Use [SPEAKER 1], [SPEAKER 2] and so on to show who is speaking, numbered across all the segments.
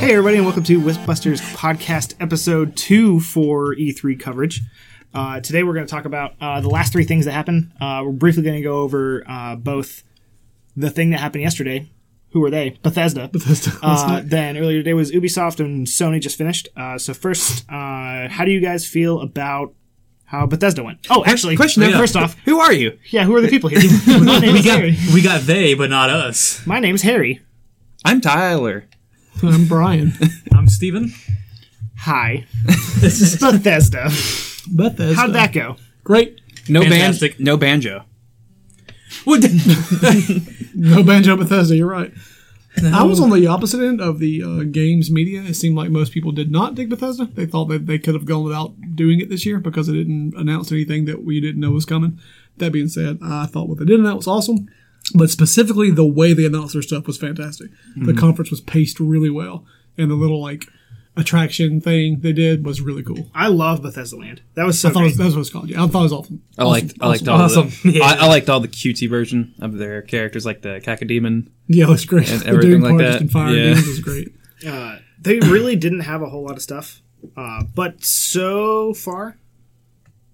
[SPEAKER 1] Hey, everybody, and welcome to Whistbusters podcast episode two for E3 coverage. Uh, today, we're going to talk about uh, the last three things that happened. Uh, we're briefly going to go over uh, both the thing that happened yesterday. Who were they? Bethesda. Bethesda. Uh, then earlier today was Ubisoft and Sony just finished. Uh, so first, uh, how do you guys feel about how Bethesda went? Oh, actually,
[SPEAKER 2] Question
[SPEAKER 1] no,
[SPEAKER 2] though,
[SPEAKER 1] first off,
[SPEAKER 2] who are you?
[SPEAKER 1] yeah, who are the people here? My name
[SPEAKER 3] we
[SPEAKER 1] is
[SPEAKER 3] got
[SPEAKER 1] Harry.
[SPEAKER 3] we got they, but not us.
[SPEAKER 1] My name's Harry.
[SPEAKER 2] I'm Tyler.
[SPEAKER 4] I'm Brian.
[SPEAKER 3] I'm Steven.
[SPEAKER 1] Hi. This is Bethesda.
[SPEAKER 4] Bethesda.
[SPEAKER 1] How'd that go?
[SPEAKER 4] Great.
[SPEAKER 2] No banjo.
[SPEAKER 3] Fantastic.
[SPEAKER 2] No banjo.
[SPEAKER 3] What the-
[SPEAKER 4] No banjo Bethesda. You're right. I was on the opposite end of the uh, games media. It seemed like most people did not dig Bethesda. They thought that they could have gone without doing it this year because it didn't announce anything that we didn't know was coming. That being said, I thought what they did announce was awesome, but specifically the way they announced their stuff was fantastic. The conference was paced really well, and the little like attraction thing they did was really cool.
[SPEAKER 1] I love Bethesda Land. That was so
[SPEAKER 4] I thought it
[SPEAKER 1] great.
[SPEAKER 4] was, that's what it's called. Yeah, I thought it was awesome.
[SPEAKER 2] I liked. I liked all.
[SPEAKER 3] Awesome.
[SPEAKER 2] The,
[SPEAKER 3] Yeah.
[SPEAKER 2] I, I liked all the cutesy version of their characters, like the cacodemon.
[SPEAKER 4] Yeah, it was great.
[SPEAKER 2] And
[SPEAKER 4] The
[SPEAKER 2] everything
[SPEAKER 4] Doom
[SPEAKER 2] like
[SPEAKER 4] part
[SPEAKER 2] that.
[SPEAKER 4] just in fire
[SPEAKER 2] Yeah.
[SPEAKER 4] demons was great.
[SPEAKER 1] uh, they really didn't have a whole lot of stuff. Uh, but so far,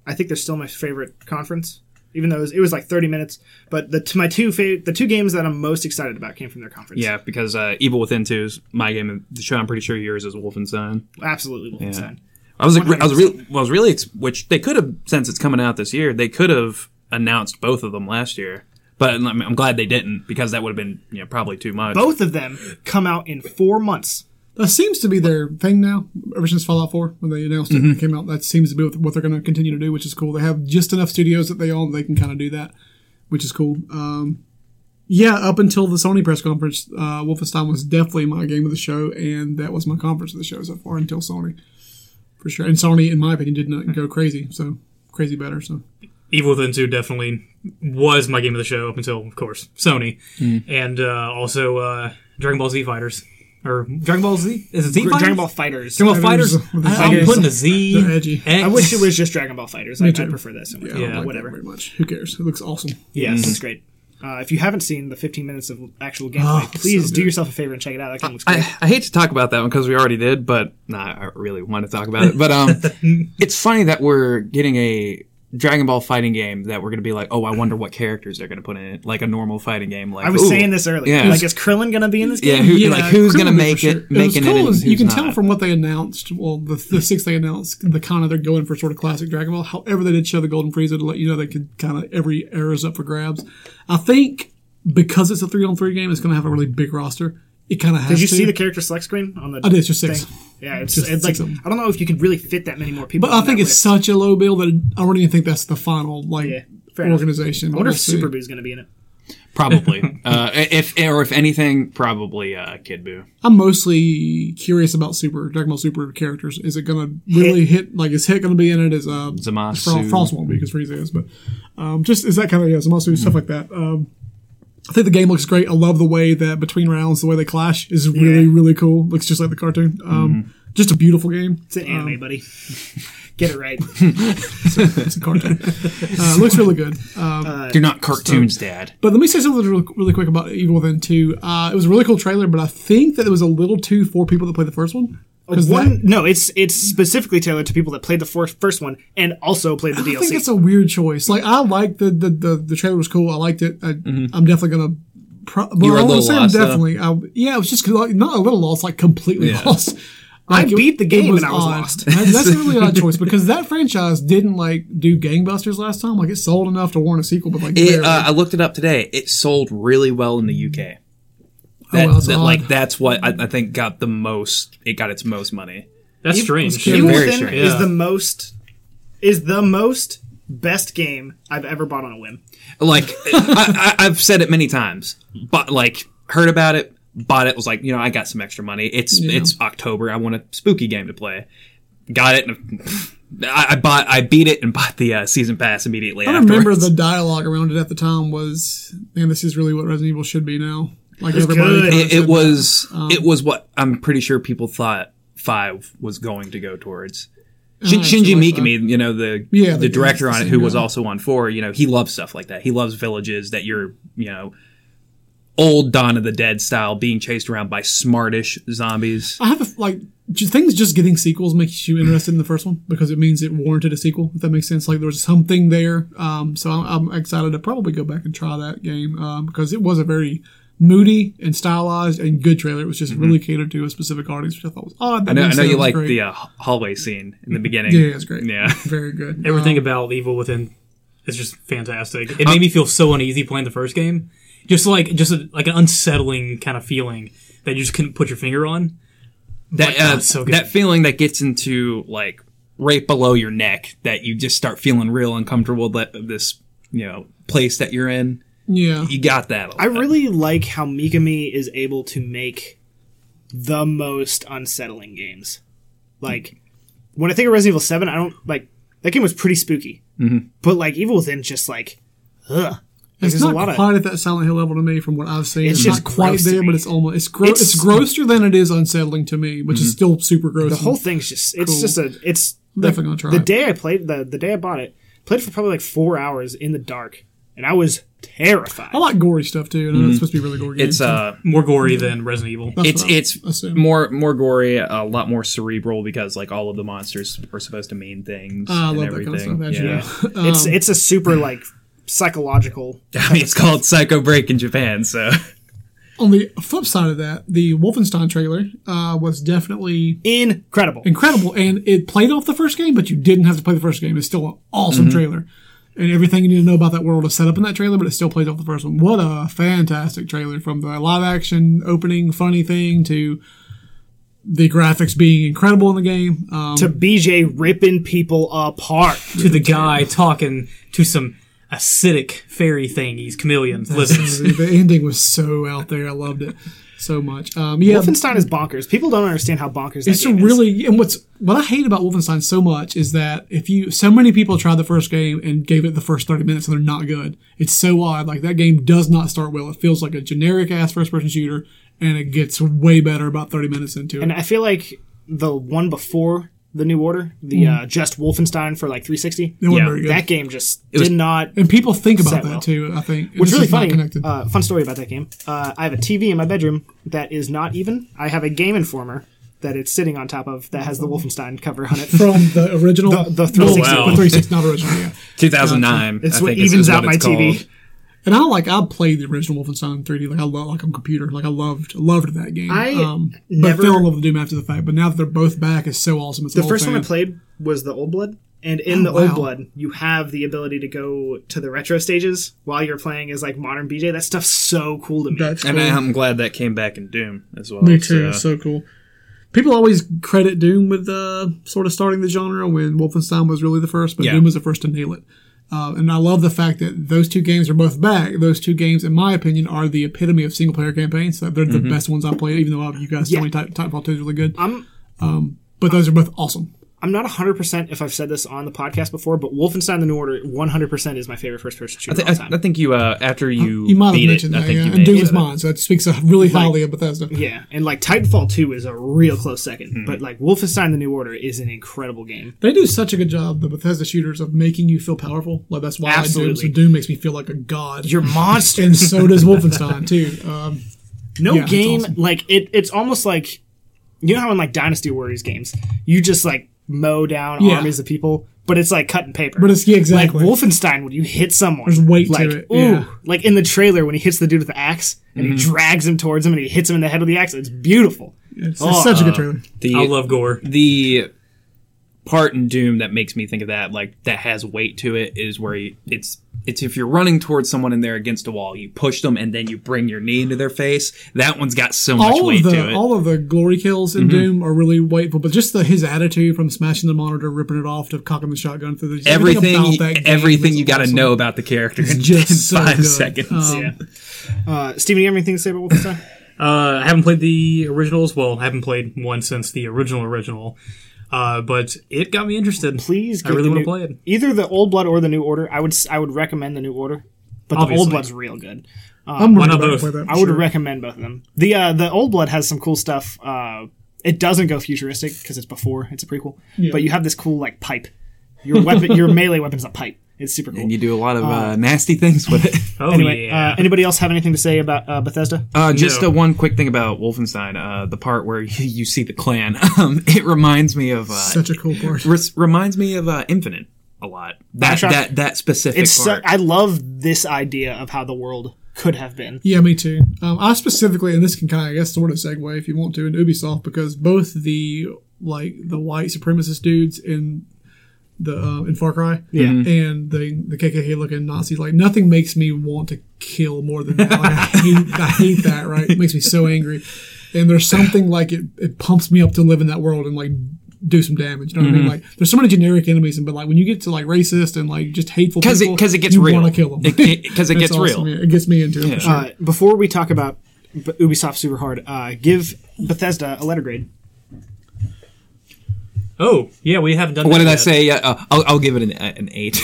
[SPEAKER 1] I think they're still my favorite conference. Even though it was, it was like 30 minutes, but the t- my two fav- the two games that I'm most excited about came from their conference.
[SPEAKER 2] Yeah, because uh, Evil Within Two is my game of the show. I'm pretty sure yours is Wolfenstein.
[SPEAKER 1] absolutely Wolfenstein.
[SPEAKER 2] I was like, I was real. I was really, ex- which they could have since it's coming out this year. They could have announced both of them last year, but I mean, I'm glad they didn't because that would have been you know, probably too much.
[SPEAKER 1] Both of them come out in four months.
[SPEAKER 4] That seems to be their thing now. Ever since Fallout 4, when they announced it
[SPEAKER 2] Mm-hmm.
[SPEAKER 4] and it came out, that seems to be what they're going to continue to do, which is cool. They have just enough studios that they own; they can kind of do that, which is cool. Um, yeah, up until the Sony press conference, uh, Wolfenstein was definitely my game of the show, and that was my conference of the show so far until Sony, for sure. And Sony, in my opinion, did not go crazy, so crazy better. So
[SPEAKER 3] Evil Within Two definitely was my game of the show up until, of course, Sony, and uh, also uh, Dragon Ball Z Fighters or Dragon Ball Z is it Z Fighters?
[SPEAKER 1] Dragon Ball Fighters.
[SPEAKER 3] Dragon Ball
[SPEAKER 4] Fighters
[SPEAKER 3] Fighters.
[SPEAKER 4] with the
[SPEAKER 3] I, am
[SPEAKER 4] fighters.
[SPEAKER 3] putting a Z.
[SPEAKER 4] They're edgy.
[SPEAKER 2] Eh,
[SPEAKER 3] X.
[SPEAKER 1] I wish it was just Dragon Ball Fighters. I, I
[SPEAKER 4] too.
[SPEAKER 1] prefer that so much.
[SPEAKER 4] I don't
[SPEAKER 3] Yeah,
[SPEAKER 4] like that Mm-hmm.
[SPEAKER 1] whatever.
[SPEAKER 4] very much. Who cares? It looks awesome.
[SPEAKER 1] Yes, it's great. Uh, if you haven't seen the 15 minutes of actual gameplay,
[SPEAKER 4] Oh,
[SPEAKER 1] please
[SPEAKER 4] so
[SPEAKER 1] do
[SPEAKER 4] good.
[SPEAKER 1] yourself a favor and check it out. That game looks great.
[SPEAKER 2] I, I hate to talk about that one because we already did, but nah, I really want to talk about it. But um, it's funny that we're getting a Dragon Ball fighting game that we're going to be like, oh, I wonder what characters they're going to put in it, like a normal fighting game. Like
[SPEAKER 1] I was
[SPEAKER 2] ooh,
[SPEAKER 1] saying this earlier.
[SPEAKER 2] Yeah.
[SPEAKER 1] Like, is Krillin going to be in this
[SPEAKER 2] yeah,
[SPEAKER 1] game?
[SPEAKER 2] who, like who's going to
[SPEAKER 4] Krillin
[SPEAKER 2] make
[SPEAKER 4] for sure.
[SPEAKER 2] it, making
[SPEAKER 4] was
[SPEAKER 2] it,
[SPEAKER 4] cool
[SPEAKER 2] and
[SPEAKER 4] as- you
[SPEAKER 2] who's
[SPEAKER 4] can tell
[SPEAKER 2] not.
[SPEAKER 4] from what they announced. Well, the, the six they announced, the kind of they're going for sort of classic Dragon Ball. However, they did show the Golden Frieza to let you know they could kind of every era is up for grabs. I think because it's a three on three game, it's going to have a really big roster. It kind of has
[SPEAKER 1] Did you
[SPEAKER 4] to.
[SPEAKER 1] see the character select screen on the?
[SPEAKER 4] I did. It's just six.
[SPEAKER 1] Yeah, it's,
[SPEAKER 4] Just
[SPEAKER 1] it's like
[SPEAKER 4] six of 'em.
[SPEAKER 1] I don't know if you could really fit that many more people.
[SPEAKER 4] But I
[SPEAKER 1] on
[SPEAKER 4] think
[SPEAKER 1] that
[SPEAKER 4] it's
[SPEAKER 1] list.
[SPEAKER 4] such a low bill that I don't even think that's the final like
[SPEAKER 1] Yeah, fair enough.
[SPEAKER 4] organization.
[SPEAKER 1] I wonder if Super Boo's going to be in it.
[SPEAKER 2] Probably, uh, if or if anything, probably uh, Kid Buu.
[SPEAKER 4] I'm mostly curious about Super Dragon Ball Super characters. Is it gonna really hit? like, is Hit gonna be in it? Is uh,
[SPEAKER 2] Zamasu.
[SPEAKER 4] Fro- Frost won't be because Frieza is, but um, just is that kind of yeah, Zamasu stuff like that. Um, I think the game looks great. I love the way that between rounds, the way they clash is really
[SPEAKER 1] Yeah.
[SPEAKER 4] really cool. Looks just like the cartoon. Um, Just a beautiful game.
[SPEAKER 1] It's an anime, buddy. Get it right.
[SPEAKER 4] It's a cartoon. uh, looks really good. Um,
[SPEAKER 2] They're not cartoons, Dad.
[SPEAKER 4] But let me say something really, really quick about Evil Within 2. Uh, it was a really cool trailer, but I think that it was a little too for people that played the first one. 'Cause that-
[SPEAKER 1] One, no, it's it's specifically tailored to people that played the for- first one and also played the
[SPEAKER 4] I think
[SPEAKER 1] DLC.
[SPEAKER 4] it's a weird choice. Like I like the the the, the trailer was cool. I liked it. I, I'm definitely gonna. Pro- well,
[SPEAKER 2] Mm-hmm. You were a
[SPEAKER 4] I wouldn't
[SPEAKER 2] little
[SPEAKER 4] say I'm
[SPEAKER 2] lost, though.
[SPEAKER 4] definitely. I, yeah, it was just like, not a little lost, like completely
[SPEAKER 2] Yeah.
[SPEAKER 4] lost.
[SPEAKER 1] I
[SPEAKER 4] Like, it-
[SPEAKER 1] beat the
[SPEAKER 4] it
[SPEAKER 1] game and I was
[SPEAKER 4] odd.
[SPEAKER 1] lost.
[SPEAKER 4] That- That's a really odd choice because that franchise didn't like do gangbusters last time. Like it sold enough to warrant a sequel, but like
[SPEAKER 2] It,
[SPEAKER 4] barely.
[SPEAKER 2] uh, I looked it up today. It sold really well in the UK. That,
[SPEAKER 4] Oh, well, that's
[SPEAKER 2] that,
[SPEAKER 4] odd.
[SPEAKER 2] like that's what I, I think got the most. It got its most money.
[SPEAKER 3] That's strange.
[SPEAKER 2] It
[SPEAKER 1] Evil
[SPEAKER 2] very
[SPEAKER 1] Within
[SPEAKER 2] strange.
[SPEAKER 1] is
[SPEAKER 3] Yeah.
[SPEAKER 1] the most is the most best game I've ever bought on a whim.
[SPEAKER 2] Like I, I, I've said it many times, but like heard about it, bought it. Was like you know I got some extra money. It's it's October. I want a spooky game to play. Got it. and- I, I bought. I beat it and bought the uh, season pass immediately.
[SPEAKER 4] I remember
[SPEAKER 2] afterwards.
[SPEAKER 4] the dialogue around it at the time was, man, this is really what Resident Evil should be now. Like
[SPEAKER 1] It's
[SPEAKER 4] everybody,
[SPEAKER 1] good.
[SPEAKER 4] kinda
[SPEAKER 2] It,
[SPEAKER 4] said that.
[SPEAKER 2] it
[SPEAKER 4] Um,
[SPEAKER 2] was. it was what I'm pretty sure people thought five was going to go towards. Shin,
[SPEAKER 4] Mm, I
[SPEAKER 2] Shinji
[SPEAKER 4] feel like
[SPEAKER 2] Mikami, you know the
[SPEAKER 4] Yeah,
[SPEAKER 2] the
[SPEAKER 4] the-
[SPEAKER 2] director on it,
[SPEAKER 4] the
[SPEAKER 2] who
[SPEAKER 4] guy.
[SPEAKER 2] was also on four. You know, he loves stuff like that. He loves villages that you're, you know, old Dawn of the Dead style, being chased around by smartish zombies.
[SPEAKER 4] I have a, like j- things just getting sequels makes you interested in the first one because it means it warranted a sequel. If that makes sense, like there was something there. Um, so I'm, I'm excited to probably go back and try that game um, because it was a very moody and stylized and good trailer. It was just really catered to a specific audience, which I thought was odd.
[SPEAKER 2] I know, I know you like the uh, hallway scene in the beginning.
[SPEAKER 4] yeah, it's great.
[SPEAKER 2] Yeah.
[SPEAKER 4] very good.
[SPEAKER 3] Everything about Evil Within is just fantastic. It made me feel so uneasy playing the first game, just like just a, like an unsettling kind of feeling that you just couldn't put your finger on.
[SPEAKER 2] that
[SPEAKER 3] God,
[SPEAKER 2] uh,
[SPEAKER 3] so good.
[SPEAKER 2] that feeling that gets into like right below your neck that you just start feeling real uncomfortable that this you know place that you're in
[SPEAKER 4] Um, yeah.
[SPEAKER 2] you got that
[SPEAKER 1] I really like how Mikami is able to make the most unsettling games. Like when I think of Resident Evil Seven, I don't like that game was pretty spooky, mm-hmm. but like Evil Within, just like, ugh.
[SPEAKER 4] It's
[SPEAKER 1] There's
[SPEAKER 4] not
[SPEAKER 1] a lot of-
[SPEAKER 4] quite at that Silent Hill level to me, from what I've seen.
[SPEAKER 1] It's
[SPEAKER 4] It's,
[SPEAKER 1] just
[SPEAKER 4] not quite
[SPEAKER 1] gross to
[SPEAKER 4] there, but
[SPEAKER 1] me.
[SPEAKER 4] it's almost it's gross. It's,
[SPEAKER 1] It's-
[SPEAKER 4] grosser than it is unsettling to me, which is still super gross.
[SPEAKER 1] The
[SPEAKER 4] and
[SPEAKER 1] whole thing's just it's
[SPEAKER 4] Cool.
[SPEAKER 1] just a it's
[SPEAKER 4] I'm definitely gonna try.
[SPEAKER 1] the
[SPEAKER 4] it.
[SPEAKER 1] day I played the the day I bought it played for probably like four hours in the dark, and I was terrified.
[SPEAKER 4] I like gory stuff too. And I know it's supposed to be a really gory.
[SPEAKER 2] it's
[SPEAKER 4] game, so
[SPEAKER 2] uh
[SPEAKER 3] More gory than Resident Evil.
[SPEAKER 4] that's
[SPEAKER 2] it's
[SPEAKER 4] what I would
[SPEAKER 2] it's
[SPEAKER 4] assume.
[SPEAKER 2] more more gory a lot more cerebral because like all of the monsters are supposed to mean things
[SPEAKER 4] Ah, I
[SPEAKER 2] and
[SPEAKER 4] love that
[SPEAKER 2] everything
[SPEAKER 4] kind of stuff. Actually,
[SPEAKER 2] yeah.
[SPEAKER 4] yeah.
[SPEAKER 1] it's it's a super like psychological.
[SPEAKER 2] I mean, it's called Psycho Break in Japan, so
[SPEAKER 4] On the flip side of that, the Wolfenstein trailer uh, was definitely
[SPEAKER 1] Incredible.
[SPEAKER 4] incredible, and it played off the first game, but you didn't have to play the first game. It's still an awesome trailer, and everything you need to know about that world is set up in that trailer, but it still plays off the first one. What a fantastic trailer! From the live action opening funny thing to the graphics being incredible in the game. Um,
[SPEAKER 1] to BJ ripping people apart.
[SPEAKER 3] to the guy talking to some acidic fairy thingies, chameleons. Listen,
[SPEAKER 4] the, the ending was so out there. I loved it so much. Um, yeah,
[SPEAKER 1] Wolfenstein is bonkers. People don't understand how bonkers that
[SPEAKER 4] it's a
[SPEAKER 1] game is.
[SPEAKER 4] really and what's what I hate about Wolfenstein so much is that if you so many people tried the first game and gave it the first thirty minutes and they're not good. It's so odd. Like that game does not start well. It feels like a generic ass first person shooter, and it gets way better about thirty minutes into it.
[SPEAKER 1] And I feel like the one before the New Order, the uh, just Wolfenstein for like 360,
[SPEAKER 4] Mm. It wasn't
[SPEAKER 2] yeah,
[SPEAKER 4] very good.
[SPEAKER 1] that game just
[SPEAKER 2] was-
[SPEAKER 1] did not.
[SPEAKER 4] and people think about
[SPEAKER 1] Set
[SPEAKER 4] that
[SPEAKER 1] well.
[SPEAKER 4] too. I think
[SPEAKER 1] Which is
[SPEAKER 4] It's
[SPEAKER 1] really
[SPEAKER 4] just not
[SPEAKER 1] funny.
[SPEAKER 4] Connected.
[SPEAKER 1] Uh, fun story about that game. Uh, I have a TV in my bedroom that is not even. I have a Game Informer that it's sitting on top of that has the Wolfenstein cover on it.
[SPEAKER 4] from the original,
[SPEAKER 1] The- the 360.
[SPEAKER 2] Oh, wow.
[SPEAKER 4] the 360, not original, yeah.
[SPEAKER 2] 2009.
[SPEAKER 1] It's
[SPEAKER 2] I
[SPEAKER 1] what
[SPEAKER 2] think is-
[SPEAKER 1] evens
[SPEAKER 2] is
[SPEAKER 1] out my
[SPEAKER 2] it's
[SPEAKER 1] TV.
[SPEAKER 2] called.
[SPEAKER 4] And I like I played the original Wolfenstein 3D. Like I love like on computer. Like I loved loved that game. Um,
[SPEAKER 1] I
[SPEAKER 4] but
[SPEAKER 1] never-
[SPEAKER 4] fell in love with Doom after the fact. But now that they're both back, it's so awesome. It's
[SPEAKER 1] The first one I played was the Old Blood, and in the
[SPEAKER 4] Oh, wow.
[SPEAKER 1] Old Blood, you have the ability to go to the retro stages while you're playing as like modern BJ. That stuff's so cool to me.
[SPEAKER 4] That's
[SPEAKER 2] And
[SPEAKER 4] cool.
[SPEAKER 2] I'm glad that came back in Doom as well.
[SPEAKER 4] Me too.
[SPEAKER 2] so-
[SPEAKER 4] So cool. People always credit Doom with uh, sort of starting the genre when Wolfenstein was really the first, but
[SPEAKER 2] Yeah.
[SPEAKER 4] Doom was the first to nail it. Uh, and I love the fact that those two games are both back. Those two games, in my opinion, are the epitome of single player campaigns. So they're the
[SPEAKER 2] Mm-hmm.
[SPEAKER 4] best ones I played, even though uh, you guys
[SPEAKER 1] Yeah.
[SPEAKER 4] told me Titan- Titanfall 2 is really good.
[SPEAKER 1] I'm-
[SPEAKER 4] um, but those are both awesome.
[SPEAKER 1] I'm not 100% if I've said this on the podcast before, but Wolfenstein The New Order 100% is my favorite first person
[SPEAKER 2] I,
[SPEAKER 1] shooter
[SPEAKER 2] th-
[SPEAKER 1] of all
[SPEAKER 2] I
[SPEAKER 1] time.
[SPEAKER 2] think you uh, after you,
[SPEAKER 4] You might have
[SPEAKER 2] beat
[SPEAKER 4] mentioned
[SPEAKER 2] it,
[SPEAKER 4] that.
[SPEAKER 2] I think
[SPEAKER 4] yeah.
[SPEAKER 2] you
[SPEAKER 4] And
[SPEAKER 2] did.
[SPEAKER 4] Doom is
[SPEAKER 2] that.
[SPEAKER 4] mine, so that speaks uh, really highly of Bethesda.
[SPEAKER 1] yeah, and like Titanfall 2 is a real close 2nd but like Wolfenstein The New Order is an incredible game.
[SPEAKER 4] They do such a good job, the Bethesda shooters, of making you feel powerful. Like that's why I do.
[SPEAKER 1] Absolutely.
[SPEAKER 4] So Doom makes me feel like a god.
[SPEAKER 1] You're monsters.
[SPEAKER 4] and so does Wolfenstein too. Um,
[SPEAKER 1] No
[SPEAKER 4] Yeah, that's
[SPEAKER 1] game
[SPEAKER 4] awesome.
[SPEAKER 1] like it. It's almost like you know how in like Dynasty Warriors games, you just like mow down
[SPEAKER 4] Yeah.
[SPEAKER 1] armies of people, but it's like cut and paper.
[SPEAKER 4] But it's- yeah, exactly.
[SPEAKER 1] Like Wolfenstein, when you hit someone,
[SPEAKER 4] There's weight to
[SPEAKER 1] like,
[SPEAKER 4] it,
[SPEAKER 1] Ooh,
[SPEAKER 4] yeah.
[SPEAKER 1] like in the trailer when he hits the dude with the axe and he drags him towards him and he hits him in the head with the axe. It's beautiful.
[SPEAKER 4] it's, it's
[SPEAKER 1] Oh,
[SPEAKER 4] such a good trailer.
[SPEAKER 2] The,
[SPEAKER 3] I love gore.
[SPEAKER 2] the part in Doom that makes me think of that, like that has weight to it, is where you, it's it's if you're running towards someone and they're against a wall, you push them and then you bring your knee into their face. That one's got so much
[SPEAKER 4] All of
[SPEAKER 2] weight Oh, to
[SPEAKER 4] the
[SPEAKER 2] it.
[SPEAKER 4] all of the glory kills in Doom are really weightful, but just the, his attitude from smashing the monitor, ripping it off, to cocking the shotgun through the
[SPEAKER 2] everything,
[SPEAKER 4] about
[SPEAKER 2] everything,
[SPEAKER 4] that game is
[SPEAKER 2] you got to
[SPEAKER 4] awesome.
[SPEAKER 2] know about the character in
[SPEAKER 4] just
[SPEAKER 2] in
[SPEAKER 4] so
[SPEAKER 2] five
[SPEAKER 4] good.
[SPEAKER 2] seconds.
[SPEAKER 4] Um,
[SPEAKER 1] Yeah. Uh, Steven, you have anything to say about Wolfenstein?
[SPEAKER 3] Uh, I haven't played the originals. Well, I haven't played one since the original original. Uh, but it got me interested.
[SPEAKER 1] Please,
[SPEAKER 3] I
[SPEAKER 1] get
[SPEAKER 3] really
[SPEAKER 1] the
[SPEAKER 3] want to
[SPEAKER 1] new-
[SPEAKER 3] play it.
[SPEAKER 1] Either the Old Blood or the New Order. I would s- I would recommend the New Order, but the
[SPEAKER 3] Obviously.
[SPEAKER 1] Old Blood's real good.
[SPEAKER 4] I'm
[SPEAKER 3] Why
[SPEAKER 4] worried
[SPEAKER 3] not
[SPEAKER 4] about
[SPEAKER 3] both?
[SPEAKER 4] play that. for
[SPEAKER 1] I would
[SPEAKER 4] sure.
[SPEAKER 1] recommend both of them. The uh, the old blood has some cool stuff. Uh, it doesn't go futuristic because it's before; it's a prequel. But you have this cool like pipe. Your weapon, your melee weapon's a pipe, It's super cool.
[SPEAKER 2] And you do a lot of uh, nasty things with it.
[SPEAKER 3] Oh
[SPEAKER 1] anyway,
[SPEAKER 3] yeah.
[SPEAKER 1] uh, anybody else have anything to say about uh, Bethesda?
[SPEAKER 2] Uh, just
[SPEAKER 3] No.
[SPEAKER 2] uh, one quick thing about Wolfenstein, uh, the part where you, you see the clan. Um, it reminds me of uh,
[SPEAKER 4] Such a cool part.
[SPEAKER 2] res- reminds me of uh, Infinite a lot. That
[SPEAKER 1] Bioshock-
[SPEAKER 2] that that specific
[SPEAKER 1] It's so,
[SPEAKER 2] part.
[SPEAKER 1] I love this idea of how the world could have been.
[SPEAKER 4] Yeah, me too. Um, I specifically, and this can kind of, I guess, sort of segue if you want to, in Ubisoft because both the like the white supremacist dudes in the um, in Far Cry, yeah, and the the KKK looking Nazis, like nothing makes me want to kill more than that. Like, I hate, I hate that. Right, it makes me so angry. And there's something like it, it pumps me up to live in that world and like do some damage. You know
[SPEAKER 2] Mm-hmm.
[SPEAKER 4] what I mean? Like there's so many generic enemies, and but like when you get to like racist and like just hateful,
[SPEAKER 2] because it
[SPEAKER 4] people,
[SPEAKER 2] because it gets
[SPEAKER 4] you
[SPEAKER 2] real.
[SPEAKER 4] want to kill them
[SPEAKER 2] Because it, it, 'cause it
[SPEAKER 4] That's
[SPEAKER 2] gets
[SPEAKER 4] awesome,
[SPEAKER 2] real.
[SPEAKER 4] yeah. It gets me into it. for sure.
[SPEAKER 1] Uh, before we talk about B- Ubisoft super hard, uh, give Bethesda a letter grade.
[SPEAKER 3] oh yeah, we haven't done.
[SPEAKER 2] What
[SPEAKER 3] that
[SPEAKER 2] did I
[SPEAKER 3] yet.
[SPEAKER 2] say? Yeah, uh, I'll, I'll give it an an eight.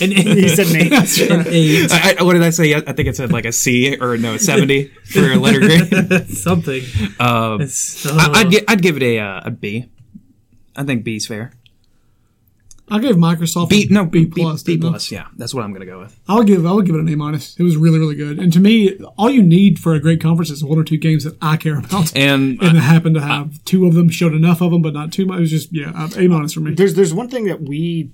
[SPEAKER 3] An
[SPEAKER 1] He
[SPEAKER 3] eight.
[SPEAKER 1] said Nate.
[SPEAKER 3] An eight.
[SPEAKER 2] I, I, what did I say? I I think it said like a C or no seventy for a letter grade.
[SPEAKER 3] Something.
[SPEAKER 2] Um,
[SPEAKER 3] It's,
[SPEAKER 2] I, I'd
[SPEAKER 3] uh,
[SPEAKER 2] gi- I'd give it a uh, a B. I think B's fair.
[SPEAKER 4] I gave Microsoft
[SPEAKER 2] B
[SPEAKER 4] a
[SPEAKER 2] no
[SPEAKER 4] B plus.
[SPEAKER 2] B,
[SPEAKER 4] didn't I?
[SPEAKER 2] plus. Yeah, that's what I'm gonna go with.
[SPEAKER 4] I would give I would give it an A minus. It was really really good. And to me, all you need for a great conference is one or two games that I care about.
[SPEAKER 2] And
[SPEAKER 4] and I happened to have two of them. Showed enough of them, but not too much. It was just yeah, uh, A minus for me.
[SPEAKER 1] there's there's one thing that we.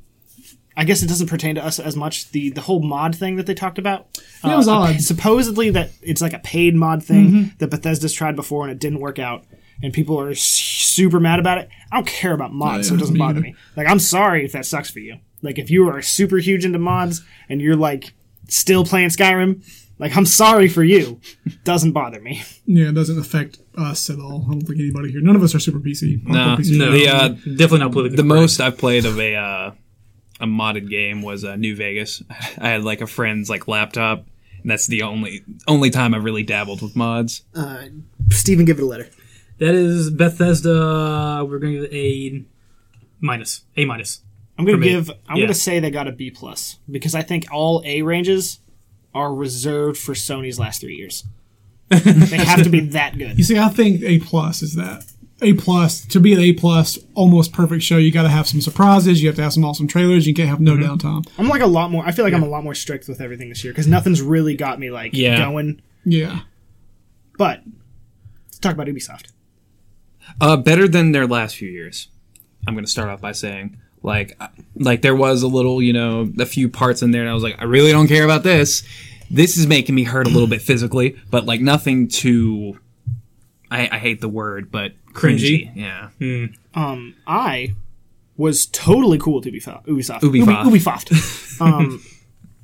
[SPEAKER 1] I guess it doesn't pertain to us as much. The the whole mod thing that they talked about.
[SPEAKER 4] Yeah, it was
[SPEAKER 1] Uh,
[SPEAKER 4] odd.
[SPEAKER 1] Supposedly that it's like a paid mod thing that Bethesda's tried before and it didn't work out, and people are s- super mad about it. I don't care about mods, so it
[SPEAKER 4] yeah,
[SPEAKER 1] doesn't
[SPEAKER 4] me
[SPEAKER 1] bother
[SPEAKER 4] either.
[SPEAKER 1] me. Like I'm sorry if that sucks for you. Like if you are super huge into mods and you're like still playing Skyrim, like I'm sorry for you. Doesn't bother me.
[SPEAKER 4] Yeah, it doesn't affect us at all. I don't think anybody here. None of us are super PC. I'm
[SPEAKER 2] Nah,
[SPEAKER 4] a PC.
[SPEAKER 2] no. The, uh,
[SPEAKER 3] definitely not politically
[SPEAKER 2] the
[SPEAKER 3] correct.
[SPEAKER 2] most I've played of a uh, a modded game was uh, New Vegas. I had like a friend's like laptop, and that's the only only time I've really dabbled with mods.
[SPEAKER 1] Uh, Steven, give it a letter.
[SPEAKER 3] That is Bethesda. We're going to give it a minus. A minus.
[SPEAKER 1] I'm gonna
[SPEAKER 3] for me.
[SPEAKER 1] give. I'm
[SPEAKER 3] Yeah.
[SPEAKER 1] gonna say they got a B plus because I think all A ranges are reserved for Sony's last three years. they have to be that good.
[SPEAKER 4] You see, I think A plus is that. A plus to be an A plus, almost perfect show. You got to have some surprises. You have to have some awesome trailers. You can't have
[SPEAKER 2] Mm-hmm.
[SPEAKER 4] no downtime.
[SPEAKER 1] I'm like a lot more. I feel like I'm a lot more strict with everything this year because nothing's really got me like
[SPEAKER 2] Yeah.
[SPEAKER 1] going.
[SPEAKER 4] Yeah,
[SPEAKER 1] But let's talk about Ubisoft.
[SPEAKER 2] Uh, better than their last few years. I'm gonna start off by saying like I- like there was a little you know a few parts in there, and I was like I really don't care about this. This is making me hurt a little bit physically, but like nothing too. I, I hate the word, but cringy.
[SPEAKER 3] Cringy? Hmm.
[SPEAKER 2] Yeah,
[SPEAKER 1] Um, I was totally cool with Ubifo- Ubisoft.
[SPEAKER 2] Ubisoft.
[SPEAKER 1] Ubi- Ubisoft. um,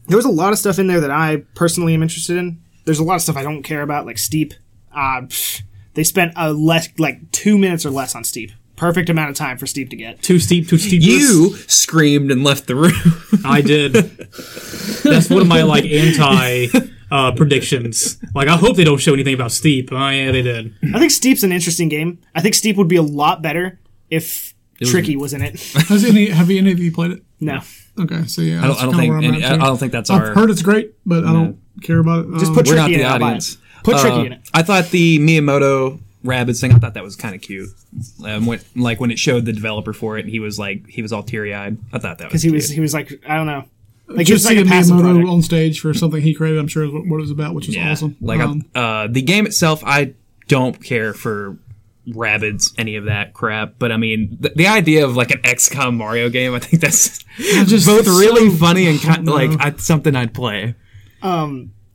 [SPEAKER 1] there was a lot of stuff in there that I personally am interested in. There's a lot of stuff I don't care about, like Steep. Uh, pff, they spent a less like two minutes or less on Steep. Perfect amount of time for Steep to get.
[SPEAKER 3] Too steep, too steep.
[SPEAKER 2] you screamed and left the room.
[SPEAKER 3] I did. That's one of my like anti uh, predictions. Like I hope they don't show anything about Steep. Oh yeah, they did.
[SPEAKER 1] I think Steep's an interesting game. I think Steep would be a lot better if Tricky was in it.
[SPEAKER 4] has any have any of you played it?
[SPEAKER 1] No,
[SPEAKER 4] Okay, so yeah,
[SPEAKER 2] I don't, I don't think any, I don't think that's
[SPEAKER 4] I've
[SPEAKER 2] our.
[SPEAKER 4] heard it's great, but I don't care about it.
[SPEAKER 1] just
[SPEAKER 4] Um,
[SPEAKER 1] put
[SPEAKER 2] we're not
[SPEAKER 1] Tricky in
[SPEAKER 2] the
[SPEAKER 1] it. I'll buy
[SPEAKER 2] audience.
[SPEAKER 1] it. Put Tricky
[SPEAKER 2] Uh,
[SPEAKER 1] in it.
[SPEAKER 2] I thought the Miyamoto rabbits thing. I thought that was kind of cute. Um, when, like when it showed the developer for it, and he was like he was all teary eyed. I thought that
[SPEAKER 1] Because
[SPEAKER 2] was
[SPEAKER 1] he
[SPEAKER 2] cute.
[SPEAKER 1] was he was like I don't know. Like he was
[SPEAKER 4] just
[SPEAKER 1] like a
[SPEAKER 4] seeing
[SPEAKER 1] passive
[SPEAKER 4] Miyamoto
[SPEAKER 1] product.
[SPEAKER 4] on stage for something he created, I'm sure is what, what it was about, which was
[SPEAKER 2] Yeah.
[SPEAKER 4] awesome.
[SPEAKER 2] Like I-
[SPEAKER 4] um,
[SPEAKER 2] uh, the game itself, I don't care for rabbits any of that crap. But I mean, th- the idea of like an XCOM Mario game, I think that's
[SPEAKER 4] just
[SPEAKER 2] both really funny and
[SPEAKER 4] I
[SPEAKER 2] kind
[SPEAKER 4] don't
[SPEAKER 2] like
[SPEAKER 4] know.
[SPEAKER 2] I, something I'd play.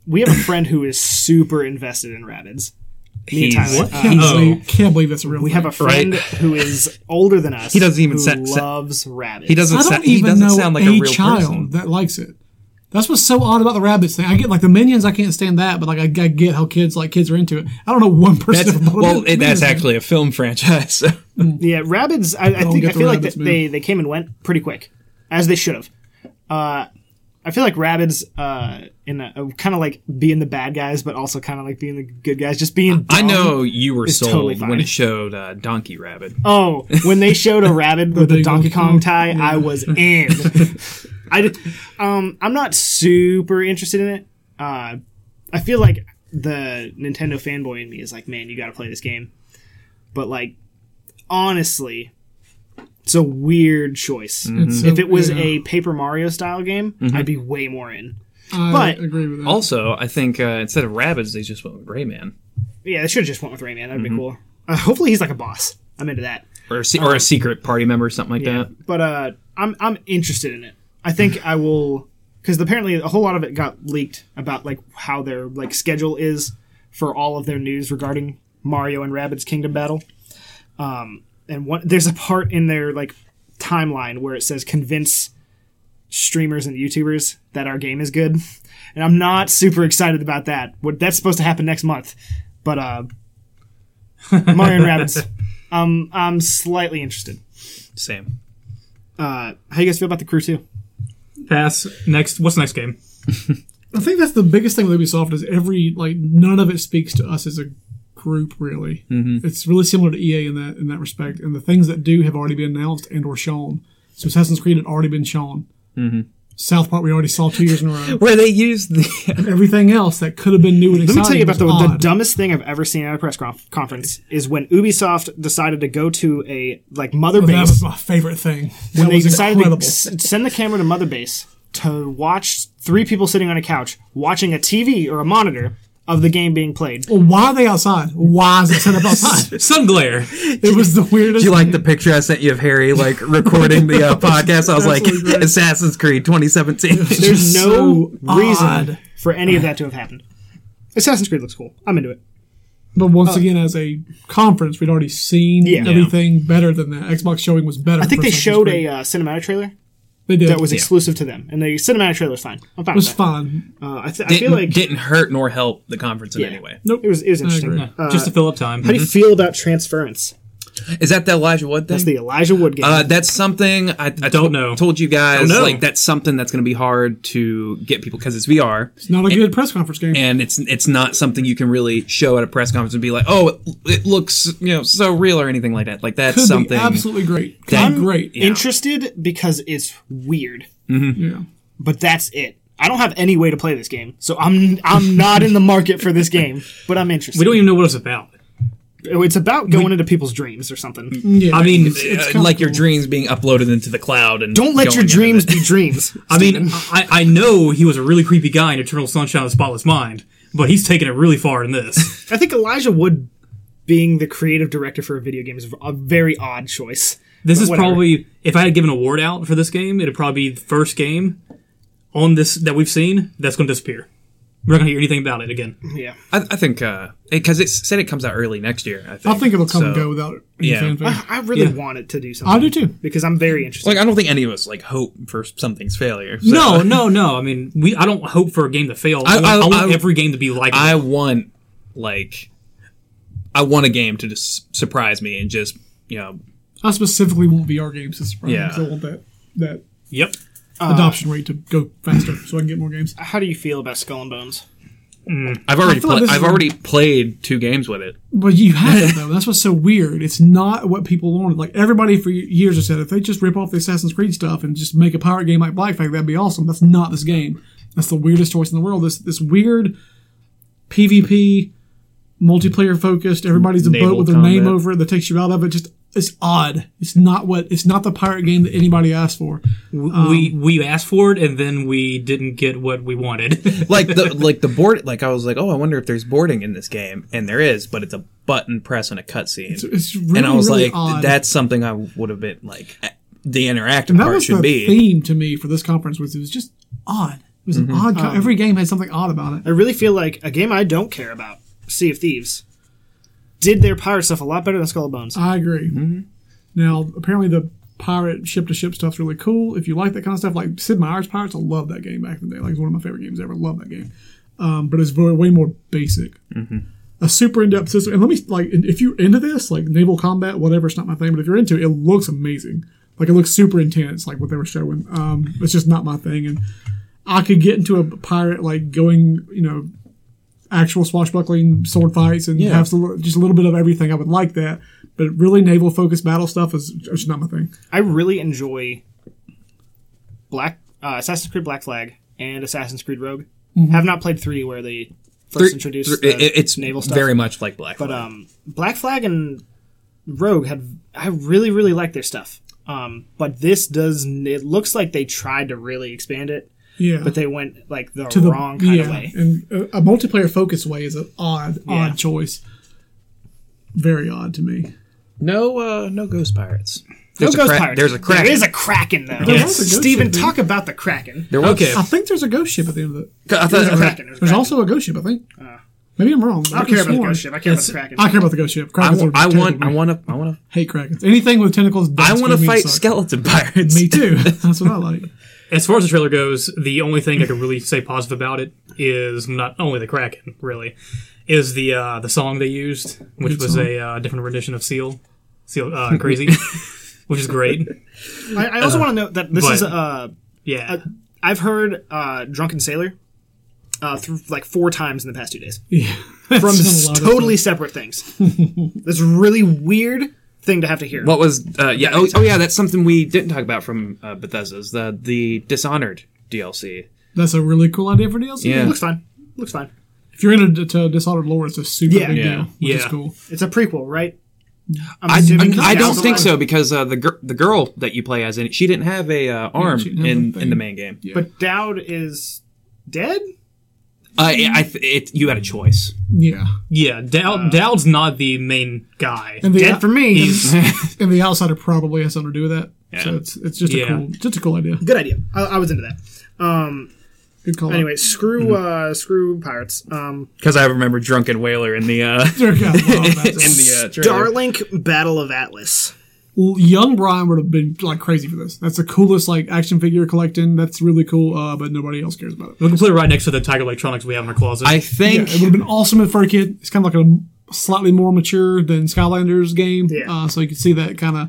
[SPEAKER 1] We have a friend who is super invested in Rabbids. Me and
[SPEAKER 2] He's-
[SPEAKER 1] Tyler.
[SPEAKER 2] what?
[SPEAKER 1] Uh,
[SPEAKER 4] can't,
[SPEAKER 3] Oh.
[SPEAKER 4] believe, can't believe that's a real.
[SPEAKER 1] We have a friend who is older than us. He
[SPEAKER 2] doesn't even
[SPEAKER 1] who
[SPEAKER 2] sa- sa-
[SPEAKER 1] loves rabbits.
[SPEAKER 2] He doesn't.
[SPEAKER 4] I
[SPEAKER 2] sa-
[SPEAKER 4] don't
[SPEAKER 2] he
[SPEAKER 4] even
[SPEAKER 2] doesn't
[SPEAKER 4] know
[SPEAKER 2] sound like a,
[SPEAKER 4] a,
[SPEAKER 2] real
[SPEAKER 4] child
[SPEAKER 2] person.
[SPEAKER 4] that likes it. That's what's so odd about the rabbits thing. I get like the minions. I can't stand that, but like I, I get how kids like kids are into it. I don't know one person.
[SPEAKER 2] That's,
[SPEAKER 4] that bought
[SPEAKER 2] well,
[SPEAKER 4] it.
[SPEAKER 2] it, that's
[SPEAKER 4] Minions.
[SPEAKER 2] actually a film franchise. so.
[SPEAKER 1] Yeah, rabbits. I, I think
[SPEAKER 4] get
[SPEAKER 1] I
[SPEAKER 4] the
[SPEAKER 1] feel like
[SPEAKER 4] Rabbids
[SPEAKER 1] that they they came and went pretty quick, as they should have. Uh, I feel like rabbits uh, in a, kind of like being the bad guys, but also kind of like being the good guys. Just being.
[SPEAKER 2] I
[SPEAKER 1] dumb.
[SPEAKER 2] know you were sold
[SPEAKER 1] totally fine.
[SPEAKER 2] when it showed uh, Donkey Rabbit.
[SPEAKER 1] Oh, when they showed a rabbit with a
[SPEAKER 4] big
[SPEAKER 1] Donkey
[SPEAKER 4] one.
[SPEAKER 1] Kong tie, I was in. I, did- um, I'm not super interested in it. Uh, I feel like the Nintendo fanboy in me is like, man, you got to play this game. But like, honestly, It's a weird choice.
[SPEAKER 4] It's
[SPEAKER 1] If
[SPEAKER 4] so-
[SPEAKER 1] it was
[SPEAKER 4] Mm. yeah. Mm-hmm.
[SPEAKER 1] a Paper Mario style game, I'd be way more in.
[SPEAKER 4] I
[SPEAKER 1] but-
[SPEAKER 4] agree with that.
[SPEAKER 2] Also, I think uh, instead of rabbits, they just went with Gray Man
[SPEAKER 1] Yeah, they should have just went with Rayman. That'd
[SPEAKER 4] Mm-hmm.
[SPEAKER 1] be cool. Uh, hopefully, he's like a boss. I'm into that.
[SPEAKER 2] or a, se-
[SPEAKER 1] Oh.
[SPEAKER 2] or a secret party member or something like that.
[SPEAKER 1] But uh, I'm I'm interested in it. I think I will because apparently a whole lot of it got leaked about like how their like schedule is for all of their news regarding Mario and Rabbids Kingdom Battle. Um, and one there's a part in their like timeline where it says convince streamers and YouTubers that our game is good, and I'm not super excited about that. What that's supposed to happen next month, but uh, Mario and Rabbids. Um, I'm slightly interested
[SPEAKER 2] Same.
[SPEAKER 1] uh, how you guys feel about the crew too?
[SPEAKER 3] Pass. Next. What's the next game?
[SPEAKER 4] I think that's the biggest thing with Ubisoft is every like none of it speaks to us as a group really.
[SPEAKER 1] Mm-hmm.
[SPEAKER 4] It's really similar to EA in that in that respect, and the things that do have already been announced and or shown. So Assassin's Creed had already been shown.
[SPEAKER 1] Mm-hmm.
[SPEAKER 4] South Park we already saw two years in a row.
[SPEAKER 2] Where they used the
[SPEAKER 4] Everything else that could have been new and
[SPEAKER 1] Let
[SPEAKER 4] exciting.
[SPEAKER 1] me tell you about the,
[SPEAKER 4] was
[SPEAKER 1] the
[SPEAKER 4] odd.
[SPEAKER 1] dumbest thing I've ever seen at a press conf- conference is when Ubisoft decided to go to a like mother
[SPEAKER 4] That
[SPEAKER 1] base.
[SPEAKER 4] was my favorite thing.
[SPEAKER 1] When
[SPEAKER 4] That
[SPEAKER 1] they
[SPEAKER 4] was
[SPEAKER 1] decided
[SPEAKER 4] incredible.
[SPEAKER 1] to s- send the camera to mother base to watch three people sitting on a couch watching a TV or a monitor of the game being played.
[SPEAKER 4] Well, why are they outside? Why is it set up outside?
[SPEAKER 3] Sun glare.
[SPEAKER 4] it was the weirdest.
[SPEAKER 2] Do you like the picture I sent you of Harry like recording the uh, podcast? I was like,
[SPEAKER 4] Absolutely great.
[SPEAKER 2] Assassin's Creed 2017.
[SPEAKER 1] There's
[SPEAKER 4] just
[SPEAKER 1] no
[SPEAKER 4] so
[SPEAKER 1] reason
[SPEAKER 4] odd.
[SPEAKER 1] for any of that to have happened. Assassin's Creed looks cool. I'm into it.
[SPEAKER 4] But once again, as a conference, we'd already seen
[SPEAKER 1] Uh, Yeah.
[SPEAKER 4] everything better than that. Xbox showing was better.
[SPEAKER 1] I think they showed a uh, cinematic trailer
[SPEAKER 4] they did.
[SPEAKER 1] that was exclusive to them, and the cinematic trailer was fine. I'm fine
[SPEAKER 4] It was
[SPEAKER 1] with that.
[SPEAKER 4] fun.
[SPEAKER 1] Uh, I, th- I
[SPEAKER 2] didn't,
[SPEAKER 1] feel like
[SPEAKER 2] didn't hurt nor help the conference in
[SPEAKER 1] Yeah.
[SPEAKER 2] any way.
[SPEAKER 1] It was it was interesting.
[SPEAKER 4] agree.
[SPEAKER 1] Uh,
[SPEAKER 3] just to fill up time.
[SPEAKER 1] How do you feel about transference?
[SPEAKER 2] Is that the Elijah Wood thing?
[SPEAKER 1] That's the Elijah Wood game.
[SPEAKER 2] Uh, that's something I, I to-
[SPEAKER 3] know.
[SPEAKER 2] Told you guys
[SPEAKER 3] Don't know.
[SPEAKER 2] like that's something that's going to be hard to get people because it's VR
[SPEAKER 4] It's not a good press conference game.
[SPEAKER 2] and it's it's not something you can really show at a press conference and be like, oh, it, it looks you know so real or anything like that. Like that's
[SPEAKER 4] Could be
[SPEAKER 2] something.
[SPEAKER 4] absolutely great. Could
[SPEAKER 2] That-
[SPEAKER 4] be great. Yeah.
[SPEAKER 1] Interested because it's weird, but that's it. I don't have any way to play this game, so I'm I'm not in the market for this game. But I'm interested. Oh,
[SPEAKER 3] Mm-hmm. we don't even know what it's about.
[SPEAKER 1] it's about going into people's dreams or something.
[SPEAKER 4] Yeah.
[SPEAKER 3] I mean,
[SPEAKER 2] uh, like your dreams being uploaded into the cloud and
[SPEAKER 1] Don't let
[SPEAKER 2] going
[SPEAKER 1] your
[SPEAKER 2] into
[SPEAKER 1] dreams
[SPEAKER 2] the-
[SPEAKER 1] be dreams.
[SPEAKER 3] I mean, I, I know he was a really creepy guy in Eternal Sunshine of the Spotless Mind, but he's taken it really far in this.
[SPEAKER 1] I think Elijah Wood being the creative director for a video game is a very odd choice.
[SPEAKER 3] This
[SPEAKER 1] But
[SPEAKER 3] is
[SPEAKER 1] whatever.
[SPEAKER 3] probably, if I had given an award out for this game, it'd probably be the first game on this that we've seen that's going to disappear. We're not going to hear anything about it again.
[SPEAKER 1] Yeah,
[SPEAKER 2] I, I think because it said it comes out early next year. I think.
[SPEAKER 4] I think it'll come and
[SPEAKER 2] So,
[SPEAKER 4] go without any
[SPEAKER 2] yeah.
[SPEAKER 4] fanfare.
[SPEAKER 1] I really
[SPEAKER 3] Yeah.
[SPEAKER 1] want it to do something.
[SPEAKER 4] I do too.
[SPEAKER 1] because I'm very interested.
[SPEAKER 2] Like I don't think any of us like hope for something's failure. so- uh,
[SPEAKER 3] No, no, no. I mean, we. I don't hope for a game to fail. I,
[SPEAKER 2] I-
[SPEAKER 3] want,
[SPEAKER 2] I-
[SPEAKER 3] I want
[SPEAKER 2] I-
[SPEAKER 3] every game to be like.
[SPEAKER 2] I
[SPEAKER 3] it.
[SPEAKER 2] want like I want a game to just surprise me and just you know
[SPEAKER 4] I specifically want VR games to surprise me
[SPEAKER 2] Yeah.
[SPEAKER 4] 'cause I want that that
[SPEAKER 3] Yep.
[SPEAKER 4] adoption rate to go faster so I can get more games.
[SPEAKER 1] How do you feel about Skull and Bones?
[SPEAKER 2] I've already
[SPEAKER 4] feel like
[SPEAKER 2] pla-
[SPEAKER 4] this
[SPEAKER 2] I've
[SPEAKER 4] is a-
[SPEAKER 2] already played two games with it.
[SPEAKER 4] But you haven't though. That's what's so weird. It's not what people wanted. Like everybody for years has said, if they just rip off the Assassin's Creed stuff and just make a pirate game like Black Flag, that'd be awesome. That's not this game. That's the weirdest choice in the world. This this weird PvP multiplayer focused. Everybody's a boat
[SPEAKER 2] Naval
[SPEAKER 4] with their name
[SPEAKER 2] combat.
[SPEAKER 4] over it that takes you out of it. Just it's odd. It's not what. It's not the pirate game that anybody asked for.
[SPEAKER 3] we we asked for it and then we didn't get what we wanted.
[SPEAKER 2] Like the like the board like I was like oh I wonder if there's boarding in this game and there is but it's a button press and a cutscene
[SPEAKER 4] It's really
[SPEAKER 2] and I was
[SPEAKER 4] really
[SPEAKER 2] like
[SPEAKER 4] odd.
[SPEAKER 2] that's something I would have been like the interactive
[SPEAKER 4] And that
[SPEAKER 2] part
[SPEAKER 4] was the
[SPEAKER 2] should be
[SPEAKER 4] theme to me for this conference was it was just odd. It was
[SPEAKER 2] Mm-hmm.
[SPEAKER 4] an odd. co-
[SPEAKER 2] Um,
[SPEAKER 4] every game had something odd about it.
[SPEAKER 1] I really feel like a game I don't care about, Sea of Thieves, did their pirate stuff a lot better than Skull and Bones.
[SPEAKER 4] I agree. Now, apparently, the pirate ship to ship stuff's really cool. If you like that kind of stuff, like Sid Meier's Pirates, I love that game back in the day. Like, it's one of my favorite games ever. Love that game. Um, but it's very, way more basic. A super in depth system. And let me, like, if you're into this, like naval combat, whatever, it's not my thing, but if you're into it, it looks amazing. Like, it looks super intense, like what they were showing. Um, it's just not my thing. And I could get into a pirate, like, going, you know, actual swashbuckling sword
[SPEAKER 1] Mm-hmm.
[SPEAKER 4] fights and have some, just a little bit of everything. I would like that, but really naval focused battle stuff is just not my thing.
[SPEAKER 1] I really enjoy Black uh, Assassin's Creed Black Flag and Assassin's Creed Rogue. Have not played three where they first
[SPEAKER 2] Mm-hmm. Three-
[SPEAKER 1] introduced
[SPEAKER 4] uh,
[SPEAKER 2] three-
[SPEAKER 1] the
[SPEAKER 2] it- it's
[SPEAKER 1] naval stuff.
[SPEAKER 2] very much like Black
[SPEAKER 1] but
[SPEAKER 2] Flag.
[SPEAKER 1] um, Black Flag and Rogue had I really really liked their stuff. Um, but this does. It looks like they tried to really expand it,
[SPEAKER 4] Yeah.
[SPEAKER 1] but they went like the
[SPEAKER 4] to the
[SPEAKER 1] wrong kind
[SPEAKER 4] yeah,
[SPEAKER 1] of way.
[SPEAKER 4] And a, a multiplayer focused way is an odd,
[SPEAKER 1] Yeah.
[SPEAKER 4] odd choice. Very odd to me.
[SPEAKER 2] No, uh, no ghost pirates.
[SPEAKER 1] No ghost
[SPEAKER 2] cra-
[SPEAKER 1] pirates.
[SPEAKER 2] There's a crack.
[SPEAKER 1] There is a kraken though.
[SPEAKER 4] There was a ghost
[SPEAKER 1] Steven,
[SPEAKER 4] ship, dude.
[SPEAKER 1] talk about the kraken.
[SPEAKER 2] There was.
[SPEAKER 3] Okay.
[SPEAKER 4] I think there's a ghost ship at the end of it.
[SPEAKER 2] I
[SPEAKER 1] There's a
[SPEAKER 2] thought,
[SPEAKER 1] kraken. There's, a
[SPEAKER 4] There's
[SPEAKER 1] kraken.
[SPEAKER 4] also a ghost ship, I think.
[SPEAKER 1] Uh.
[SPEAKER 4] Maybe I'm wrong.
[SPEAKER 1] I don't care about the ghost ship. I care about the kraken.
[SPEAKER 4] I care about the ghost ship.
[SPEAKER 2] I,
[SPEAKER 4] Krakens
[SPEAKER 2] wa-
[SPEAKER 4] are
[SPEAKER 2] I want.
[SPEAKER 4] terrible.
[SPEAKER 2] I want to. I want to.
[SPEAKER 4] hate krakens. Anything with tentacles.
[SPEAKER 2] I want to fight
[SPEAKER 4] skeletons.
[SPEAKER 2] skeleton pirates.
[SPEAKER 4] Me too. That's what I like.
[SPEAKER 3] As far as the trailer goes, the only thing I could really say positive about it is not only the Kraken, really, is the uh, the song they used, which
[SPEAKER 4] Good
[SPEAKER 3] was
[SPEAKER 4] song.
[SPEAKER 3] a uh, different rendition of Seal, Seal uh, Crazy, which is great.
[SPEAKER 1] I, I also want to note that this
[SPEAKER 3] but-
[SPEAKER 1] is uh,
[SPEAKER 3] Yeah,
[SPEAKER 1] I've heard uh, "Drunken Sailor" uh, through like four times in the past two days
[SPEAKER 4] Yeah.
[SPEAKER 1] from
[SPEAKER 4] That's a lot of
[SPEAKER 1] totally separate things. That's a really weird thing to have to hear.
[SPEAKER 2] What was? Uh, yeah. Oh, oh, yeah. That's something we didn't talk about from uh, Bethesda's the the Dishonored DLC.
[SPEAKER 4] That's a really cool idea for DLC.
[SPEAKER 2] Yeah.
[SPEAKER 1] looks fine. Looks fine.
[SPEAKER 4] If you're into to Dishonored lore, it's a super
[SPEAKER 1] Yeah.
[SPEAKER 4] big
[SPEAKER 2] Yeah.
[SPEAKER 4] deal, which is
[SPEAKER 3] Yeah.
[SPEAKER 4] cool.
[SPEAKER 1] It's a prequel, right? I'm
[SPEAKER 2] I,
[SPEAKER 1] assuming-
[SPEAKER 2] I, I don't
[SPEAKER 1] Yeah.
[SPEAKER 2] think so because uh, the gir- the girl that you play as in it, she didn't have a uh, arm
[SPEAKER 4] she didn't have
[SPEAKER 2] in,
[SPEAKER 4] a
[SPEAKER 2] in the
[SPEAKER 4] thing.
[SPEAKER 2] main game.
[SPEAKER 4] Yeah.
[SPEAKER 1] But Dowd is dead.
[SPEAKER 2] Uh, I, I th- it, you had a choice.
[SPEAKER 4] Yeah.
[SPEAKER 3] yeah. Dowd,
[SPEAKER 2] uh,
[SPEAKER 3] Dowd's not the main guy.
[SPEAKER 4] And the,
[SPEAKER 1] Dead for me.
[SPEAKER 3] He's
[SPEAKER 4] and the outsider probably has something to do with that.
[SPEAKER 2] Yeah.
[SPEAKER 4] So it's it's just
[SPEAKER 3] Yeah.
[SPEAKER 4] a cool just a cool idea.
[SPEAKER 1] Good idea. I, I was into that. Um,
[SPEAKER 4] Good call. out.
[SPEAKER 1] anyway, screw
[SPEAKER 4] Mm-hmm.
[SPEAKER 1] uh, screw pirates. Um,
[SPEAKER 2] Because I remember Drunken Whaler in the uh,
[SPEAKER 4] There you go. Wow,
[SPEAKER 2] in
[SPEAKER 4] that's-
[SPEAKER 2] the uh, trailer.
[SPEAKER 1] Starlink Battle of Atlas.
[SPEAKER 4] Well, young Brian would have been like crazy for this. That's the coolest like action figure collecting. That's really cool, uh, but nobody else cares about it.
[SPEAKER 3] we can put it right next to the Tiger Electronics we have in our closet.
[SPEAKER 2] I
[SPEAKER 4] Yeah,
[SPEAKER 2] think
[SPEAKER 4] it would have been awesome for a kid. It's kind of like a slightly more mature than Skylanders game,
[SPEAKER 1] Yeah.
[SPEAKER 4] uh, so you can see that kind of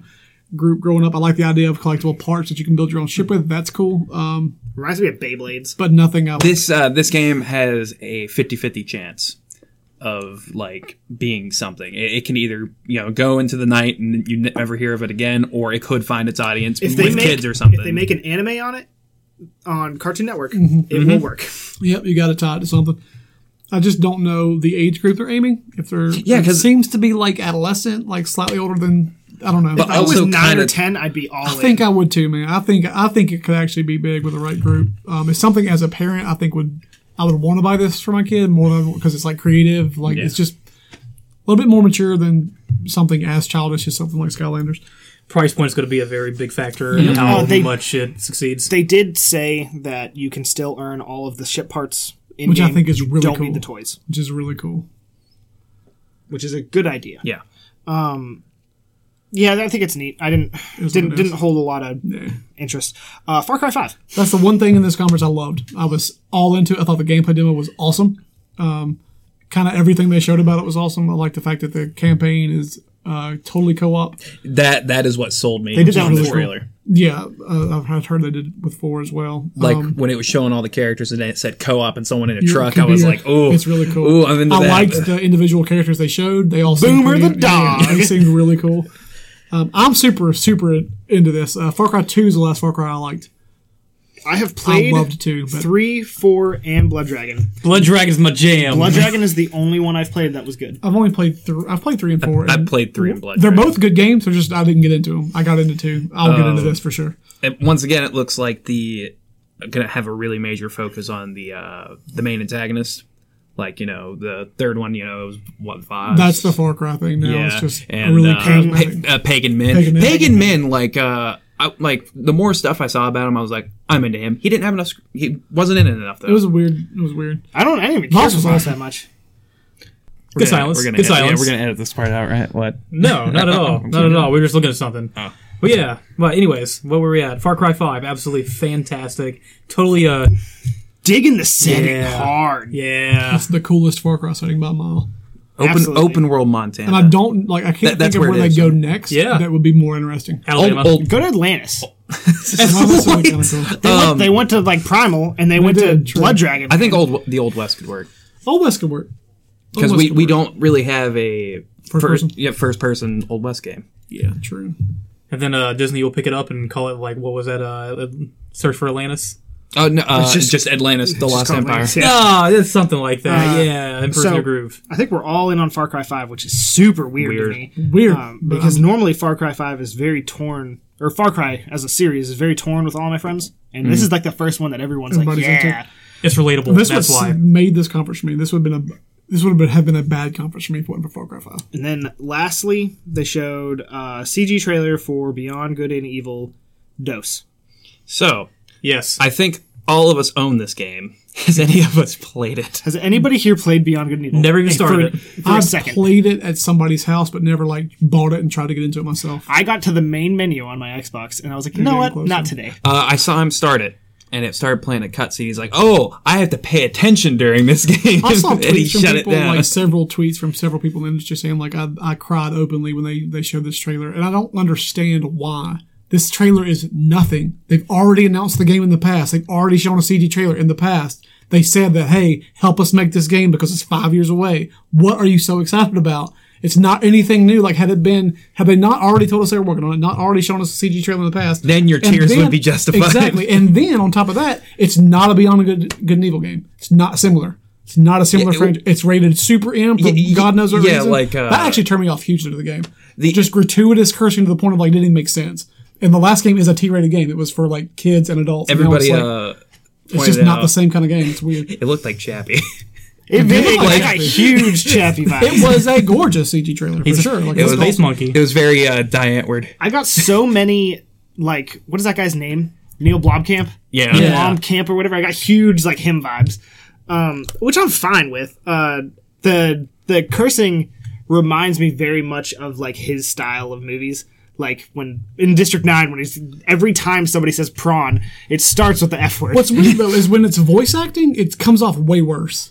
[SPEAKER 4] group growing up. I like the idea of collectible parts that you can build your own ship with. That's cool, um,
[SPEAKER 1] Reminds me of Beyblades.
[SPEAKER 4] but nothing else.
[SPEAKER 2] this uh, this game has a 50-50 chance of like being something. It, it can either you know go into the night and you never hear of it again, or it could find its audience
[SPEAKER 1] If they
[SPEAKER 2] with
[SPEAKER 1] make
[SPEAKER 2] kids or something.
[SPEAKER 1] if they make an anime on it on Cartoon Network,
[SPEAKER 4] Mm-hmm.
[SPEAKER 1] it will
[SPEAKER 2] Mm-hmm.
[SPEAKER 1] work.
[SPEAKER 4] Yep, you got to tie it to something. I just don't know the age group they're aiming. If they're
[SPEAKER 2] Yeah,
[SPEAKER 4] it
[SPEAKER 2] 'cause-
[SPEAKER 4] seems to be like adolescent, like slightly older than I don't know.
[SPEAKER 2] But
[SPEAKER 1] If I was
[SPEAKER 2] Also
[SPEAKER 1] Oh, nine or
[SPEAKER 2] kinda-
[SPEAKER 1] ten, I'd be all
[SPEAKER 4] I think
[SPEAKER 1] in.
[SPEAKER 4] I would too, man. I think I think it could actually be big with the right group. Um, it's something as a parent I think would I would want to buy this for my kid more than because it's like creative, like it's just a little bit more mature than something as childish as something like Skylanders.
[SPEAKER 3] Price point's going to be a very big factor in how
[SPEAKER 1] Oh, they-
[SPEAKER 3] much it succeeds.
[SPEAKER 1] they did say that you can still earn all of the ship parts in
[SPEAKER 4] Which I think is really
[SPEAKER 1] don't
[SPEAKER 4] cool.
[SPEAKER 1] need the toys,
[SPEAKER 4] Which is really cool.
[SPEAKER 1] which is a good idea.
[SPEAKER 2] yeah.
[SPEAKER 1] Yeah, I think it's neat. I didn't
[SPEAKER 4] what
[SPEAKER 1] didn't
[SPEAKER 4] it is.
[SPEAKER 1] didn't hold a lot of
[SPEAKER 4] Yeah.
[SPEAKER 1] interest. Uh, Far Cry Five.
[SPEAKER 4] That's the one thing in this conference I loved. I was all into it. I thought the gameplay demo was awesome. Um, kind of everything they showed about it was awesome. I like the fact that the campaign is uh, totally co-op.
[SPEAKER 2] That that is what sold me.
[SPEAKER 1] They did that
[SPEAKER 2] on
[SPEAKER 1] with
[SPEAKER 2] the
[SPEAKER 1] four.
[SPEAKER 2] trailer.
[SPEAKER 4] Yeah, uh, I've- I've heard they did it with four as well.
[SPEAKER 2] Like
[SPEAKER 4] Um,
[SPEAKER 2] when it was showing all the characters and then it said co-op and someone in a
[SPEAKER 4] your
[SPEAKER 2] truck, I was
[SPEAKER 4] computer-
[SPEAKER 2] like, "Oh,
[SPEAKER 4] it's really cool.
[SPEAKER 2] Ooh, I'm into
[SPEAKER 4] I
[SPEAKER 2] that.
[SPEAKER 4] liked the individual characters they showed. They all seemed
[SPEAKER 1] Boomer
[SPEAKER 4] pretty-
[SPEAKER 1] the
[SPEAKER 4] yeah,
[SPEAKER 1] dog.
[SPEAKER 4] they seemed really cool. Um, I'm super super into this. Uh, Far Cry Two is the last Far Cry I liked.
[SPEAKER 1] I have played
[SPEAKER 4] I loved two, but
[SPEAKER 1] three, four, and Blood Dragon.
[SPEAKER 3] Blood Dragon's my jam.
[SPEAKER 1] Blood Dragon is the only one I've played that was good.
[SPEAKER 4] I've only played three. I've played three and four.
[SPEAKER 2] I
[SPEAKER 4] and-
[SPEAKER 2] played three in Blood.
[SPEAKER 4] They're
[SPEAKER 2] Dragon.
[SPEAKER 4] both good games. They're just I didn't get into them. I got into two. I'll get into this for sure.
[SPEAKER 2] And once again, it looks like the going to have a really major focus on the uh, the main antagonist. Like you know, the third one, you know, was what five?
[SPEAKER 4] That's the Far Cry thing. Now
[SPEAKER 2] yeah,
[SPEAKER 4] it's just
[SPEAKER 2] and
[SPEAKER 4] a really
[SPEAKER 2] uh,
[SPEAKER 4] charismatic.
[SPEAKER 2] pa- uh, pagan men.
[SPEAKER 4] Pagan
[SPEAKER 2] Pagan,
[SPEAKER 4] Men.
[SPEAKER 2] men, like uh, I, like the more stuff I saw about him, I was like, I'm into him. He didn't have enough. sc- He wasn't in it enough though.
[SPEAKER 4] it was weird. It was weird.
[SPEAKER 1] I don't. I didn't even care
[SPEAKER 4] Lost
[SPEAKER 1] for
[SPEAKER 4] was
[SPEAKER 1] Lost
[SPEAKER 4] awesome.
[SPEAKER 1] that much.
[SPEAKER 2] We're gonna-
[SPEAKER 3] Good silence.
[SPEAKER 2] We're gonna
[SPEAKER 3] Good
[SPEAKER 2] edit- yeah,
[SPEAKER 3] silence.
[SPEAKER 2] we're gonna edit this part out, right? What?
[SPEAKER 3] No, not at all. not at all. We were just looking at something.
[SPEAKER 2] Oh.
[SPEAKER 3] But yeah. But anyways, what were we at? Far Cry Five, absolutely fantastic. Totally. Uh.
[SPEAKER 1] Digging the setting
[SPEAKER 3] Yeah.
[SPEAKER 1] hard.
[SPEAKER 3] Yeah.
[SPEAKER 4] It's the coolest Far Cry setting by a mile.
[SPEAKER 2] Open
[SPEAKER 1] Absolutely.
[SPEAKER 2] open world Montana.
[SPEAKER 4] And I don't like. I can't
[SPEAKER 2] That-
[SPEAKER 4] think
[SPEAKER 2] that's
[SPEAKER 4] of
[SPEAKER 2] where
[SPEAKER 4] where,
[SPEAKER 2] it
[SPEAKER 4] they
[SPEAKER 2] is.
[SPEAKER 4] go next.
[SPEAKER 3] Yeah.
[SPEAKER 4] that would be more interesting.
[SPEAKER 2] old,
[SPEAKER 3] Alabama.
[SPEAKER 2] old
[SPEAKER 1] Go to Atlantis.
[SPEAKER 4] Oh, that's really kinda cool.
[SPEAKER 1] They, went, they went to like Primal and they, went
[SPEAKER 4] Um, did,
[SPEAKER 1] to
[SPEAKER 4] true.
[SPEAKER 1] Blood Dragon.
[SPEAKER 2] I think old the old west could work
[SPEAKER 4] Old West could work. Old
[SPEAKER 2] because
[SPEAKER 4] West
[SPEAKER 2] we,
[SPEAKER 4] could
[SPEAKER 2] we
[SPEAKER 4] work.
[SPEAKER 2] don't really have a first,
[SPEAKER 4] person?
[SPEAKER 2] yeah first person old west game.
[SPEAKER 4] Yeah, true.
[SPEAKER 3] And then uh, Disney will pick it up and call it like what was that? Uh, Search for Atlantis.
[SPEAKER 2] Oh no, uh,
[SPEAKER 1] just-
[SPEAKER 2] just, Atlantis, the Lost
[SPEAKER 1] called
[SPEAKER 2] Empire.
[SPEAKER 1] Atlantis, yeah.
[SPEAKER 3] Ah, it's something like that.
[SPEAKER 1] Uh,
[SPEAKER 3] yeah, Emperor's
[SPEAKER 1] so-
[SPEAKER 3] New Groove.
[SPEAKER 1] I think we're all in on Far Cry Five, which is super weird,
[SPEAKER 4] Mm-hmm.
[SPEAKER 2] Weird.
[SPEAKER 1] to me.
[SPEAKER 4] Weird
[SPEAKER 1] Um, because normally Far Cry Five is very torn or Far Cry as a series is very torn with all my friends, and this is like the first one that everyone's
[SPEAKER 4] Everybody's
[SPEAKER 1] like,
[SPEAKER 4] into
[SPEAKER 1] yeah,
[SPEAKER 3] It's relatable.
[SPEAKER 4] This
[SPEAKER 3] that's
[SPEAKER 4] would
[SPEAKER 3] why.
[SPEAKER 4] made this conference for me. This would have been a this would have been, have been a bad conference for me if it wasn't for Far Cry Five.
[SPEAKER 1] And then lastly, they showed a CG trailer for Beyond Good and Evil Dose.
[SPEAKER 2] So
[SPEAKER 3] Yes.
[SPEAKER 2] I think all of us own this game. Has any of us played it?
[SPEAKER 1] Has anybody here played Beyond Good and Evil?
[SPEAKER 3] Never even
[SPEAKER 1] For-
[SPEAKER 3] started it.
[SPEAKER 1] For a
[SPEAKER 4] I
[SPEAKER 1] second.
[SPEAKER 4] played it at somebody's house, but never like bought it and tried to get into it myself.
[SPEAKER 1] I got to the main menu on my Xbox and I was like, you know
[SPEAKER 4] getting
[SPEAKER 1] what?
[SPEAKER 4] closer.
[SPEAKER 1] Not today.
[SPEAKER 2] Uh, I saw him start it, and it started playing a cutscene. He's like, "Oh, I have to pay attention during this game."
[SPEAKER 4] I saw
[SPEAKER 2] and he
[SPEAKER 4] tweets from
[SPEAKER 2] shut it
[SPEAKER 4] people,
[SPEAKER 2] down.
[SPEAKER 4] like several tweets from several people in the industry saying like I, I cried openly when they they showed this trailer, and I don't understand why. This trailer is nothing. They've already announced the game in the past. They've already shown a CG trailer in the past. They said that hey, help us make this game because it's five years away. What are you so excited about? It's not anything new. Like had it been, had they not already told us they were working on it, not already shown us a CG trailer in the past,
[SPEAKER 2] Then your
[SPEAKER 4] and
[SPEAKER 2] tears would be justified.
[SPEAKER 4] Exactly. And then on top of that, it's not a Beyond Good Good and Evil game. It's not similar. It's not a similar
[SPEAKER 2] Yeah, it-
[SPEAKER 4] franchise. It's rated super M for
[SPEAKER 2] Yeah, y-
[SPEAKER 4] God knows what
[SPEAKER 2] yeah,
[SPEAKER 4] reason.
[SPEAKER 2] like, uh,
[SPEAKER 4] that actually turned me off hugely to the game.
[SPEAKER 2] The-
[SPEAKER 4] Just gratuitous cursing to the point of like didn't even make sense. And the last game is a T-rated game. It was for like kids and adults. And now
[SPEAKER 2] Everybody,
[SPEAKER 4] it's, like,
[SPEAKER 2] uh,
[SPEAKER 4] it's just
[SPEAKER 2] pointed
[SPEAKER 4] not
[SPEAKER 2] out-
[SPEAKER 4] the same kind of game. It's weird.
[SPEAKER 2] It looked like Chappie.
[SPEAKER 1] It did.
[SPEAKER 4] like-
[SPEAKER 1] I got huge Chappie vibes.
[SPEAKER 4] It was a gorgeous CG trailer for sure. Like
[SPEAKER 3] It
[SPEAKER 4] it's
[SPEAKER 3] was
[SPEAKER 4] called-
[SPEAKER 3] Space Monkey.
[SPEAKER 2] it was very uh, Die Antwoord.
[SPEAKER 1] I got so many, like, what is that guy's name? Neil Blomkamp?
[SPEAKER 2] Yeah.
[SPEAKER 1] Blom Camp or whatever. I got huge like him vibes, um, which I'm fine with. Uh, the the cursing reminds me very much of like his style of movies. Like when in District Nine, when he's every time somebody says prawn, it starts with the F word.
[SPEAKER 4] What's weird though is when it's voice acting, it comes off way worse.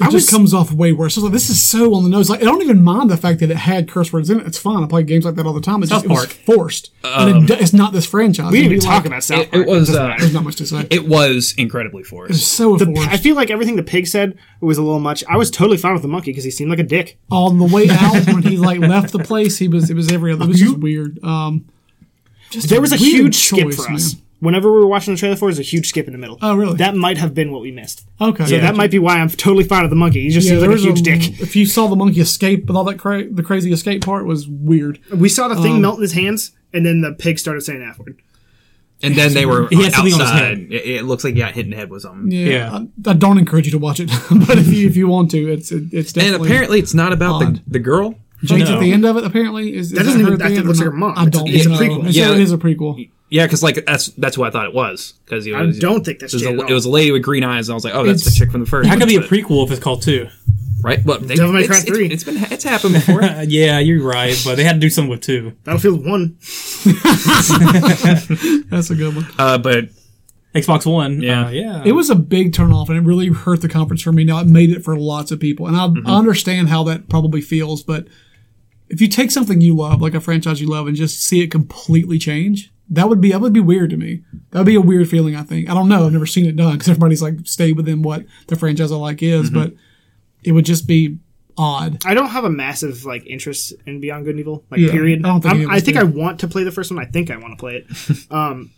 [SPEAKER 4] It just
[SPEAKER 1] was-
[SPEAKER 4] comes off way worse. I was like, this is so on the nose. Like, I don't even mind the fact that it had curse words in it. It's fine. I play games like that all the time. It's just it was
[SPEAKER 3] Park.
[SPEAKER 4] forced. and it, do- it's not this franchise.
[SPEAKER 1] we
[SPEAKER 4] It'd
[SPEAKER 1] didn't even
[SPEAKER 4] be
[SPEAKER 1] talk
[SPEAKER 4] like-
[SPEAKER 1] about South
[SPEAKER 2] it- it
[SPEAKER 1] Park.
[SPEAKER 2] was,
[SPEAKER 1] doesn't
[SPEAKER 2] uh,
[SPEAKER 1] matter.
[SPEAKER 4] There's not much to say.
[SPEAKER 2] It was incredibly forced.
[SPEAKER 4] it's so forced.
[SPEAKER 1] I feel like everything the pig said was a little much. I was totally fine with the monkey because he seemed like a dick.
[SPEAKER 4] on the way out, when he like left the place, he was it was every other. It was just weird. Um, just
[SPEAKER 1] There was a
[SPEAKER 4] weird
[SPEAKER 1] huge skip
[SPEAKER 4] choice,
[SPEAKER 1] for us.
[SPEAKER 4] man.
[SPEAKER 1] Whenever we were watching the trailer for, it, there was a huge skip in the middle.
[SPEAKER 4] Oh, really?
[SPEAKER 1] That might have been what we missed.
[SPEAKER 4] Okay,
[SPEAKER 1] So that might be why I'm totally fine with the monkey. He just seems like a huge dick.
[SPEAKER 4] If you saw the monkey escape, but all that cra- the crazy escape part was weird.
[SPEAKER 1] We saw the thing melt in his hands, and then the pig started saying F word.
[SPEAKER 2] And then they were
[SPEAKER 3] He had something on his
[SPEAKER 2] outside.
[SPEAKER 3] head.
[SPEAKER 2] It, it looks like he got hit in the head with something.
[SPEAKER 4] Yeah,
[SPEAKER 3] Yeah.
[SPEAKER 4] I, I don't encourage you to watch it, but if you if you want to, it's it, it's
[SPEAKER 2] And
[SPEAKER 4] definitely.
[SPEAKER 2] apparently, it's not about the,
[SPEAKER 4] odd.
[SPEAKER 2] the girl.
[SPEAKER 4] Jane's
[SPEAKER 3] No.
[SPEAKER 4] at the end of it. Apparently, is, is
[SPEAKER 1] That doesn't even-
[SPEAKER 4] her at the
[SPEAKER 1] I think
[SPEAKER 4] end
[SPEAKER 1] it looks
[SPEAKER 4] or
[SPEAKER 1] like her
[SPEAKER 4] not?
[SPEAKER 1] mom.
[SPEAKER 4] I don't.
[SPEAKER 1] It's a- it's a
[SPEAKER 4] know.
[SPEAKER 1] prequel.
[SPEAKER 4] It's-
[SPEAKER 2] Yeah.
[SPEAKER 4] it is a prequel.
[SPEAKER 2] Yeah, because like that's that's what I thought it was. Because
[SPEAKER 1] I don't think that's
[SPEAKER 2] it was,
[SPEAKER 1] Jane
[SPEAKER 2] a,
[SPEAKER 1] at all.
[SPEAKER 2] it was a lady with green eyes, and I was like, oh, that's the
[SPEAKER 4] It's-
[SPEAKER 2] chick from the first.
[SPEAKER 3] How could it be a
[SPEAKER 2] But-
[SPEAKER 3] prequel if it's called two?
[SPEAKER 2] right? Well, they,
[SPEAKER 1] Devil May Cry
[SPEAKER 2] it's- it's-
[SPEAKER 1] 3.
[SPEAKER 2] it's been it's happened before.
[SPEAKER 3] Uh, yeah, you're right, but they had to do something with two.
[SPEAKER 1] Battlefield One.
[SPEAKER 4] That's a good one.
[SPEAKER 2] uh, but
[SPEAKER 3] Xbox One.
[SPEAKER 2] Yeah.
[SPEAKER 3] uh, yeah.
[SPEAKER 4] It was a big turnoff, and it really hurt the conference for me. Now it made it for lots of people, and I, I understand how that probably feels. But if you take something you love, like a franchise you love, and just see it completely change, that would be that would be weird to me. That would be a weird feeling. I think I don't know. I've never seen it done because everybody's like stayed within what the franchise I like is, but it would just be odd.
[SPEAKER 1] I don't have a massive like interest in Beyond Good and Evil. Like
[SPEAKER 4] Yeah,
[SPEAKER 1] period.
[SPEAKER 4] I don't think
[SPEAKER 1] I'm-
[SPEAKER 4] any of
[SPEAKER 1] I
[SPEAKER 4] us
[SPEAKER 1] think
[SPEAKER 4] do.
[SPEAKER 1] I want to play the first one. I think I want to play it. um,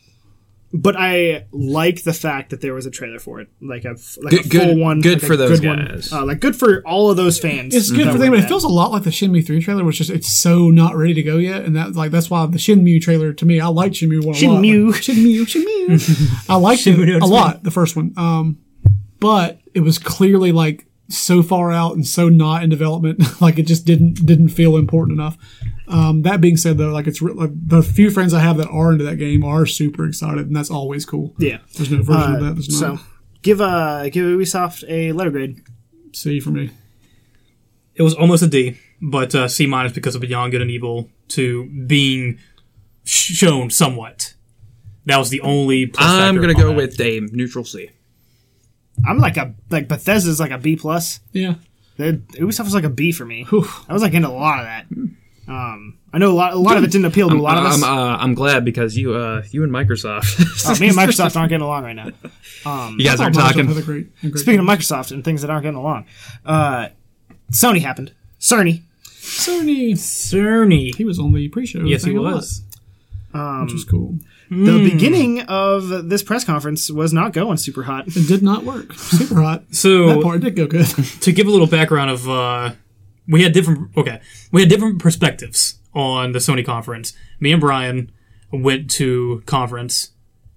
[SPEAKER 1] but I like the fact that there was a trailer for it. Like a f- like a
[SPEAKER 2] Good- good-
[SPEAKER 1] full one.
[SPEAKER 2] good
[SPEAKER 1] like a
[SPEAKER 2] for those
[SPEAKER 1] one.
[SPEAKER 2] guys.
[SPEAKER 1] Uh, like good for all of those fans.
[SPEAKER 4] It's good
[SPEAKER 1] that
[SPEAKER 4] for
[SPEAKER 1] were
[SPEAKER 4] them,
[SPEAKER 1] in
[SPEAKER 4] but it
[SPEAKER 1] that.
[SPEAKER 4] feels a lot like the Shinmu three trailer, which is it's so not ready to go yet, and that like that's why the Shinmu trailer to me, I like Shinmu one a
[SPEAKER 1] Shinmu.
[SPEAKER 4] lot. Shinmu, Shinmu, I liked it a lot the first one, um, but it was clearly like so far out and so not in development, like it just didn't didn't feel important enough. Um, that being said, though, like it's re- like the few friends I have that are into that game are super excited, and that's always cool.
[SPEAKER 1] Yeah.
[SPEAKER 4] There's no version of that. There's
[SPEAKER 1] Uh, So
[SPEAKER 4] not
[SPEAKER 1] give uh give Ubisoft a letter grade.
[SPEAKER 4] C for me.
[SPEAKER 3] It was almost a D, but uh, C minus because of Beyond Good and Evil to being sh- shown somewhat. That was the only. Plus
[SPEAKER 2] I'm
[SPEAKER 3] factor
[SPEAKER 2] gonna
[SPEAKER 3] on
[SPEAKER 2] go
[SPEAKER 3] that.
[SPEAKER 2] with a neutral C.
[SPEAKER 1] I'm like a like Bethesda's like a B plus.
[SPEAKER 4] Yeah.
[SPEAKER 1] They're- Ubisoft was like a B for me. I was like into a lot of that. Um, I know a lot. A lot of it didn't appeal to a lot of us.
[SPEAKER 2] I'm, uh, I'm glad because you uh, you and Microsoft,
[SPEAKER 1] Uh, me and Microsoft aren't getting along right now.
[SPEAKER 2] you guys are
[SPEAKER 4] Microsoft
[SPEAKER 2] talking.
[SPEAKER 4] had a great- a great-
[SPEAKER 1] Speaking of Microsoft and things that aren't getting along, uh, Sony happened. Cerny.
[SPEAKER 4] Sony.
[SPEAKER 3] Cerny.
[SPEAKER 4] He was on the pre-show.
[SPEAKER 3] Yes, he
[SPEAKER 4] thing a lot,
[SPEAKER 3] was. Hmm.
[SPEAKER 4] which was cool. Hmm.
[SPEAKER 1] The beginning of this press conference was not going super hot.
[SPEAKER 4] It did not work. Super hot. that
[SPEAKER 3] So
[SPEAKER 4] part did go good.
[SPEAKER 3] to give a little background of, uh, we had different. Okay, we had different perspectives on the Sony conference. Me and Brian. went to conference,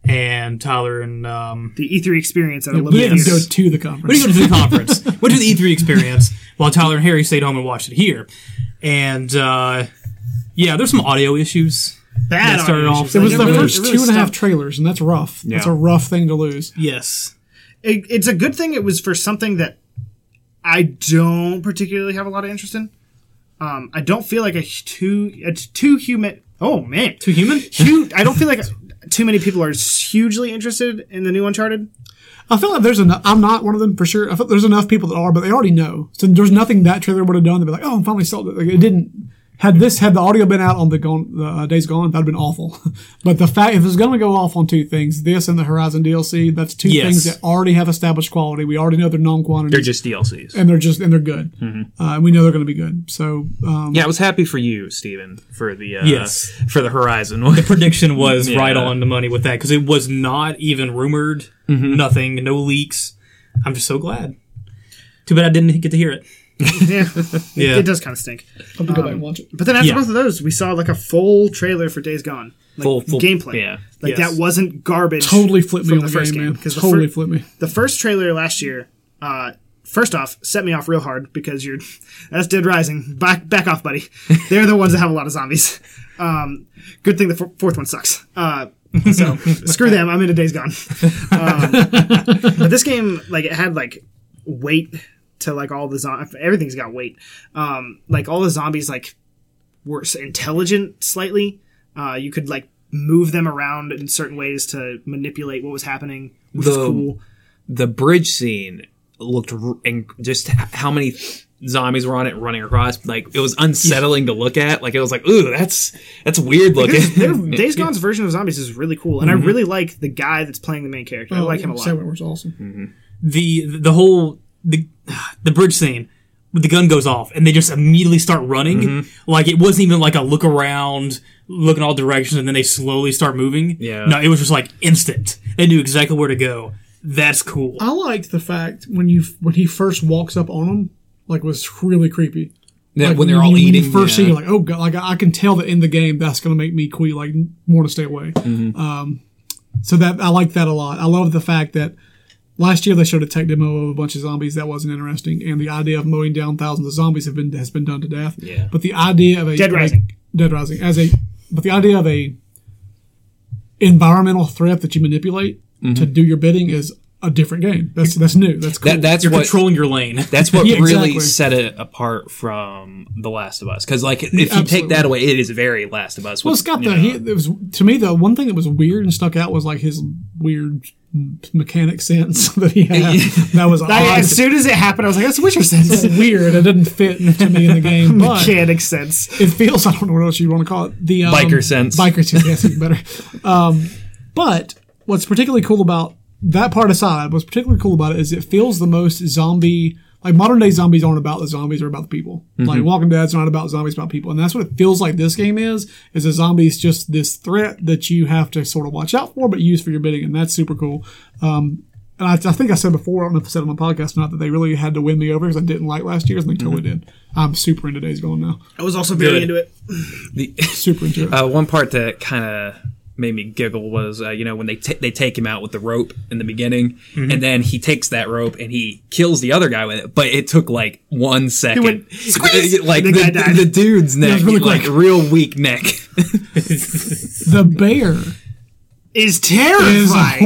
[SPEAKER 3] and Tyler and um,
[SPEAKER 1] The E3 experience at
[SPEAKER 4] We didn't
[SPEAKER 1] Olympics.
[SPEAKER 4] go to the
[SPEAKER 3] we didn't
[SPEAKER 4] conference.
[SPEAKER 3] go to the conference, went to the E3 experience, while Tyler and Harry stayed home and watched it here. And uh, yeah, there's some audio issues.
[SPEAKER 1] That
[SPEAKER 3] That started
[SPEAKER 1] audio
[SPEAKER 3] off-
[SPEAKER 1] issues.
[SPEAKER 4] It was
[SPEAKER 1] Like,
[SPEAKER 4] the
[SPEAKER 1] really-
[SPEAKER 4] first
[SPEAKER 1] really
[SPEAKER 4] two and a half
[SPEAKER 1] stumped.
[SPEAKER 4] trailers, and that's rough. That's
[SPEAKER 2] Yeah.
[SPEAKER 4] a rough thing to lose.
[SPEAKER 3] Yes,
[SPEAKER 1] It, it's a good thing it was for something that I don't particularly have a lot of interest in. Um, I don't feel like a h- too it's too human. Oh man,
[SPEAKER 3] too human.
[SPEAKER 1] too. I don't feel like too many people are hugely interested in the new Uncharted.
[SPEAKER 4] I feel like there's enough. I'm not one of them for sure. I feel there's enough people that are, but they already know. So there's nothing that trailer would have done. They'd be like, "Oh, I'm finally sold it." Like, it didn't. Had this had the audio been out on the gone the uh, days gone, that'd been awful. but the fact if it's going to go off on two things, this and the Horizon DLC, that's two
[SPEAKER 3] Yes.
[SPEAKER 4] things that already have established quality. We already know they're non-quantity.
[SPEAKER 2] They're just DLCs.
[SPEAKER 4] and they're just and they're good. Uh, we know they're going to be good. So um,
[SPEAKER 2] Yeah, I was happy for you, Steven, for the uh,
[SPEAKER 3] Yes.
[SPEAKER 2] for the Horizon one.
[SPEAKER 3] prediction was
[SPEAKER 2] Yeah.
[SPEAKER 3] right on the money with that because it was not even rumored, nothing, no leaks. I'm just so glad. Too bad I didn't get to hear it.
[SPEAKER 1] Yeah,
[SPEAKER 3] Yeah,
[SPEAKER 1] it does kind of stink.
[SPEAKER 4] hope you go back and watch it.
[SPEAKER 1] But then after
[SPEAKER 3] Yeah.
[SPEAKER 1] both of those, we saw like a full trailer for Days Gone, like
[SPEAKER 2] Full- full-
[SPEAKER 1] gameplay.
[SPEAKER 2] yeah.
[SPEAKER 1] like
[SPEAKER 3] Yes.
[SPEAKER 1] that wasn't garbage.
[SPEAKER 4] Totally flipped me
[SPEAKER 1] from
[SPEAKER 4] on the, game, man.
[SPEAKER 1] 'Cause the
[SPEAKER 4] Totally
[SPEAKER 1] fir-
[SPEAKER 4] flipped me.
[SPEAKER 1] the first trailer last year, uh, first off, set me off real hard because you're that's Dead Rising. Back back off, buddy. They're the ones that have a lot of zombies. Um, good thing the four- fourth one sucks. Uh, so screw them. I'm into Days Gone. Um, but this game, like, it had like weight to like all the zombies. Everything's got weight. Um, like all the zombies, like were s- intelligent slightly. Uh, you could like move them around in certain ways to manipulate what was happening, which was
[SPEAKER 2] The-
[SPEAKER 1] cool.
[SPEAKER 2] the bridge scene looked r- and just h- how many zombies were on it running across like it was unsettling to look at like it was like ooh that's that's weird looking
[SPEAKER 1] There's- their Days Gone's version of zombies is really cool, and I really like the guy that's playing the main character. I like him a lot.
[SPEAKER 4] Sandwich was awesome.
[SPEAKER 3] the the whole the the bridge scene. The gun goes off, and they just immediately start running. Like it wasn't even like a look around, look in all directions, and then they slowly start moving.
[SPEAKER 2] Yeah.
[SPEAKER 3] no, it was just like instant. They knew exactly where to go. That's cool.
[SPEAKER 4] I liked the fact when you when he first walks up on him, like was really creepy.
[SPEAKER 2] Yeah,
[SPEAKER 4] Like,
[SPEAKER 2] when they're all
[SPEAKER 4] you-
[SPEAKER 2] eating
[SPEAKER 4] you first
[SPEAKER 2] yeah.
[SPEAKER 4] see, you're like, oh god, like I I can tell that in the game that's gonna make me quit, like want to stay away. Um,
[SPEAKER 2] Mm-hmm.
[SPEAKER 4] so that I like that a lot. I love the fact that last year they showed a tech demo of a bunch of zombies that wasn't interesting, and the idea of mowing down thousands of zombies have been has been done to death.
[SPEAKER 2] Yeah.
[SPEAKER 4] But the idea of a
[SPEAKER 1] Dead
[SPEAKER 4] of a-
[SPEAKER 1] Rising.
[SPEAKER 4] Dead Rising as a but the idea of a environmental threat that you manipulate to do your bidding is a different game. That's that's new. That's cool.
[SPEAKER 2] Mm-hmm. that, that's
[SPEAKER 3] You're
[SPEAKER 2] what
[SPEAKER 3] controlling your lane.
[SPEAKER 2] that's what
[SPEAKER 4] Yeah,
[SPEAKER 2] really
[SPEAKER 4] exactly.
[SPEAKER 2] set it apart from the last of us because like if you take
[SPEAKER 4] absolutely.
[SPEAKER 2] that away it is very last of us
[SPEAKER 4] Well,
[SPEAKER 2] with-
[SPEAKER 4] Scott,
[SPEAKER 2] you
[SPEAKER 4] though,
[SPEAKER 2] know.
[SPEAKER 4] he, it was to me the one thing that was weird and stuck out was like his weird mechanic sense that he had. that was
[SPEAKER 1] I,
[SPEAKER 4] odd,
[SPEAKER 1] as soon as it happened, I was like, "That's Witcher sense,
[SPEAKER 4] weird. It didn't fit to me in the game, but
[SPEAKER 1] mechanic sense."
[SPEAKER 4] it feels I don't know what else you want to call it. The um,
[SPEAKER 2] Biker sense.
[SPEAKER 4] biker sense. Yes, even better. Um, but what's particularly cool about that part aside, what's particularly cool about it is it feels the most zombie. Like modern day zombies aren't about the zombies, are about the people.
[SPEAKER 2] Mm-hmm.
[SPEAKER 4] Like Walking Dead's not about zombies, about people, and that's what it feels like this game is. Is a zombie is just this threat that you have to sort of watch out for, but use for your bidding, and that's super cool. Um, and I, I think I said before, I don't know if I said it on the podcast or not, that they really had to win me over because I didn't like last year's, and they totally
[SPEAKER 2] Mm-hmm.
[SPEAKER 4] did. I'm super into Days Gone now
[SPEAKER 1] I was also very
[SPEAKER 2] Good.
[SPEAKER 1] into it.
[SPEAKER 2] The-
[SPEAKER 4] super into it.
[SPEAKER 2] Uh, one part that kind of made me giggle was, uh, you know, when they ta they take him out with the rope in the beginning, and then he takes that rope and he kills the other guy with it. But it took like one second,
[SPEAKER 1] went, "Squeeze!"
[SPEAKER 2] like the,
[SPEAKER 1] The guy died.
[SPEAKER 2] the dude's neck,
[SPEAKER 4] really
[SPEAKER 2] like
[SPEAKER 4] quick.
[SPEAKER 2] real weak neck.
[SPEAKER 4] the bear
[SPEAKER 1] Is
[SPEAKER 4] is
[SPEAKER 1] terrifying.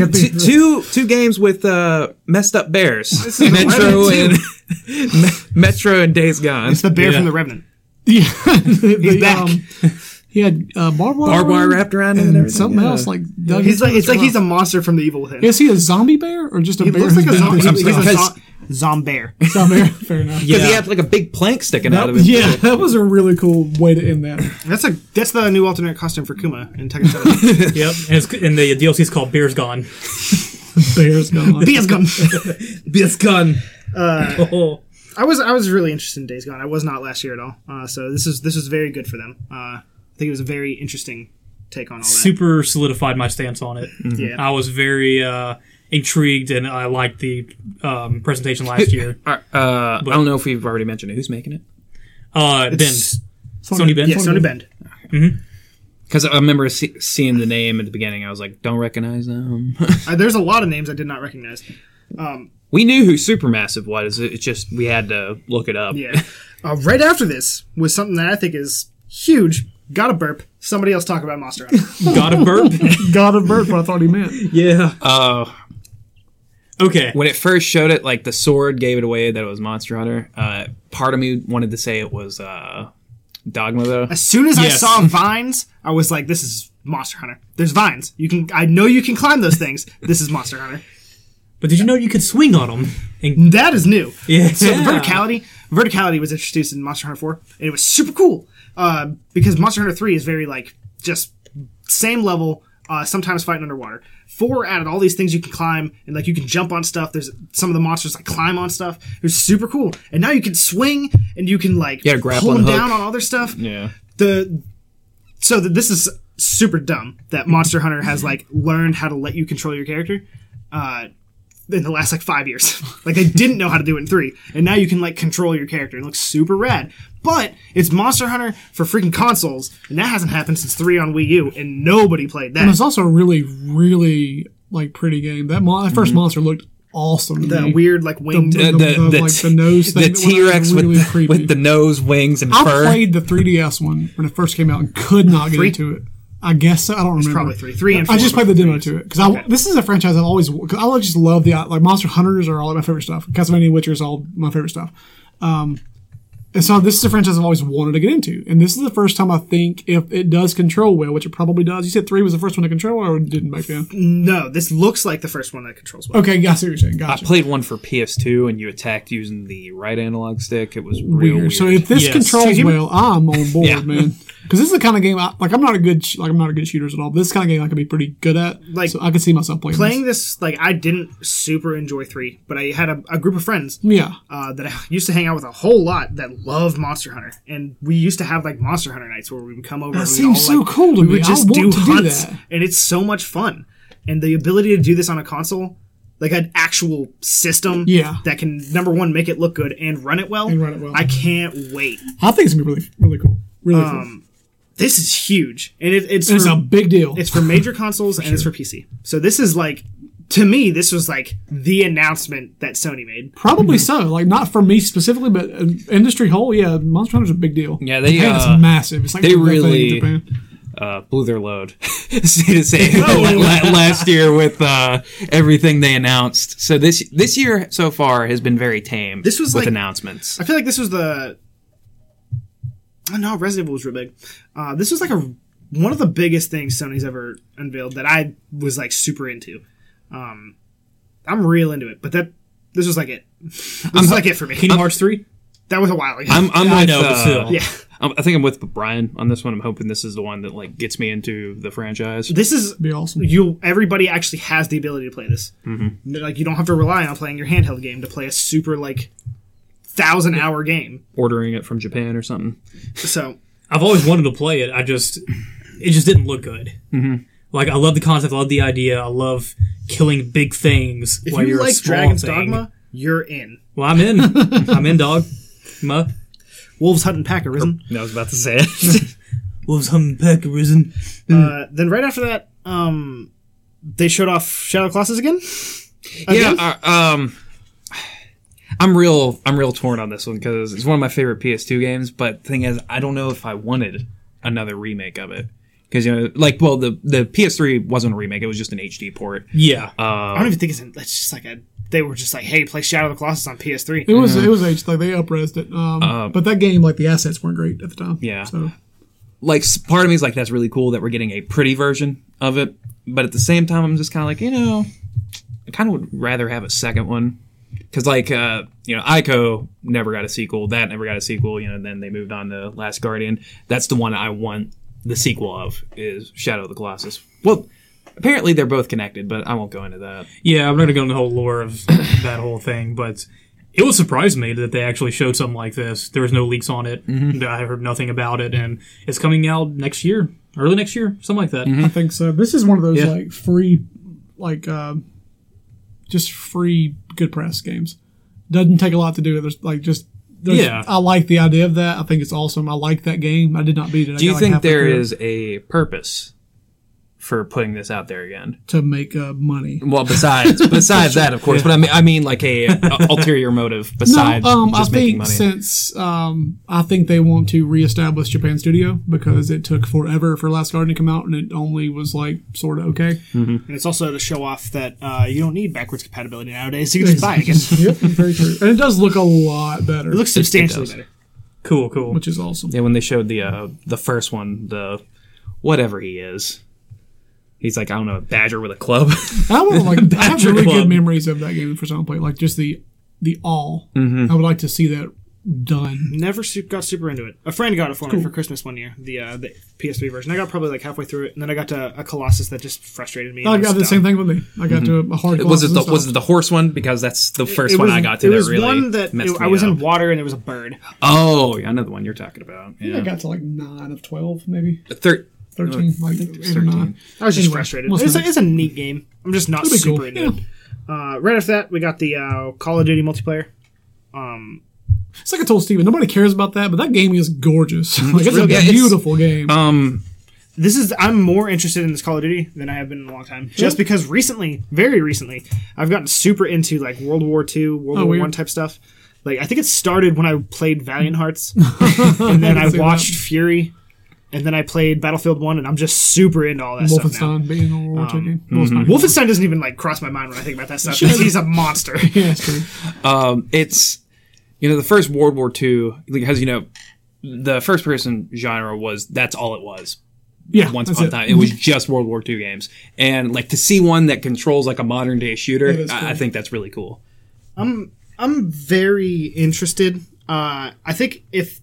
[SPEAKER 4] At the,
[SPEAKER 2] two two games with uh, messed up bears,
[SPEAKER 1] is
[SPEAKER 2] Metro and
[SPEAKER 1] Revenant
[SPEAKER 2] Metro and Days Gone.
[SPEAKER 1] It's the bear
[SPEAKER 3] Yeah.
[SPEAKER 1] from the Revenant.
[SPEAKER 4] yeah, the, um,
[SPEAKER 1] He's back.
[SPEAKER 4] he had uh, barbed wire,
[SPEAKER 2] Barbed wire
[SPEAKER 4] around him
[SPEAKER 2] wrapped around him
[SPEAKER 4] and,
[SPEAKER 2] and everything,
[SPEAKER 4] something
[SPEAKER 2] yeah.
[SPEAKER 4] else. Like dug
[SPEAKER 1] He's
[SPEAKER 4] into
[SPEAKER 1] like,
[SPEAKER 4] him.
[SPEAKER 1] it's like he's a monster from the Evil Within.
[SPEAKER 4] Is he a zombie bear or just a
[SPEAKER 1] He
[SPEAKER 4] bear?
[SPEAKER 1] looks like a
[SPEAKER 4] who's
[SPEAKER 1] zombie.
[SPEAKER 4] been through
[SPEAKER 1] He's
[SPEAKER 4] some
[SPEAKER 1] a
[SPEAKER 4] stuff?
[SPEAKER 1] zo- zombear.
[SPEAKER 4] zombie. Fair enough.
[SPEAKER 2] Because he
[SPEAKER 3] Yeah.
[SPEAKER 2] had like a big plank sticking out
[SPEAKER 4] That,
[SPEAKER 2] of his
[SPEAKER 4] yeah, that was a really cool way to end that.
[SPEAKER 1] That's a that's the new alternate costume for Kuma in Tekken 7.
[SPEAKER 3] yep, and, it's, and the DLC is called Beer's Gone.
[SPEAKER 4] Bear's gone.
[SPEAKER 1] Beer's gone.
[SPEAKER 3] Beer's Gone. oh.
[SPEAKER 1] I was I was really interested in Days Gone. I was not last year at all. Uh, so this is this was very good for them. Uh, I think it was a very interesting take on all that.
[SPEAKER 3] super solidified my stance on it.
[SPEAKER 1] Yeah.
[SPEAKER 3] I was very uh, intrigued, and I liked the um, presentation last year.
[SPEAKER 2] Uh, I don't know if we've already mentioned it. Who's making it?
[SPEAKER 3] Uh, ben,
[SPEAKER 1] It's-
[SPEAKER 3] Sony Ben.
[SPEAKER 1] Yeah, Sony Bend.
[SPEAKER 2] Because I remember see- seeing the name at the beginning, I was like, "Don't recognize them."
[SPEAKER 1] Uh, there's a lot of names I did not recognize.
[SPEAKER 2] we knew who Supermassive was. It- It's just we had to look it up.
[SPEAKER 1] Yeah. Uh, right after this was something that I think is huge. Got a burp. Somebody else talk about Monster Hunter.
[SPEAKER 3] Got a burp?
[SPEAKER 4] God of Birth, what I thought he meant.
[SPEAKER 3] yeah.
[SPEAKER 2] Uh,
[SPEAKER 3] Okay.
[SPEAKER 2] when it first showed it, like the sword gave it away that it was Monster Hunter. Uh, part of me wanted to say it was uh, Dogma, though.
[SPEAKER 1] As soon as I
[SPEAKER 3] Yes.
[SPEAKER 1] saw vines, I was like, "This is Monster Hunter." There's vines. You can. I know you can climb those things. This is Monster Hunter.
[SPEAKER 3] But did you know you could swing on them? And
[SPEAKER 1] That is new.
[SPEAKER 3] Yeah.
[SPEAKER 1] So the verticality, verticality was introduced in Monster Hunter 4, and it was super cool uh, because Monster Hunter 3 is very like just same level. Uh, sometimes fighting underwater. Four added all these things you can climb and like you can jump on stuff. There's some of the monsters like climb on stuff. It was super cool. And now you can swing and you can like
[SPEAKER 2] Yeah,
[SPEAKER 1] pull
[SPEAKER 2] grappling
[SPEAKER 1] them
[SPEAKER 2] hook.
[SPEAKER 1] down on other stuff.
[SPEAKER 2] yeah.
[SPEAKER 1] the so that this is super dumb that Monster Hunter has like learned how to let you control your character uh, in the last like five years. like they didn't know how to do it in three, and now you can like control your character. It looks super rad. But it's Monster Hunter for freaking consoles, and that hasn't happened since three on Wii U, and nobody played that.
[SPEAKER 4] And it's also a really, really like pretty game. That, mon- that 1st
[SPEAKER 2] Mm-hmm.
[SPEAKER 4] monster looked awesome. to me.
[SPEAKER 1] that weird like winged.
[SPEAKER 4] The-
[SPEAKER 2] the, the,
[SPEAKER 4] the- like, the nose
[SPEAKER 2] the
[SPEAKER 4] thing that went
[SPEAKER 2] T Rex
[SPEAKER 4] on was really
[SPEAKER 2] with, the-
[SPEAKER 4] creepy.
[SPEAKER 2] with the nose, wings, and
[SPEAKER 4] I
[SPEAKER 2] fur.
[SPEAKER 4] played the 3DS one when it first came out and could not get
[SPEAKER 1] Three?
[SPEAKER 4] into it. I guess so. I don't remember.
[SPEAKER 1] probably three. Three and
[SPEAKER 4] I just
[SPEAKER 1] four,
[SPEAKER 4] played the demo to it because I this is a franchise I've always 'cause I just love the like Monster Hunters are all my favorite stuff. Castlevania Witcher is all my favorite stuff. Um, and so this is a franchise I've always wanted to get into, and this is the first time I think if it does control well, which it probably does. You said three was the first one to control, or it didn't back then?
[SPEAKER 1] No, this looks like the first one that controls well.
[SPEAKER 4] Okay, I see what you're saying.
[SPEAKER 2] I
[SPEAKER 4] Gotcha.
[SPEAKER 2] played one for PS2, and you attacked using the right analog stick. It was real
[SPEAKER 4] weird.
[SPEAKER 2] weird.
[SPEAKER 4] So if this
[SPEAKER 3] Yes.
[SPEAKER 4] controls
[SPEAKER 1] Dude, you-
[SPEAKER 4] well, I'm on board,
[SPEAKER 2] Yeah.
[SPEAKER 4] man. Because this is the kind of game I like. I'm not a good sh- like I'm not a good shooters at all. But this kind of game I could be pretty good at.
[SPEAKER 1] Like,
[SPEAKER 4] Like so I could see myself playing.
[SPEAKER 1] Playing this, like I didn't super enjoy three, but I had a, a group of friends
[SPEAKER 4] this. yeah,
[SPEAKER 1] uh, that I used to hang out with a whole lot that loved Monster Hunter, and we used to have like Monster Hunter nights where we would come over. and
[SPEAKER 4] That
[SPEAKER 1] we'd
[SPEAKER 4] seems
[SPEAKER 1] all,
[SPEAKER 4] so
[SPEAKER 1] like,
[SPEAKER 4] cool to
[SPEAKER 1] we
[SPEAKER 4] me.
[SPEAKER 1] would
[SPEAKER 4] I
[SPEAKER 1] just
[SPEAKER 4] want
[SPEAKER 1] do
[SPEAKER 4] to do
[SPEAKER 1] hunts,
[SPEAKER 4] that.
[SPEAKER 1] and it's so much fun. And the ability to do this on a console, like an actual system,
[SPEAKER 4] Yeah.
[SPEAKER 1] that can number one make it look good and run it well.
[SPEAKER 4] And run it well.
[SPEAKER 1] I can't wait.
[SPEAKER 4] I think it's gonna be really really cool. Really
[SPEAKER 1] Um, this is huge, and it, it's
[SPEAKER 4] cool. It's
[SPEAKER 1] for-
[SPEAKER 4] a big deal.
[SPEAKER 1] it's for major consoles and it's for PC. So this is like. To me, this was like the announcement that Sony made.
[SPEAKER 4] Probably
[SPEAKER 1] mm-hmm.
[SPEAKER 4] so. Like not for me specifically, but uh, industry whole. Yeah, Monster Hunter's a big deal.
[SPEAKER 2] Yeah, they,
[SPEAKER 4] Japan,
[SPEAKER 2] uh,
[SPEAKER 4] it's massive. It's like
[SPEAKER 2] they
[SPEAKER 4] the big thing in
[SPEAKER 2] really-
[SPEAKER 4] Japan.
[SPEAKER 2] uh, blew their load. say to say la- la- last year with uh, everything they announced. So this this year so far has been very tame.
[SPEAKER 1] This was
[SPEAKER 2] with
[SPEAKER 1] like-
[SPEAKER 2] announcements.
[SPEAKER 1] I feel like this was the. Oh, no, Resident Evil was real big. Uh, this was like a one of the biggest things Sony's ever unveiled that I was like super into. Um, I'm real into it, but that this was like it. This was like it for me.
[SPEAKER 3] Kingdom Hearts 3?
[SPEAKER 1] that was a while ago.
[SPEAKER 2] I'm, I'm
[SPEAKER 3] I
[SPEAKER 2] with,
[SPEAKER 3] know, but
[SPEAKER 2] uh,
[SPEAKER 3] still.
[SPEAKER 1] yeah,
[SPEAKER 2] I'm- I think I'm with Brian on this one. I'm hoping this is the one that like gets me into the franchise.
[SPEAKER 1] this is
[SPEAKER 4] Be awesome.
[SPEAKER 1] you. Everybody actually has the ability to play this. Mm-hmm. Like you don't have to rely on playing your handheld game to play a super like thousand hour game.
[SPEAKER 2] Ordering it from Japan or something.
[SPEAKER 1] So
[SPEAKER 3] I've always wanted to play it. I just, it just didn't look good. Mm-hmm. Like, I love the concept. I love the idea. I love killing big things
[SPEAKER 1] if
[SPEAKER 3] while
[SPEAKER 1] you
[SPEAKER 3] are
[SPEAKER 1] like
[SPEAKER 3] a small
[SPEAKER 1] Dragon's
[SPEAKER 3] thing.
[SPEAKER 1] Dogma, you're in.
[SPEAKER 3] Well, I'm in. I'm in, dog. Ma.
[SPEAKER 1] Wolves Hunt and Pack Arisen.
[SPEAKER 2] I was about to say it.
[SPEAKER 3] Wolves humming peck risen.
[SPEAKER 1] Uh, then right after that, um, they showed off Shadow Classes again.
[SPEAKER 2] yeah,
[SPEAKER 1] Again?
[SPEAKER 2] uh, um, I'm real. I'm real torn on this one because it's one of my favorite PS2 games. But thing is, I don't know if I wanted another remake of it because you know, like, well, the the PS3 wasn't a remake; it was just an HD port.
[SPEAKER 3] Yeah.
[SPEAKER 1] I don't even think it's. In, it's just like a. They were just like, hey, play Shadow of the Colossus on PS3.
[SPEAKER 4] It was it was H like they upresed it. Um,
[SPEAKER 1] Uh,
[SPEAKER 4] but that game like the assets weren't great at the time.
[SPEAKER 2] Yeah.
[SPEAKER 4] So
[SPEAKER 2] Like, s- part of me is like, that's really cool that we're getting a pretty version of it. But at the same time, I'm just kind of like, you know, I kind of would rather have a second one. Because, like, uh, you know, Ico never got a sequel. That never got a sequel. You know, then they moved on to Last Guardian. That's the one I want the sequel of is Shadow of the Colossus. Well, apparently they're both connected, but I won't go into that.
[SPEAKER 3] Yeah, I'm not gonna go into the whole lore of that whole thing, but it would surprise me that they actually showed something like this. There was no leaks on it. I heard nothing about it, and it's coming out next year, early next year, something like that.
[SPEAKER 4] I think so. This is one of those
[SPEAKER 3] Yeah.
[SPEAKER 4] like free, like uh, just free good press games. Doesn't take a lot to do it. There's like just there's-
[SPEAKER 3] Yeah.
[SPEAKER 4] I like the idea of that. I think it's awesome. I like that game. I did not beat it. I
[SPEAKER 2] Do you
[SPEAKER 4] got, like,
[SPEAKER 2] think
[SPEAKER 4] halfway
[SPEAKER 2] there
[SPEAKER 4] through
[SPEAKER 2] is a purpose for putting this out there again?
[SPEAKER 4] to make uh, money?
[SPEAKER 2] Well, besides besides that, of course. But I mean, I mean, like a, a ulterior motive besides
[SPEAKER 4] um,
[SPEAKER 2] just
[SPEAKER 4] I
[SPEAKER 2] making
[SPEAKER 4] think
[SPEAKER 2] money.
[SPEAKER 4] since um, I think they want to reestablish Japan Studio because it took forever for Last Guardian to come out, and it only was like sort of okay.
[SPEAKER 1] And it's also to show off that uh, you don't need backwards compatibility nowadays. You can just buy it again. It
[SPEAKER 4] yep, very true. And it does look a lot better,
[SPEAKER 1] looks substantially
[SPEAKER 2] does.
[SPEAKER 1] better.
[SPEAKER 3] Cool, cool.
[SPEAKER 4] which is awesome.
[SPEAKER 2] yeah, when they showed the uh, the first one, the whatever he is, he's like I don't know, a badger with a club.
[SPEAKER 4] I would like. I have
[SPEAKER 3] Badger
[SPEAKER 4] really
[SPEAKER 3] Club.
[SPEAKER 4] good memories of that game for some play, like just the the all. I would like to see that done.
[SPEAKER 1] Never su- got super into it. A friend got it for me for Christmas one year, the uh, the PS3 version. I got probably like halfway through it, and then I got to a Colossus that just frustrated
[SPEAKER 2] Oh,
[SPEAKER 1] me. and
[SPEAKER 4] I
[SPEAKER 1] was
[SPEAKER 4] got the
[SPEAKER 1] done.
[SPEAKER 4] same thing with me. I got to a hard.
[SPEAKER 2] was it
[SPEAKER 4] glasses
[SPEAKER 2] the
[SPEAKER 4] and
[SPEAKER 2] was
[SPEAKER 4] stuff.
[SPEAKER 2] it the horse one? Because that's the first
[SPEAKER 1] It
[SPEAKER 2] one
[SPEAKER 1] was-
[SPEAKER 2] I got to
[SPEAKER 1] it
[SPEAKER 2] that
[SPEAKER 1] was
[SPEAKER 2] really
[SPEAKER 1] one that
[SPEAKER 2] messed
[SPEAKER 1] I
[SPEAKER 2] me
[SPEAKER 1] was
[SPEAKER 2] up.
[SPEAKER 1] in water and there was a bird.
[SPEAKER 2] Oh, yeah, I know the one you're talking about.
[SPEAKER 4] I think I
[SPEAKER 2] Yeah,
[SPEAKER 4] got to like nine of twelve, maybe
[SPEAKER 2] Thir-
[SPEAKER 4] thirteen, like
[SPEAKER 2] think it was
[SPEAKER 4] eight or
[SPEAKER 2] 13.
[SPEAKER 4] nine.
[SPEAKER 1] I was just
[SPEAKER 4] Anyway,
[SPEAKER 1] frustrated.
[SPEAKER 4] what's
[SPEAKER 1] It's a,
[SPEAKER 4] next?
[SPEAKER 1] it's a neat game. I'm just not
[SPEAKER 4] That'd be
[SPEAKER 1] super
[SPEAKER 4] cool.
[SPEAKER 1] into
[SPEAKER 4] Yeah.
[SPEAKER 1] it. Uh, right after that, we got the uh, Call of Duty multiplayer. Um,
[SPEAKER 4] It's like I told Steven, nobody cares about that, but that game is gorgeous. like it's
[SPEAKER 2] really- yeah,
[SPEAKER 4] a
[SPEAKER 2] it's-
[SPEAKER 4] beautiful game.
[SPEAKER 2] um,
[SPEAKER 1] this is I'm more interested in this Call of Duty than I have been in a long time. Just because recently, very recently, I've gotten super into like World War II, World War One
[SPEAKER 4] weird.
[SPEAKER 1] type stuff. Like I think it started when I played Valiant Hearts, and then I
[SPEAKER 4] I've seen
[SPEAKER 1] watched Fury, and then I played Battlefield One, and I'm just super into all that stuff now.
[SPEAKER 4] Wolfenstein being a World War II game. Well, it's not.
[SPEAKER 1] Wolfenstein doesn't even like cross my mind when I think about that stuff. He's a monster.
[SPEAKER 4] Yeah, it's true.
[SPEAKER 2] um, it's you know the first World War II because you know the first person genre was that's all it was
[SPEAKER 4] Yeah,
[SPEAKER 2] once
[SPEAKER 4] that's
[SPEAKER 2] upon a
[SPEAKER 4] it.
[SPEAKER 2] time. It was just World War II games, and like to see one that controls like a modern day shooter,
[SPEAKER 4] that's
[SPEAKER 2] I, I
[SPEAKER 4] cool.
[SPEAKER 2] think that's really cool.
[SPEAKER 1] I'm very interested. Uh, I think if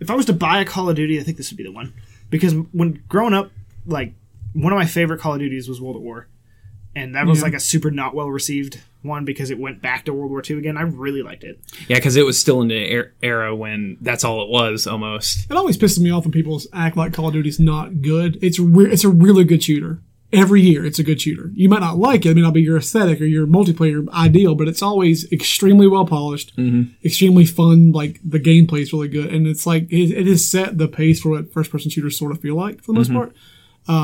[SPEAKER 1] if I was to buy a Call of Duty, I think this would be the one because when growing up, like one of my favorite Call of Duties was World at War, and that was like a super not well received one because it went back to World War II again. I really liked it.
[SPEAKER 2] Yeah, because it was still in the er- era when that's all it was almost.
[SPEAKER 4] It always pisses me off when people act like Call of Duty's not good. It's re- it's a really good shooter. Every year, it's a good shooter. You might not like it. It may not be your aesthetic or your multiplayer ideal, but it's always extremely well polished,
[SPEAKER 2] Mm-hmm.
[SPEAKER 4] extremely fun. Like the gameplay is really good, and it's like it, it has set the pace for what first person shooters sort of feel like for the
[SPEAKER 2] Mm-hmm.
[SPEAKER 4] most part. Um,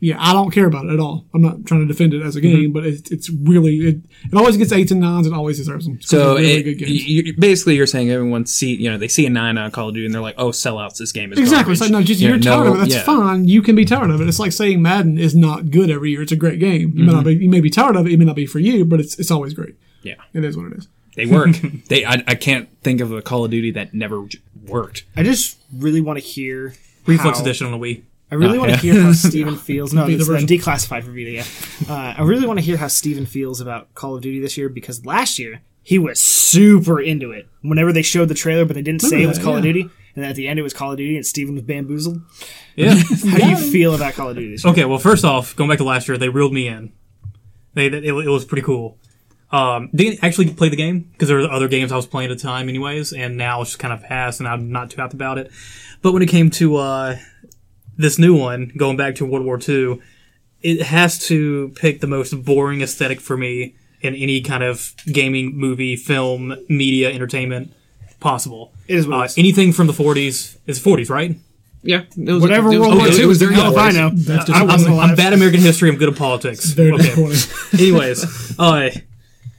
[SPEAKER 4] yeah, I don't care about it at all. I'm not trying to defend it as a
[SPEAKER 2] Mm-hmm.
[SPEAKER 4] game, but it, it's really it, it always gets eights and nines. It always deserves them. It's
[SPEAKER 2] So
[SPEAKER 4] a really
[SPEAKER 2] it-
[SPEAKER 4] good game.
[SPEAKER 2] you- you- basically, you're saying everyone see you know they see a nine on Call of Duty and they're like, oh, sellouts. This game is
[SPEAKER 4] Exactly.
[SPEAKER 2] garbage.
[SPEAKER 4] It's like, no, just
[SPEAKER 2] You
[SPEAKER 4] you're
[SPEAKER 2] know,
[SPEAKER 4] tired of it. That's
[SPEAKER 2] yeah.
[SPEAKER 4] fine. You can be tired of it. It's like saying Madden is not good every year. It's a great game. You may
[SPEAKER 3] Mm-hmm.
[SPEAKER 4] not be, you may be tired of it. It may not be for you, but it's it's always great.
[SPEAKER 2] Yeah,
[SPEAKER 4] It is what it is.
[SPEAKER 2] they work. they I, I can't think of a Call of Duty that never j- worked.
[SPEAKER 1] I just really want to hear
[SPEAKER 3] Reflex
[SPEAKER 1] how-
[SPEAKER 3] Edition on the Wii.
[SPEAKER 1] I really
[SPEAKER 2] Oh,
[SPEAKER 1] want to
[SPEAKER 2] yeah.
[SPEAKER 1] hear how Steven feels. No,
[SPEAKER 4] Be the
[SPEAKER 1] this is a
[SPEAKER 4] version.
[SPEAKER 1] declassified review. Yeah, uh, I really want to hear how Steven feels about Call of Duty this year because last year he was super into it. Whenever they showed the trailer, but they didn't say it was
[SPEAKER 4] that,
[SPEAKER 1] Call of
[SPEAKER 4] yeah.
[SPEAKER 1] Duty, and at the end it was Call of Duty, and Steven was bamboozled.
[SPEAKER 3] Yeah.
[SPEAKER 1] How do you feel about Call of Duty this year?
[SPEAKER 3] Okay, well, first off, going back to last year, they reeled me in. They it, it was pretty cool. Um, didn't actually play the game because there were other games I was playing at the time, anyways, and now it's just kind of passed, and I'm not too apt about it. But when it came to uh, this new one, going back to World War II, it has to pick the most boring aesthetic for me in any kind of gaming, movie, film, media, entertainment possible.
[SPEAKER 1] It is what it
[SPEAKER 3] uh,
[SPEAKER 1] is.
[SPEAKER 3] anything from the 40s. It's 40s, right?
[SPEAKER 2] Yeah, it
[SPEAKER 4] Oh,
[SPEAKER 2] was,
[SPEAKER 1] Whatever World War
[SPEAKER 2] it
[SPEAKER 1] II
[SPEAKER 2] was
[SPEAKER 1] was
[SPEAKER 2] during
[SPEAKER 1] during
[SPEAKER 2] the
[SPEAKER 1] hell if I
[SPEAKER 2] wars.
[SPEAKER 1] know.
[SPEAKER 4] That's
[SPEAKER 1] I
[SPEAKER 4] just-
[SPEAKER 1] wasn't
[SPEAKER 3] I'm,
[SPEAKER 1] alive.
[SPEAKER 3] I'm bad American history. I'm good at politics.
[SPEAKER 4] Very
[SPEAKER 3] Okay.
[SPEAKER 4] disappointing.
[SPEAKER 3] Anyways, uh,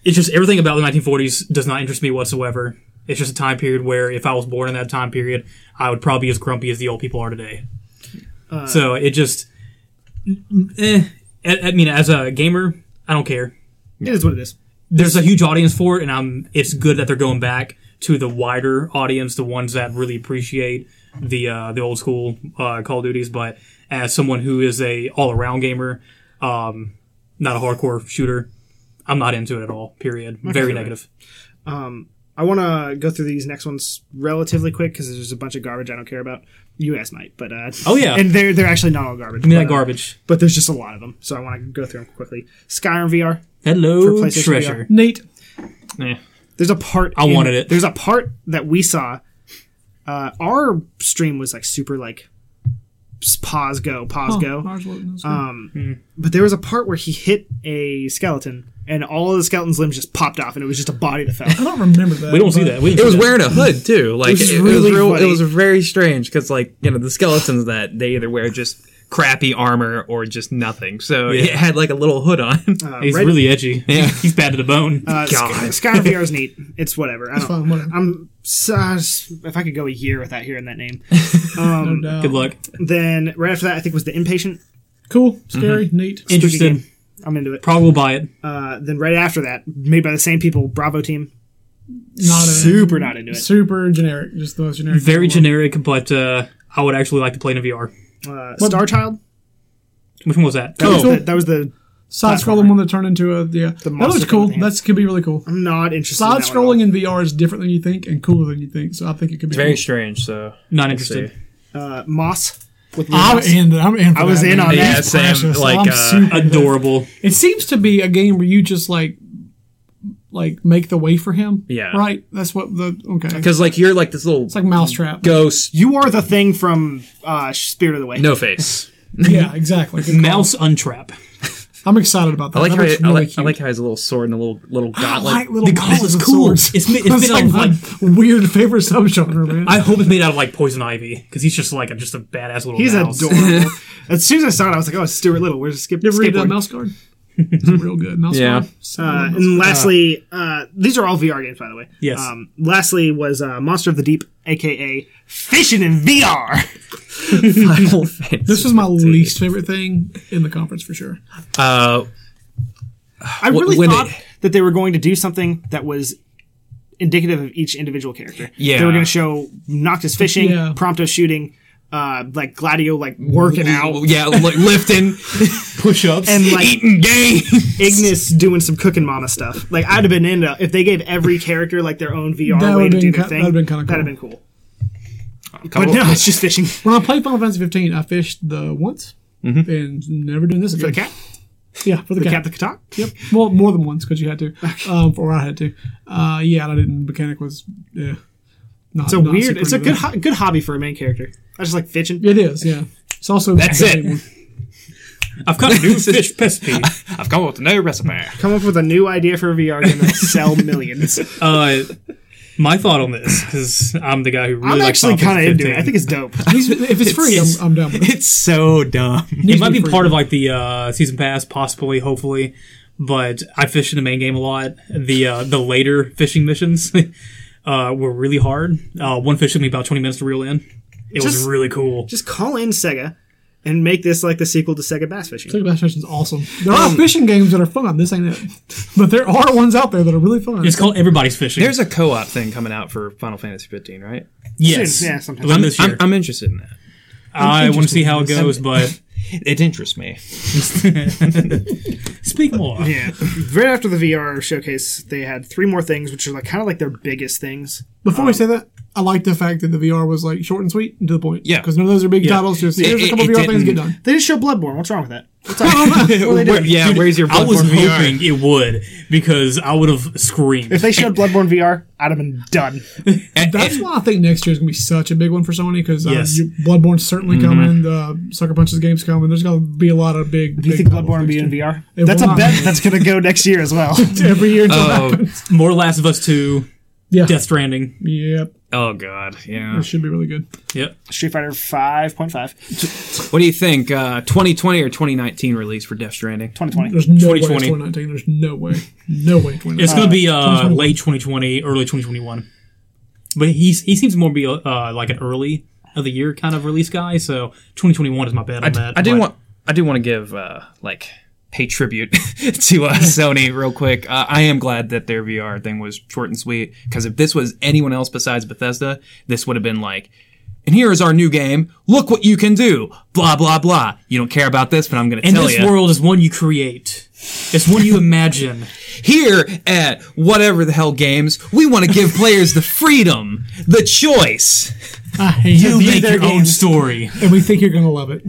[SPEAKER 3] it's just everything about the 1940s does not interest me whatsoever. It's just a time period where if I was born in that time period, I would probably be as grumpy as the old people are today. so it just, eh, I, I mean, as a gamer, I don't care.
[SPEAKER 1] It is what it is.
[SPEAKER 3] There's a huge audience for it, and I'm. It's good that they're going back to the wider audience, the ones that really appreciate the uh, the old school uh, Call of Duties. But as someone who is a all around gamer, um, not a hardcore shooter, I'm not into it at all. Period. Very negative.
[SPEAKER 1] I want to go through these next ones relatively quick because there's a bunch of garbage I don't care about. You guys might, but uh,
[SPEAKER 3] Oh, yeah.
[SPEAKER 1] and they're they're actually not all garbage.
[SPEAKER 3] I mean,
[SPEAKER 1] but,
[SPEAKER 3] that
[SPEAKER 1] uh,
[SPEAKER 3] garbage.
[SPEAKER 1] but there's just a lot of them, so I want to go through them quickly. Skyrim VR.
[SPEAKER 3] Hello,
[SPEAKER 1] PlayStation
[SPEAKER 3] treasure.
[SPEAKER 4] Nate,
[SPEAKER 2] Yeah.
[SPEAKER 1] There's a part
[SPEAKER 3] I wanted it.
[SPEAKER 1] There's a part that we saw. Uh, our stream was like super like s- pause go pause go,
[SPEAKER 4] Ours wasn't- that's good.
[SPEAKER 1] um, but there was a part where he hit a skeleton and all of the skeleton's limbs just popped off, and it was just a body that fell.
[SPEAKER 4] I don't remember that.
[SPEAKER 3] We don't see
[SPEAKER 4] but-
[SPEAKER 3] that. We didn't
[SPEAKER 2] It was
[SPEAKER 3] see that.
[SPEAKER 2] wearing a hood too. Like Mm. it
[SPEAKER 1] was
[SPEAKER 2] it was,
[SPEAKER 1] really
[SPEAKER 2] real,
[SPEAKER 1] funny.
[SPEAKER 2] it was very strange because like you know the skeletons that they either wear just crappy armor or just nothing. So it had like a little hood on.
[SPEAKER 1] Uh-huh.
[SPEAKER 3] He's
[SPEAKER 1] Uh, Reddit-
[SPEAKER 3] really edgy.
[SPEAKER 2] Yeah.
[SPEAKER 3] He's bad to the bone.
[SPEAKER 1] Uh, Sky,
[SPEAKER 2] God.
[SPEAKER 1] Skyrim VR is neat. It's whatever. I don't,
[SPEAKER 4] fine, whatever.
[SPEAKER 1] I'm so, if I could go a year without hearing that name.
[SPEAKER 4] No doubt.
[SPEAKER 3] Good
[SPEAKER 1] uh,
[SPEAKER 3] luck.
[SPEAKER 1] Then right after that, I think was the inpatient.
[SPEAKER 4] Cool.
[SPEAKER 3] Mm-hmm.
[SPEAKER 4] Scary. Neat.
[SPEAKER 3] Interested.
[SPEAKER 1] game. I'm into it.
[SPEAKER 3] Probably will buy it.
[SPEAKER 1] Uh, then right after that, made by the same people, Bravo Team.
[SPEAKER 4] Not a,
[SPEAKER 1] Super not into it.
[SPEAKER 4] Super generic. Just the most generic.
[SPEAKER 3] Very
[SPEAKER 4] in the world.
[SPEAKER 3] generic, but uh, I would actually like to play in a VR.
[SPEAKER 1] Uh, Star Child.
[SPEAKER 3] Which one was that?
[SPEAKER 1] That, was
[SPEAKER 4] Oh.
[SPEAKER 1] the, that was the.
[SPEAKER 4] Side scrolling one that turned into a yeah. that
[SPEAKER 1] monster
[SPEAKER 4] looks
[SPEAKER 1] thing
[SPEAKER 4] cool.
[SPEAKER 1] with the hand.
[SPEAKER 4] That could be really cool.
[SPEAKER 1] I'm not interested. in
[SPEAKER 4] Side
[SPEAKER 1] that one
[SPEAKER 4] scrolling
[SPEAKER 1] at
[SPEAKER 4] in VR is different than you think and cooler than you think. So I think it could be
[SPEAKER 2] very
[SPEAKER 4] cool.
[SPEAKER 2] strange. So
[SPEAKER 3] Not interested.
[SPEAKER 1] all. Uh, Moss. With
[SPEAKER 4] I'm
[SPEAKER 1] Moss.
[SPEAKER 4] in. I'm in. For
[SPEAKER 1] I was
[SPEAKER 4] that,
[SPEAKER 1] in
[SPEAKER 4] man.
[SPEAKER 1] on
[SPEAKER 2] Yeah,
[SPEAKER 1] that.
[SPEAKER 4] It's
[SPEAKER 2] Sam,
[SPEAKER 4] precious.
[SPEAKER 2] like,
[SPEAKER 4] I'm
[SPEAKER 2] uh,
[SPEAKER 4] super-
[SPEAKER 3] Adorable.
[SPEAKER 4] It seems to be a game where you just like, like make the way for him.
[SPEAKER 2] Yeah.
[SPEAKER 4] Right. That's what the okay. It's
[SPEAKER 2] Because like you're like this little
[SPEAKER 4] like mousetrap.
[SPEAKER 2] ghost,
[SPEAKER 1] You are the thing from uh, Spirit of the Way.
[SPEAKER 2] no face.
[SPEAKER 4] Yeah. Exactly. Good call.
[SPEAKER 3] Mouse untrap.
[SPEAKER 4] I'm excited about that.
[SPEAKER 2] I like
[SPEAKER 4] that
[SPEAKER 2] how
[SPEAKER 4] looks
[SPEAKER 2] he, I
[SPEAKER 4] really
[SPEAKER 2] like, I
[SPEAKER 4] cute.
[SPEAKER 2] like how he has a little sword and a little little gauntlet.
[SPEAKER 4] little
[SPEAKER 3] The call is cool. It's mi- it's
[SPEAKER 4] That's
[SPEAKER 3] been
[SPEAKER 4] like
[SPEAKER 3] on
[SPEAKER 4] my weird favorite subgenre, man.
[SPEAKER 3] I hope it's made out of like poison ivy because he's just like a, just a badass little.
[SPEAKER 1] He's
[SPEAKER 3] mouse.
[SPEAKER 1] adorable. as soon as I saw it, I was like, "Oh, it's Stuart Little. Where's Skip?"
[SPEAKER 4] you ever read that
[SPEAKER 1] skateboard?
[SPEAKER 4] mouse guard? It's real good. Mouse
[SPEAKER 2] Yeah.
[SPEAKER 4] guard. So
[SPEAKER 1] Uh,
[SPEAKER 4] good.
[SPEAKER 1] and lastly, uh, these are all VR games, by the way.
[SPEAKER 3] Yes.
[SPEAKER 1] Um, lastly was uh, Monster of the Deep, aka Fishing in VR.
[SPEAKER 2] Final Fantasy.
[SPEAKER 4] this was my least favorite thing in the conference for sure.
[SPEAKER 2] Uh,
[SPEAKER 1] I really
[SPEAKER 2] when
[SPEAKER 1] thought
[SPEAKER 2] they-
[SPEAKER 1] that they were going to do something that was indicative of each individual character.
[SPEAKER 2] Yeah.
[SPEAKER 1] They were going to show Noctis fishing,
[SPEAKER 4] Yeah.
[SPEAKER 1] Prompto shooting, uh, like Gladio like working out,
[SPEAKER 2] yeah, like lifting,
[SPEAKER 3] push-ups.
[SPEAKER 1] and like
[SPEAKER 2] eating game.
[SPEAKER 1] Ignis doing some cooking mama stuff. Like I'd have been into if they gave every character like their own VR
[SPEAKER 4] That
[SPEAKER 1] way to
[SPEAKER 4] would've
[SPEAKER 1] do
[SPEAKER 4] been
[SPEAKER 1] their
[SPEAKER 4] ki-
[SPEAKER 1] thing.
[SPEAKER 4] that'd've been kinda
[SPEAKER 1] That'd have
[SPEAKER 4] cool.
[SPEAKER 1] been cool. But no, it's just fishing for
[SPEAKER 4] When I played Final Fantasy 15, I fished the once
[SPEAKER 2] Mm-hmm.
[SPEAKER 4] and never doing this again.
[SPEAKER 1] the cat,
[SPEAKER 4] Yeah, for the,
[SPEAKER 1] the
[SPEAKER 4] cat.
[SPEAKER 1] cat, the katak.
[SPEAKER 4] Yep. Well, more than once because you had to, um, or I had to. Uh, yeah, and I didn't. Mechanic was yeah. Not,
[SPEAKER 1] It's a weird. It's a good ho- good hobby for a main character. I just like fishing.
[SPEAKER 4] It is. Yeah. It's also
[SPEAKER 2] That's it.
[SPEAKER 3] I've got a new fish recipe.
[SPEAKER 2] I've come up with no recipe.
[SPEAKER 1] Come up with a new idea for a VR game and sell millions.
[SPEAKER 3] Uh, my thought on this because I'm the guy who really
[SPEAKER 1] I'm
[SPEAKER 3] likes
[SPEAKER 1] actually
[SPEAKER 3] Final
[SPEAKER 1] kind of
[SPEAKER 3] Fantasy
[SPEAKER 1] into it.
[SPEAKER 3] 15.
[SPEAKER 1] I think it's dope.
[SPEAKER 4] These- if it's free, I'm, I'm down with it.
[SPEAKER 2] It's so dumb.
[SPEAKER 3] it might be part of like the uh, season pass, possibly, hopefully. But I fish in the main game a lot. The uh, the later fishing missions uh, were really hard. Uh, one fish took me about twenty minutes to reel in. It was
[SPEAKER 1] Just-
[SPEAKER 3] really cool.
[SPEAKER 1] Just call in Sega and make this like the sequel to Sega Bass Fishing.
[SPEAKER 4] Sega Bass Fishing is awesome. There are fishing games that are fun. This ain't it. But there are ones out there that are really fun.
[SPEAKER 3] It's called Everybody's Fishing.
[SPEAKER 2] There's a co-op thing coming out for Final Fantasy 15, right?
[SPEAKER 3] yes,
[SPEAKER 1] Yeah, sometimes.
[SPEAKER 3] Within this year.
[SPEAKER 2] I'm, I'm interested in that.
[SPEAKER 3] i want to see how it goes, but
[SPEAKER 2] It interests me.
[SPEAKER 3] speak more.
[SPEAKER 1] Yeah. right after the VR showcase, they had three more things, which are like kind of like their biggest things.
[SPEAKER 4] Before we say that, I like the fact that the VR was like short and sweet and to the point.
[SPEAKER 2] Yeah.
[SPEAKER 4] Because none of those are big titles. Just here's
[SPEAKER 2] It-
[SPEAKER 4] a couple
[SPEAKER 2] it- it
[SPEAKER 4] VR things get
[SPEAKER 2] didn't-
[SPEAKER 4] done.
[SPEAKER 1] They just show Bloodborne. What's wrong with that?
[SPEAKER 2] Where- yeah, where's your
[SPEAKER 3] I was
[SPEAKER 2] Bloodborne VR?
[SPEAKER 3] hoping it would because I would have screamed.
[SPEAKER 1] If they showed Bloodborne VR, I'd have been done.
[SPEAKER 2] And-
[SPEAKER 4] That's
[SPEAKER 2] and-
[SPEAKER 4] why I think next year is going to be such a big one for Sony because uh,
[SPEAKER 3] Yes. Mm-hmm.
[SPEAKER 4] you- Bloodborne's certainly coming, the Sucker Punch's game's coming. There's going to be a lot of big.
[SPEAKER 1] Do you think Bloodborne will be in VR? That's a
[SPEAKER 4] will not.
[SPEAKER 1] bet that's going to go next year as well.
[SPEAKER 4] every year
[SPEAKER 3] Uh,
[SPEAKER 4] until that
[SPEAKER 2] oh,
[SPEAKER 4] happens?
[SPEAKER 3] More Last of Us Two,
[SPEAKER 4] Yeah.
[SPEAKER 3] Death Stranding.
[SPEAKER 4] Yep.
[SPEAKER 2] oh God, yeah.
[SPEAKER 4] It should be really good.
[SPEAKER 3] Yep.
[SPEAKER 1] Street Fighter 5.5,
[SPEAKER 2] What do you think? Uh, 2020 or 2019 release for Death Stranding?
[SPEAKER 1] 2020.
[SPEAKER 4] There's no way it's
[SPEAKER 3] 2020.
[SPEAKER 4] 2019. There's no way. No way. 2019.
[SPEAKER 3] It's going to be uh, late 2020, early 2021. But he's he seems more be uh, like an early of the year kind of release guy. So 2021 is my bet on that.
[SPEAKER 2] I do
[SPEAKER 3] but
[SPEAKER 2] want I do want to give uh, like pay tribute to uh, Sony real quick. Uh, I am glad that their VR thing was short and sweet because if this was anyone else besides Bethesda, this would have been like. And here is our new game. Look what you can do. Blah blah blah. You don't care about this, but I'm going to
[SPEAKER 3] And
[SPEAKER 2] tell
[SPEAKER 3] this
[SPEAKER 2] you.
[SPEAKER 3] world is one you create. It's one you imagine.
[SPEAKER 2] Here at whatever the hell games, we want to give players the freedom, the choice.
[SPEAKER 4] I hate
[SPEAKER 3] You
[SPEAKER 4] it.
[SPEAKER 3] make
[SPEAKER 1] their
[SPEAKER 3] your own
[SPEAKER 1] games.
[SPEAKER 3] story.
[SPEAKER 4] and we think you're going to love it.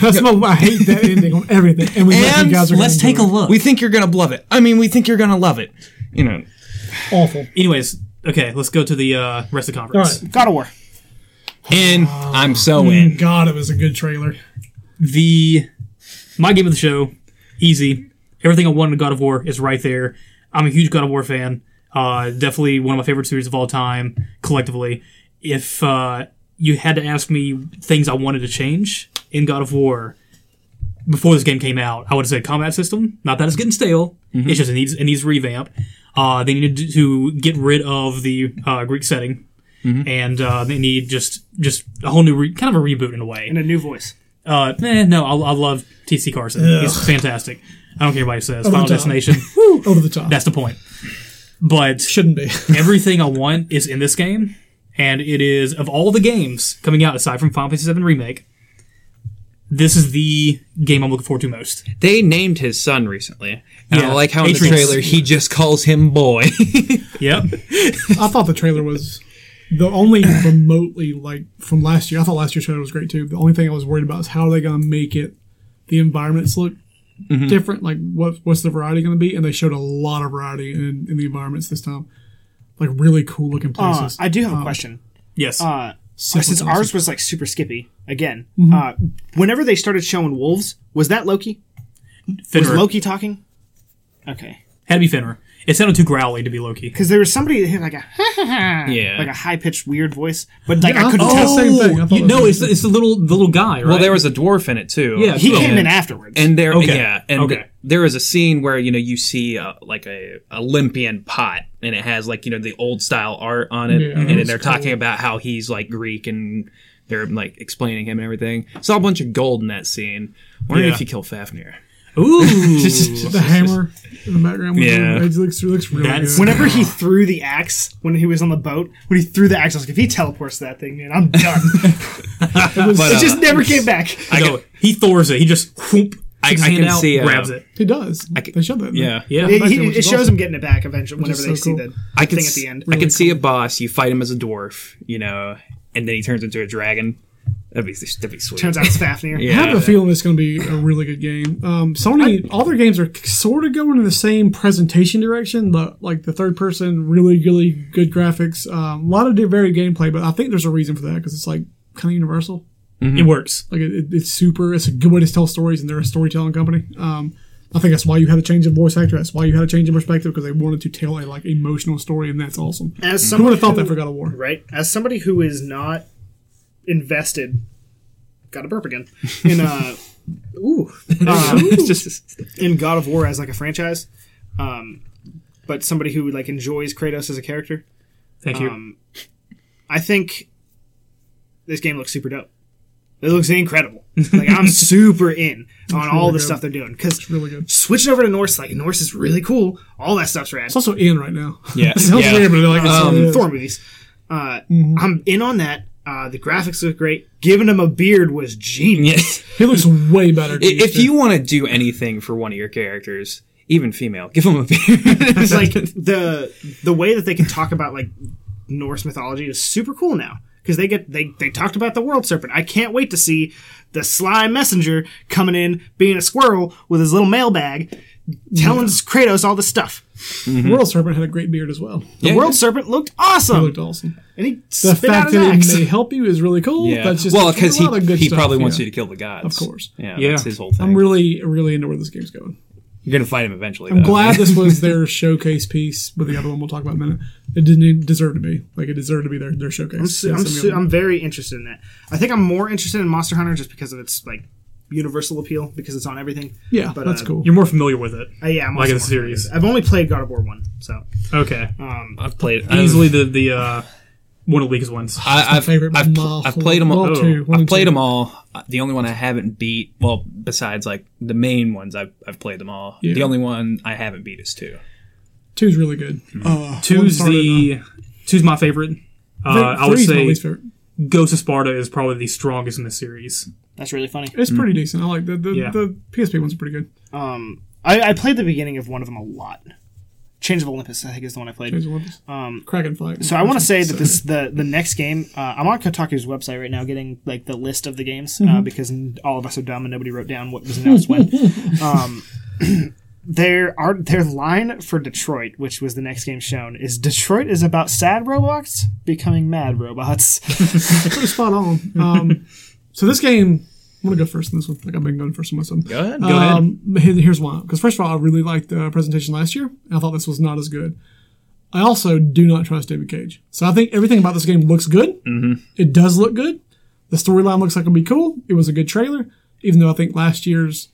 [SPEAKER 4] That's my, I hate that ending on everything. And we think
[SPEAKER 2] And
[SPEAKER 4] you guys are
[SPEAKER 3] Let's
[SPEAKER 4] gonna
[SPEAKER 3] take a
[SPEAKER 4] enjoy
[SPEAKER 3] look.
[SPEAKER 2] We think you're going to love it. I mean, we think you're going to love it. You know.
[SPEAKER 4] it. Awful.
[SPEAKER 3] Anyways, okay, let's go to the uh, rest of the conference.
[SPEAKER 4] All
[SPEAKER 1] God of War.
[SPEAKER 2] And I'm so in.
[SPEAKER 4] God, it was a good trailer.
[SPEAKER 3] The my game of the show, easy. everything I wanted in God of War is right there. I'm a huge God of War fan. Uh, definitely one of my favorite series of all time, collectively. If uh, you had to ask me things I wanted to change in God of War before this game came out, I would say combat system. Not that it's getting stale. It's just it needs it needs revamp. Uh, they needed to get rid of the uh, Greek setting, and uh, they need just just a whole new re- kind of a reboot in a way.
[SPEAKER 1] in a new voice.
[SPEAKER 3] Uh, eh, no, I, I love TC Carson. He's fantastic. I don't care what he says. Final
[SPEAKER 4] top.
[SPEAKER 3] Destination.
[SPEAKER 4] Over the top.
[SPEAKER 3] That's the point. But
[SPEAKER 4] Shouldn't be.
[SPEAKER 3] everything I want is in this game, and it is of all the games coming out aside from Final Fantasy VII Remake. This is the game I'm looking forward to most.
[SPEAKER 2] They named his son recently. And
[SPEAKER 3] Yeah.
[SPEAKER 2] I like how in the
[SPEAKER 3] Atreus.
[SPEAKER 2] trailer he just calls him boy.
[SPEAKER 3] Yep.
[SPEAKER 4] I thought the trailer was the only remotely like from last year. I thought last year's trailer was great too. The only thing I was worried about is how are they going to make it the environments look
[SPEAKER 2] Mm-hmm.
[SPEAKER 4] different. Like what what's the variety going to be? And they showed a lot of variety in, in the environments this time. Like really cool looking
[SPEAKER 1] Uh,
[SPEAKER 4] places.
[SPEAKER 1] I do have a question.
[SPEAKER 3] yes.
[SPEAKER 1] Uh, since
[SPEAKER 4] awesome.
[SPEAKER 1] ours was like super skippy again, uh, whenever they started showing wolves, was that Loki? Was
[SPEAKER 3] Fenrir.
[SPEAKER 1] Loki talking? Okay,
[SPEAKER 3] Had to be Fenrir. It sounded too growly to be Loki.
[SPEAKER 1] because there was somebody that had like a like a high pitched weird voice, but like I couldn't
[SPEAKER 4] oh,
[SPEAKER 1] tell.
[SPEAKER 4] same thing. I thought it
[SPEAKER 3] you-
[SPEAKER 4] was
[SPEAKER 3] no,
[SPEAKER 4] the
[SPEAKER 3] it's, it's the little the little guy, right?
[SPEAKER 2] well, there was a dwarf in it too.
[SPEAKER 3] Yeah,
[SPEAKER 1] He
[SPEAKER 3] Oh.
[SPEAKER 1] came in
[SPEAKER 2] And-
[SPEAKER 1] afterwards.
[SPEAKER 2] And there,
[SPEAKER 3] Okay.
[SPEAKER 2] yeah, and
[SPEAKER 3] Okay.
[SPEAKER 2] there is a scene where you know you see uh, like a Olympian pot, and it has like you know the old style art on it,
[SPEAKER 4] Yeah,
[SPEAKER 2] and
[SPEAKER 4] that's
[SPEAKER 2] they're talking about how he's like Greek, and they're like explaining him and everything. Saw a bunch of gold in that scene. Wondering
[SPEAKER 3] Yeah.
[SPEAKER 2] if he killed Fafnir.
[SPEAKER 3] ooh.
[SPEAKER 4] the hammer in the background.
[SPEAKER 2] Yeah.
[SPEAKER 4] it looks it looks really
[SPEAKER 3] That's-
[SPEAKER 4] good.
[SPEAKER 1] Whenever he threw the axe when he was on the boat, when he threw the axe, I was like, if he teleports to that thing, man, I'm done.
[SPEAKER 2] But,
[SPEAKER 1] it just
[SPEAKER 2] uh,
[SPEAKER 1] never came back.
[SPEAKER 2] I
[SPEAKER 3] no,
[SPEAKER 2] can-
[SPEAKER 3] he Thors it. He just whoop,
[SPEAKER 2] I-
[SPEAKER 3] sticks
[SPEAKER 2] I
[SPEAKER 3] his hand
[SPEAKER 2] can
[SPEAKER 3] out,
[SPEAKER 2] see, uh,
[SPEAKER 3] grabs it.
[SPEAKER 4] He does.
[SPEAKER 2] c-
[SPEAKER 4] they showed that.
[SPEAKER 2] yeah,
[SPEAKER 3] Yeah.
[SPEAKER 1] It,
[SPEAKER 4] Actually,
[SPEAKER 1] he-
[SPEAKER 4] which
[SPEAKER 1] it
[SPEAKER 4] is
[SPEAKER 1] shows
[SPEAKER 4] awesome.
[SPEAKER 1] them getting it back eventually
[SPEAKER 4] Which
[SPEAKER 1] whenever
[SPEAKER 4] is
[SPEAKER 1] they
[SPEAKER 4] so
[SPEAKER 1] see
[SPEAKER 4] cool.
[SPEAKER 1] the
[SPEAKER 2] I can
[SPEAKER 1] thing at
[SPEAKER 2] s-
[SPEAKER 1] the end.
[SPEAKER 2] I can see a boss. You fight him as a dwarf, you know, and then he turns into a dragon. That'd be that'd be sweet.
[SPEAKER 1] Turns out it's Fafnir.
[SPEAKER 2] yeah.
[SPEAKER 4] I have a feeling it's going to be a really good game. Um, Sony, all their games are sort of going in the same presentation direction, but like the third person, really, really good graphics, um, a lot of di- varied gameplay. But I think there's a reason for that because it's like kind of universal.
[SPEAKER 3] It works.
[SPEAKER 4] Like it, it- it's super. It's a good way to tell stories, and they're a storytelling company. Um, I think that's why you had a change in voice actor. That's why you had a change in perspective because they wanted to tell a like emotional story, and that's awesome.
[SPEAKER 1] As
[SPEAKER 4] Who would
[SPEAKER 1] someone
[SPEAKER 4] have thought
[SPEAKER 1] who-
[SPEAKER 4] that for God of War?
[SPEAKER 1] right? As somebody who is not invested, got a burp again in uh, ooh, um,
[SPEAKER 2] it's just
[SPEAKER 1] in God of War as like a franchise, um, but somebody who like enjoys Kratos as a character.
[SPEAKER 3] Thank you.
[SPEAKER 1] Um, I think this game looks super dope. It looks incredible. Like I'm super in on all the
[SPEAKER 4] good.
[SPEAKER 1] stuff they're doing because
[SPEAKER 4] Really good. It's
[SPEAKER 1] switching over to Norse, like Norse is really cool. All that stuff's rad.
[SPEAKER 4] also in right now.
[SPEAKER 2] yeah.
[SPEAKER 4] It sounds
[SPEAKER 2] yeah.
[SPEAKER 4] weird, but like it's-
[SPEAKER 1] um,
[SPEAKER 4] it is.
[SPEAKER 1] Thor movies. Uh,
[SPEAKER 4] Mm-hmm.
[SPEAKER 1] I'm in on that. Uh, the graphics look great. Giving him a beard was genius.
[SPEAKER 2] Yes.
[SPEAKER 4] He looks way better.
[SPEAKER 2] I- if you want to do anything for one of your characters, even female, give them a beard.
[SPEAKER 1] It's like the the way that they can talk about like Norse mythology is super cool now because they get they they talked about the world serpent. I can't wait to see the sly messenger coming in being a squirrel with his little mailbag, telling Kratos all this stuff.
[SPEAKER 2] Hmm.
[SPEAKER 4] World Serpent had a great beard as well.
[SPEAKER 1] The
[SPEAKER 2] Yeah.
[SPEAKER 1] world serpent looked
[SPEAKER 4] It
[SPEAKER 1] awesome,
[SPEAKER 4] looked awesome.
[SPEAKER 1] and he
[SPEAKER 4] The
[SPEAKER 1] spit out
[SPEAKER 4] fact
[SPEAKER 1] his
[SPEAKER 4] that
[SPEAKER 1] axe.
[SPEAKER 4] it may help you is really cool.
[SPEAKER 2] yeah.
[SPEAKER 4] That's just
[SPEAKER 2] well, because
[SPEAKER 4] a lot of
[SPEAKER 2] he,
[SPEAKER 4] good
[SPEAKER 2] he
[SPEAKER 4] stuff,
[SPEAKER 2] probably wants
[SPEAKER 4] yeah.
[SPEAKER 2] you to kill the gods.
[SPEAKER 4] Of course.
[SPEAKER 2] Yeah,
[SPEAKER 3] Yeah.
[SPEAKER 2] that's his whole thing.
[SPEAKER 4] I'm really, really into where this game's going.
[SPEAKER 2] You're gonna fight him eventually.
[SPEAKER 4] I'm
[SPEAKER 2] though.
[SPEAKER 4] glad this was their showcase piece with the other one we'll talk about in a minute. It didn't deserve to be. Like, it deserved to be their, their showcase.
[SPEAKER 1] I'm, su- I'm, su- I'm very interested in that. I think I'm more interested in Monster Hunter just because of its like universal appeal because it's on everything.
[SPEAKER 4] yeah,
[SPEAKER 1] but,
[SPEAKER 4] that's
[SPEAKER 1] uh,
[SPEAKER 4] cool.
[SPEAKER 3] You're more familiar with it.
[SPEAKER 1] Uh, yeah, I'm also
[SPEAKER 3] Like in the
[SPEAKER 1] more
[SPEAKER 3] series.
[SPEAKER 1] curious. I've only played God of War one, so
[SPEAKER 3] Okay.
[SPEAKER 1] um,
[SPEAKER 2] I've played
[SPEAKER 3] Easily the the uh, one of the weakest ones.
[SPEAKER 2] I, I've,
[SPEAKER 4] favorite
[SPEAKER 2] I've, pl-
[SPEAKER 4] mall
[SPEAKER 2] I've
[SPEAKER 4] for-
[SPEAKER 2] played them all.
[SPEAKER 4] mall two, one
[SPEAKER 2] I've
[SPEAKER 4] and
[SPEAKER 2] played
[SPEAKER 4] two.
[SPEAKER 2] them all. Uh, The only one I haven't beat, well, besides like the main ones, I've, I've played them all.
[SPEAKER 4] Yeah.
[SPEAKER 2] The only one I haven't beat is two.
[SPEAKER 4] Two's really good. Uh, one
[SPEAKER 3] Two's
[SPEAKER 4] started,
[SPEAKER 3] the two's my favorite.
[SPEAKER 4] uh,
[SPEAKER 3] Uh, I would
[SPEAKER 4] three's my
[SPEAKER 3] say
[SPEAKER 4] least favorite.
[SPEAKER 3] Ghost of Sparta is probably the strongest in the series.
[SPEAKER 1] that's really funny.
[SPEAKER 4] It's
[SPEAKER 2] Hmm.
[SPEAKER 4] pretty decent. I like the the,
[SPEAKER 3] Yeah.
[SPEAKER 4] the PSP one's pretty good.
[SPEAKER 1] Um, I, I played the beginning of one of them a lot. Change of Olympus, I think, is the one I played.
[SPEAKER 4] There's one.
[SPEAKER 1] Um,
[SPEAKER 4] Kraken fight.
[SPEAKER 1] so I want to say that this the the next game. Uh, I'm on Kotaku's website right now, getting like the list of the games uh, because n- all of us are dumb and nobody wrote down what was announced when. Um, their are their line for Detroit, which was the next game shown, is Detroit is about sad robots becoming mad robots.
[SPEAKER 4] pretty spot on. Um, so this game I'm gonna go first in this one. Like I've been going first in most of them.
[SPEAKER 2] Go ahead.
[SPEAKER 3] Go ahead.
[SPEAKER 4] Um, here- here's why. Because first of all, I really liked the uh, presentation last year, and I thought this was not as good. I also do not trust David Cage, so I think everything about this game looks good. Mm-hmm. It does look good. The storyline looks like it'll be cool. It was a good trailer, even though I think last year's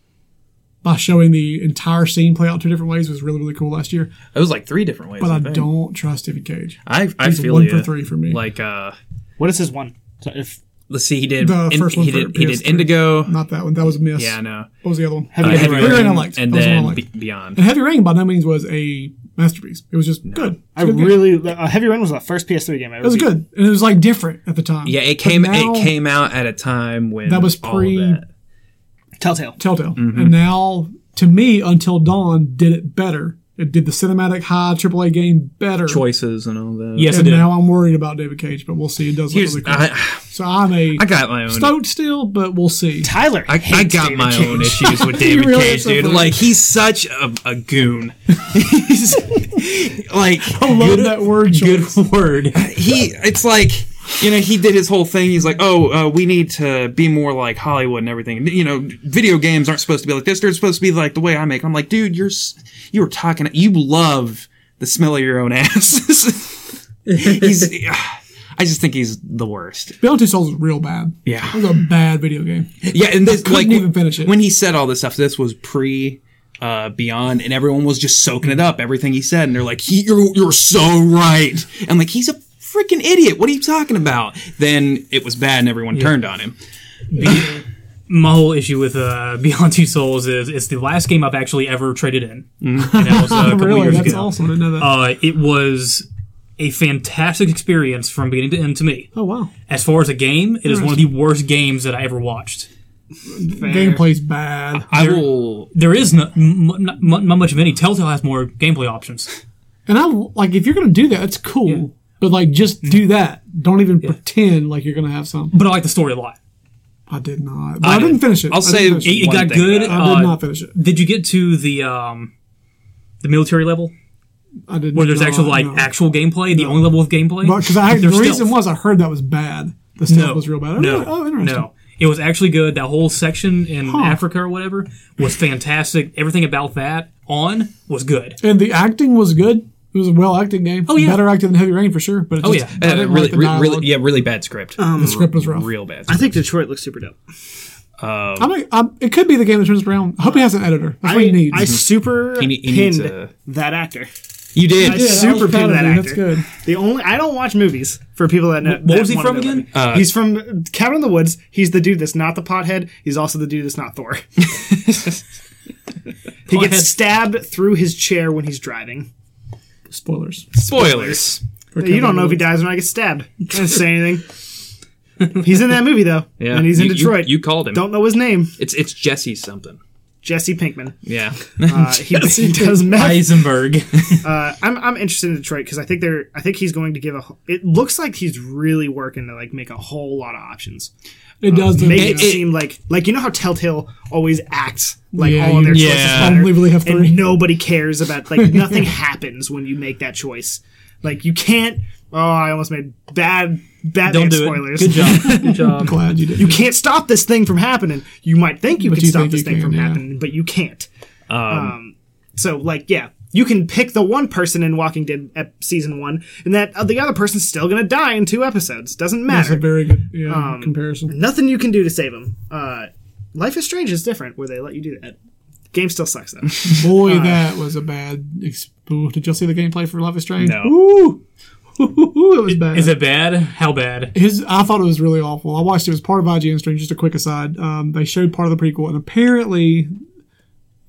[SPEAKER 4] by showing the entire scene play out two different ways was really really cool last year.
[SPEAKER 2] It was like three different ways.
[SPEAKER 4] But I
[SPEAKER 2] think.
[SPEAKER 4] don't trust David Cage.
[SPEAKER 2] I, I
[SPEAKER 4] He's
[SPEAKER 2] feel
[SPEAKER 4] one
[SPEAKER 2] you.
[SPEAKER 4] for three for me.
[SPEAKER 2] Like uh,
[SPEAKER 1] What is his one? So if
[SPEAKER 2] let's see, he did.
[SPEAKER 4] The
[SPEAKER 2] in-
[SPEAKER 4] first one
[SPEAKER 2] he
[SPEAKER 4] for
[SPEAKER 2] did. He did
[SPEAKER 4] PS3.
[SPEAKER 2] Indigo.
[SPEAKER 4] Not that one. That was a miss.
[SPEAKER 2] Yeah, I know.
[SPEAKER 4] What was the other one?
[SPEAKER 1] Heavy
[SPEAKER 2] Uh,
[SPEAKER 1] Rain.
[SPEAKER 2] Heavy
[SPEAKER 1] Heavy
[SPEAKER 4] Rain I
[SPEAKER 2] Rain,
[SPEAKER 4] liked.
[SPEAKER 2] and
[SPEAKER 4] That was the one I
[SPEAKER 2] then
[SPEAKER 4] liked.
[SPEAKER 2] Be- Beyond.
[SPEAKER 4] And Heavy Rain by no means was a masterpiece. It was just good.
[SPEAKER 1] I really uh, Heavy Rain was the first PS3 game I ever.
[SPEAKER 4] It was
[SPEAKER 1] beat.
[SPEAKER 4] good, and it was like different at the time.
[SPEAKER 2] Yeah, it
[SPEAKER 4] But
[SPEAKER 2] came.
[SPEAKER 4] now-
[SPEAKER 2] it came out at a time when
[SPEAKER 4] That was
[SPEAKER 2] all of
[SPEAKER 4] pre-
[SPEAKER 2] that.
[SPEAKER 1] Telltale.
[SPEAKER 4] Telltale,
[SPEAKER 3] Mm-hmm.
[SPEAKER 4] and now to me, Until Dawn did it better. It did the cinematic high AAA game better.
[SPEAKER 2] choices and all that.
[SPEAKER 3] Yes, it
[SPEAKER 4] And
[SPEAKER 3] did.
[SPEAKER 4] now I'm worried about David Cage, but we'll see. It does look
[SPEAKER 2] Here's,
[SPEAKER 4] really cool.
[SPEAKER 2] I,
[SPEAKER 4] so I'm a
[SPEAKER 2] I got my own.
[SPEAKER 4] stoked still, but we'll see.
[SPEAKER 1] Tyler.
[SPEAKER 2] I, I
[SPEAKER 1] hates
[SPEAKER 2] got
[SPEAKER 1] David
[SPEAKER 2] my
[SPEAKER 1] Cage.
[SPEAKER 2] own issues with David
[SPEAKER 4] really
[SPEAKER 2] Cage,
[SPEAKER 4] is so
[SPEAKER 2] dude.
[SPEAKER 4] funny.
[SPEAKER 2] Like he's such a, a goon. he's like
[SPEAKER 4] Love that word.
[SPEAKER 3] Good
[SPEAKER 4] choice.
[SPEAKER 3] word.
[SPEAKER 2] he it's like you know he did his whole thing he's like oh uh, we need to be more like hollywood and everything you know video games aren't supposed to be like this they're supposed to be like the way i make i'm like dude you're s- you were talking you love the smell of your own ass he's i just think he's the worst
[SPEAKER 4] Beyond Two Souls is real bad.
[SPEAKER 2] Yeah.
[SPEAKER 4] it was a bad video game.
[SPEAKER 2] yeah and this like
[SPEAKER 4] couldn't even finish it.
[SPEAKER 2] when he said all this stuff this was pre uh, beyond and everyone was just soaking it up everything he said and they're like he, you're, you're so right and like he's a freaking idiot what are you talking about then it was bad and everyone turned on him
[SPEAKER 3] My whole issue with uh, Beyond Two Souls is it's the last game I've actually ever traded in.
[SPEAKER 2] Mm.
[SPEAKER 3] And that was uh, a couple
[SPEAKER 4] Really,
[SPEAKER 3] years
[SPEAKER 4] that's
[SPEAKER 3] ago.
[SPEAKER 4] awesome. I didn't know that.
[SPEAKER 3] Uh, it was a fantastic experience from beginning to end to me.
[SPEAKER 4] oh wow,
[SPEAKER 3] As far as a game, it is one of the worst games that I ever watched.
[SPEAKER 4] gameplay's bad.
[SPEAKER 2] i will
[SPEAKER 3] There is not, m- m- not, mu- not much of any. Telltale has more gameplay options.
[SPEAKER 4] And I like if you're gonna do that, it's cool. But like, just do
[SPEAKER 3] Mm-hmm.
[SPEAKER 4] that. Don't even pretend like you're gonna have something.
[SPEAKER 3] But I like the story a lot.
[SPEAKER 4] I did not. But I, didn't finish it.
[SPEAKER 2] i'll
[SPEAKER 4] I didn't
[SPEAKER 2] say
[SPEAKER 4] finish it.
[SPEAKER 3] It, it
[SPEAKER 2] one
[SPEAKER 3] got
[SPEAKER 2] thing
[SPEAKER 3] good.
[SPEAKER 2] about it.
[SPEAKER 4] I
[SPEAKER 3] uh,
[SPEAKER 4] did not finish it.
[SPEAKER 3] Did you get to the um, the military level
[SPEAKER 4] I did.
[SPEAKER 3] where there's
[SPEAKER 4] not,
[SPEAKER 3] actual like
[SPEAKER 4] no.
[SPEAKER 3] actual gameplay? The only level with gameplay.
[SPEAKER 4] Because I the
[SPEAKER 3] There's
[SPEAKER 4] reason
[SPEAKER 3] stealth.
[SPEAKER 4] was I heard that was bad. The stuff was real bad. Oh,
[SPEAKER 3] No.
[SPEAKER 4] really? Oh, interesting.
[SPEAKER 3] No. It was actually good. That whole section in Africa or whatever was fantastic. Everything about that on was good.
[SPEAKER 4] And the acting was good. It was a well acted game. Oh
[SPEAKER 3] yeah.
[SPEAKER 4] better acting than Heavy Rain for sure. But it
[SPEAKER 3] Oh,
[SPEAKER 4] just,
[SPEAKER 3] yeah.
[SPEAKER 4] I didn't like
[SPEAKER 2] Uh, really,
[SPEAKER 4] the
[SPEAKER 2] re-
[SPEAKER 4] dialogue.
[SPEAKER 2] really, yeah, really bad script.
[SPEAKER 4] The script was rough.
[SPEAKER 2] real bad.
[SPEAKER 1] Um, I think Detroit looks super dope.
[SPEAKER 4] I mean, I'm, it could be the game that turns around. I hope it has an editor. That's what
[SPEAKER 1] I,
[SPEAKER 4] he needs.
[SPEAKER 1] I super
[SPEAKER 2] He ne- he needs
[SPEAKER 1] pinned
[SPEAKER 2] a-
[SPEAKER 1] that actor.
[SPEAKER 2] You did.
[SPEAKER 1] I super pinned
[SPEAKER 4] proud of
[SPEAKER 1] that
[SPEAKER 4] you.
[SPEAKER 1] actor.
[SPEAKER 4] That's good.
[SPEAKER 1] The only I don't watch movies for people that know.
[SPEAKER 3] What
[SPEAKER 1] that
[SPEAKER 3] was he
[SPEAKER 1] wanna
[SPEAKER 3] from
[SPEAKER 1] know
[SPEAKER 3] again?
[SPEAKER 1] that. he's from Cabin in the Woods. He's the dude that's not the pothead. He's also the dude that's not Thor. he
[SPEAKER 3] Pothead.
[SPEAKER 1] gets stabbed through his chair when he's driving.
[SPEAKER 4] Spoilers.
[SPEAKER 2] Spoilers.
[SPEAKER 4] For
[SPEAKER 1] You don't
[SPEAKER 4] Kevin
[SPEAKER 1] know if he
[SPEAKER 4] Woods.
[SPEAKER 1] dies or not. He Gets stabbed. Can't say anything. He's in that movie though,
[SPEAKER 2] Yeah,
[SPEAKER 1] and he's in
[SPEAKER 2] You- you-
[SPEAKER 1] Detroit.
[SPEAKER 2] You, called him.
[SPEAKER 1] don't know his name.
[SPEAKER 2] It's it's Jesse something.
[SPEAKER 1] Jesse Pinkman.
[SPEAKER 2] Yeah.
[SPEAKER 1] Uh, he, he does meth.
[SPEAKER 3] Heisenberg.
[SPEAKER 1] Uh, I'm I'm interested in Detroit because I think they're I think he's going to give a. wh- It looks like he's really working to like make a whole lot of options,
[SPEAKER 4] It does.
[SPEAKER 1] make it,
[SPEAKER 2] it- it-
[SPEAKER 1] seem like like you know how Telltale always acts like
[SPEAKER 4] Yeah,
[SPEAKER 1] all of their
[SPEAKER 4] you-
[SPEAKER 1] choices
[SPEAKER 2] yeah.
[SPEAKER 1] matter,
[SPEAKER 4] Only really have three.
[SPEAKER 1] and nobody cares about like nothing happens when you make that choice. Like you can't. Oh, I almost made bad Batman
[SPEAKER 3] Don't do
[SPEAKER 1] spoilers.
[SPEAKER 3] it. Good job. Good job.
[SPEAKER 4] glad you did.
[SPEAKER 1] You can't stop this thing from happening. You might think you
[SPEAKER 4] But
[SPEAKER 1] can
[SPEAKER 4] you
[SPEAKER 1] stop
[SPEAKER 4] think
[SPEAKER 1] this
[SPEAKER 4] you
[SPEAKER 1] thing
[SPEAKER 4] can,
[SPEAKER 1] from
[SPEAKER 4] yeah.
[SPEAKER 1] happening, but you can't. Um, so like, yeah, you can pick the one person in Walking Dead ep- season one, and that uh, the other person's still gonna die in two episodes. Doesn't
[SPEAKER 4] That's a
[SPEAKER 1] matter.
[SPEAKER 4] very good yeah,
[SPEAKER 1] Um,
[SPEAKER 4] comparison.
[SPEAKER 1] Nothing you can do to save him. Uh, Life is Strange is different, where they let you do that. Game still sucks though.
[SPEAKER 4] Boy, that was a bad. Ex- Ooh, did y'all see the gameplay for Life is Strange?
[SPEAKER 2] No.
[SPEAKER 4] Ooh, Ooh, it was bad.
[SPEAKER 3] Is it bad? How bad?
[SPEAKER 4] His, I thought it was really awful. I watched it. It was part of IGN stream. Just a quick aside. Um, they showed part of the prequel, and apparently,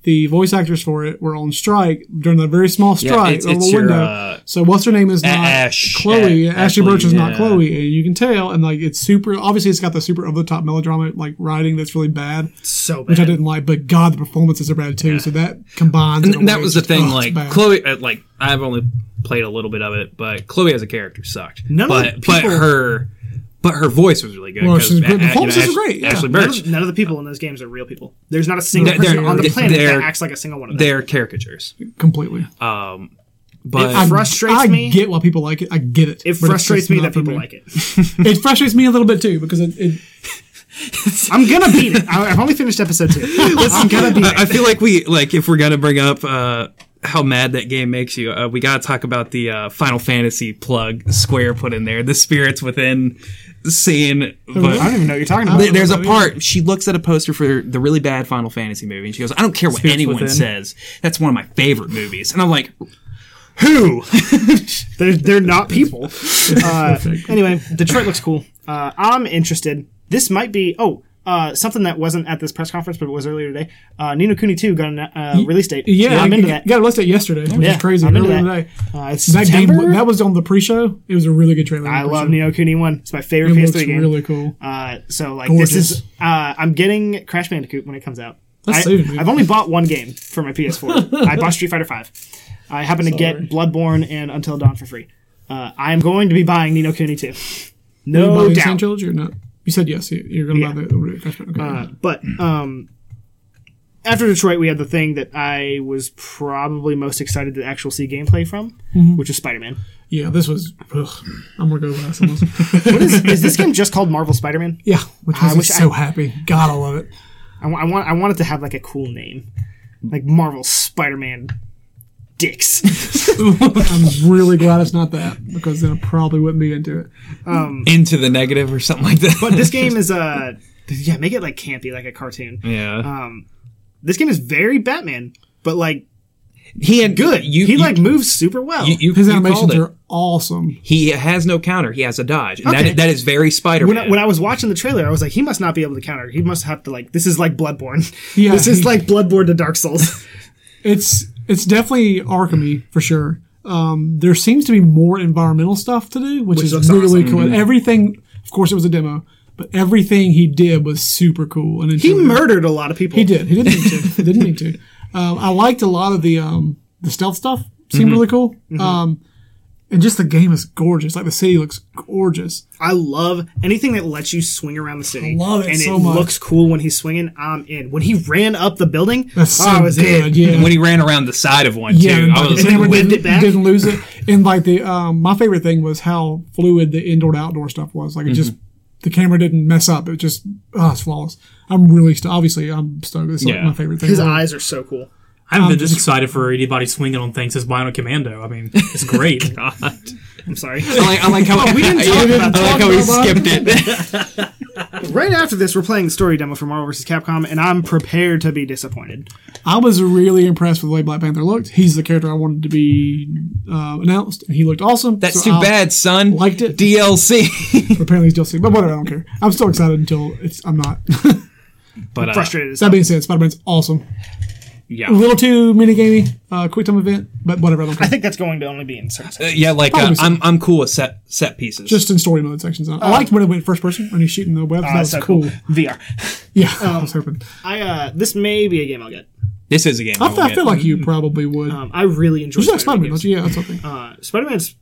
[SPEAKER 4] the voice actors for it were on strike during that very small strike.
[SPEAKER 2] it's-
[SPEAKER 4] on
[SPEAKER 2] it's
[SPEAKER 4] the
[SPEAKER 2] your,
[SPEAKER 4] window.
[SPEAKER 2] uh,
[SPEAKER 4] so what's her name is not
[SPEAKER 2] Ash-
[SPEAKER 4] Chloe.
[SPEAKER 2] A-
[SPEAKER 4] Ashley
[SPEAKER 2] Ashley,
[SPEAKER 4] Birch is not
[SPEAKER 2] yeah.
[SPEAKER 4] Chloe, and you can tell. And like, it's super. Obviously, it's got the super over the top melodrama like writing that's really bad,
[SPEAKER 1] so
[SPEAKER 4] which I
[SPEAKER 1] bad.
[SPEAKER 4] didn't like. But God, the performances are bad too. So that combines. in a
[SPEAKER 2] And that
[SPEAKER 4] way,
[SPEAKER 2] was the
[SPEAKER 4] just,
[SPEAKER 2] thing.
[SPEAKER 4] oh, it's
[SPEAKER 2] like
[SPEAKER 4] bad.
[SPEAKER 2] Chloe, uh, like I've only played a little bit of it, but Chloe as a character sucked.
[SPEAKER 1] None of
[SPEAKER 2] but
[SPEAKER 1] the
[SPEAKER 2] but
[SPEAKER 1] people-
[SPEAKER 2] her, but her voice was really good.
[SPEAKER 4] Well,
[SPEAKER 2] 'cause
[SPEAKER 4] she's great.
[SPEAKER 2] A-
[SPEAKER 4] The
[SPEAKER 2] A-
[SPEAKER 4] performances
[SPEAKER 2] Ash-
[SPEAKER 4] are great, yeah.
[SPEAKER 2] Ashley
[SPEAKER 1] None
[SPEAKER 2] Birch,
[SPEAKER 1] of, none of the people in those games are real people. There's not a single
[SPEAKER 2] They're-
[SPEAKER 1] person
[SPEAKER 2] they're-
[SPEAKER 1] on the
[SPEAKER 2] they're-
[SPEAKER 1] planet that
[SPEAKER 2] they're-
[SPEAKER 1] acts like a single one of them.
[SPEAKER 2] they're caricatures.
[SPEAKER 4] completely.
[SPEAKER 2] Um, but
[SPEAKER 1] I- frustrates
[SPEAKER 4] I
[SPEAKER 1] me.
[SPEAKER 4] get why people like it. I get it.
[SPEAKER 1] It
[SPEAKER 4] but it's
[SPEAKER 1] frustrates
[SPEAKER 4] just
[SPEAKER 1] me that
[SPEAKER 4] not for
[SPEAKER 1] people like it.
[SPEAKER 4] It frustrates me a little bit too because it, it
[SPEAKER 1] I'm gonna beat it. I, I've only finished episode two. I'm gonna beat
[SPEAKER 2] I, I
[SPEAKER 1] it.
[SPEAKER 2] feel like we like if we're gonna bring up uh, how mad that game makes you, uh, we gotta talk about the uh, Final Fantasy plug Square put in there. The spirits within scene.
[SPEAKER 1] I don't
[SPEAKER 2] But
[SPEAKER 1] even know what you're talking about.
[SPEAKER 2] th- there's a part she looks at a poster for the really bad Final Fantasy movie, and she goes, "I don't care what
[SPEAKER 3] Spirits
[SPEAKER 2] anyone
[SPEAKER 3] Within.
[SPEAKER 2] says. That's one of my favorite movies." And I'm like, "Who?"
[SPEAKER 1] They're, they're not people. Uh, anyway, Detroit looks cool. Uh, I'm interested. This might be oh uh, something that wasn't at this press conference, but it was earlier today. Uh, Nino Kuni two got a uh, release date.
[SPEAKER 4] Yeah,
[SPEAKER 1] I'm
[SPEAKER 4] I
[SPEAKER 1] into
[SPEAKER 4] g-
[SPEAKER 1] that.
[SPEAKER 4] got a list it yesterday, which
[SPEAKER 1] Yeah,
[SPEAKER 4] is crazy.
[SPEAKER 1] I'm into
[SPEAKER 4] Earlier
[SPEAKER 1] that.
[SPEAKER 4] today.
[SPEAKER 1] Uh, it's
[SPEAKER 4] That game,
[SPEAKER 1] September?
[SPEAKER 4] that was on the pre-show. It was a really good trailer. on
[SPEAKER 1] I
[SPEAKER 4] the
[SPEAKER 1] love
[SPEAKER 4] pre-show.
[SPEAKER 1] Nino Kuni one. It's my favorite
[SPEAKER 4] It
[SPEAKER 1] PS3
[SPEAKER 4] looks
[SPEAKER 1] game.
[SPEAKER 4] really cool.
[SPEAKER 1] Uh, so like this
[SPEAKER 4] Gorgeous.
[SPEAKER 1] is uh, I'm getting Crash Bandicoot when it comes out.
[SPEAKER 4] That's
[SPEAKER 1] I,
[SPEAKER 4] soon, dude.
[SPEAKER 1] I've only bought one game for my PS4. I bought Street Fighter Five. I happen to get Bloodborne and Until Dawn for free. Uh, I am going to be buying Nino Kuni 2.
[SPEAKER 4] you buy
[SPEAKER 1] No
[SPEAKER 4] the
[SPEAKER 1] doubt.
[SPEAKER 4] Insane trilogy or not? You said yes. you- You're gonna
[SPEAKER 1] Yeah.
[SPEAKER 4] buy the. Okay.
[SPEAKER 1] Uh, but um, after Detroit, we had the thing that I was probably most excited to actually see gameplay from,
[SPEAKER 4] Mm-hmm.
[SPEAKER 1] which is Spider Man.
[SPEAKER 4] yeah, this was. Ugh, I'm gonna go last. on this.
[SPEAKER 1] is this game just called Marvel Spider Man?
[SPEAKER 4] yeah, which
[SPEAKER 1] I
[SPEAKER 4] makes me
[SPEAKER 1] wish I-
[SPEAKER 4] so happy. God, I love it.
[SPEAKER 1] I, wa- I want I want it to have like a cool name, like Marvel Spider Man Dicks.
[SPEAKER 4] I'm really glad it's not that because then I probably wouldn't be into it.
[SPEAKER 2] Into the negative or something like that.
[SPEAKER 1] but this game is uh yeah, make it like campy, like a cartoon.
[SPEAKER 2] yeah,
[SPEAKER 1] Um, this game is very Batman, but like
[SPEAKER 2] he had
[SPEAKER 1] good.
[SPEAKER 2] You
[SPEAKER 1] he
[SPEAKER 2] you-
[SPEAKER 1] like moves super well.
[SPEAKER 2] you, you,
[SPEAKER 4] His
[SPEAKER 2] you called
[SPEAKER 4] animations
[SPEAKER 2] it.
[SPEAKER 4] are awesome.
[SPEAKER 2] He has no counter. He has a dodge. And
[SPEAKER 1] Okay.
[SPEAKER 2] that, that is very Spider
[SPEAKER 1] when, I,
[SPEAKER 2] Man.
[SPEAKER 1] when I was watching the trailer, I was like, he must not be able to counter. He must have to like. This is like Bloodborne.
[SPEAKER 4] Yeah,
[SPEAKER 1] this is
[SPEAKER 4] he-
[SPEAKER 1] like Bloodborne to Dark Souls.
[SPEAKER 4] It's it's definitely Arkhamy for sure. Um, there seems to be more environmental stuff to do, which,
[SPEAKER 1] looks
[SPEAKER 4] is really
[SPEAKER 1] awesome. Mm-hmm.
[SPEAKER 4] cool. And everything, of course, it was a demo, but everything he did was super cool. And
[SPEAKER 1] he murdered a lot of people.
[SPEAKER 4] He did. He didn't mean to. he didn't mean to. Um, I liked a lot of the um, the stealth stuff. Seemed
[SPEAKER 1] Mm-hmm.
[SPEAKER 4] really cool. Um, and just the game is gorgeous. Like the city looks gorgeous.
[SPEAKER 1] I love anything that lets you swing around the city.
[SPEAKER 4] I love it
[SPEAKER 1] and
[SPEAKER 4] so
[SPEAKER 1] it
[SPEAKER 4] much.
[SPEAKER 1] looks cool when he's swinging. I'm in. When he ran up the building,
[SPEAKER 4] That's so
[SPEAKER 1] Oh, I was in.
[SPEAKER 4] good. Yeah.
[SPEAKER 2] when he ran around the side of one
[SPEAKER 4] Yeah,
[SPEAKER 2] too.
[SPEAKER 4] and
[SPEAKER 2] I
[SPEAKER 4] like,
[SPEAKER 2] was
[SPEAKER 4] it
[SPEAKER 2] like,
[SPEAKER 4] never
[SPEAKER 1] whipped
[SPEAKER 4] did,
[SPEAKER 1] it back.
[SPEAKER 4] didn't lose it. And like the um, my favorite thing was how fluid the indoor to outdoor stuff was. Like it just the camera didn't mess up. It just oh, it's flawless. I'm really st- obviously I'm stoked. This is like
[SPEAKER 2] Yeah.
[SPEAKER 4] my favorite thing.
[SPEAKER 1] His
[SPEAKER 4] ever.
[SPEAKER 1] eyes are so cool.
[SPEAKER 3] I've been just excited for anybody swinging on things as Bionic Commando. I mean, it's great.
[SPEAKER 1] I'm sorry.
[SPEAKER 2] I like, I like how we
[SPEAKER 1] didn't talk about
[SPEAKER 2] I like how he skipped it.
[SPEAKER 1] right after this, we're playing the story demo for Marvel vs. Capcom, and I'm prepared to be disappointed.
[SPEAKER 4] I was really impressed with the way Black Panther looked. He's the character I wanted to be uh, announced, and he looked awesome.
[SPEAKER 2] That's
[SPEAKER 4] So
[SPEAKER 2] too
[SPEAKER 4] I'll-
[SPEAKER 2] bad, son.
[SPEAKER 4] Liked it.
[SPEAKER 2] DLC.
[SPEAKER 4] Apparently, he's DLC, but whatever. I don't care. I'm still excited until it's. I'm not.
[SPEAKER 2] but uh,
[SPEAKER 1] Frustrated. as
[SPEAKER 4] that being said, Spider Man's awesome. A
[SPEAKER 2] Yeah.
[SPEAKER 4] little too minigamey, uh, quick time event, but whatever. I don't care.
[SPEAKER 1] I think that's going to only be in certain.
[SPEAKER 2] Uh, Yeah, like uh,
[SPEAKER 4] Probably so.
[SPEAKER 2] I'm I'm cool with set set pieces.
[SPEAKER 4] just in story mode sections. I liked when it went first person when he's shooting the webs. that was
[SPEAKER 1] Oh. Ah, so
[SPEAKER 4] cool.
[SPEAKER 1] VR.
[SPEAKER 4] Yeah, I was hoping.
[SPEAKER 1] I uh, this may be a game I'll get.
[SPEAKER 2] this is a game.
[SPEAKER 4] I,
[SPEAKER 2] I,
[SPEAKER 4] feel- I feel like you probably would.
[SPEAKER 1] Um, I really enjoy.
[SPEAKER 4] you like Spider
[SPEAKER 1] Spider-Man
[SPEAKER 4] Man, don't you? Yeah, that's something.
[SPEAKER 1] games. Uh, Spider-Man's.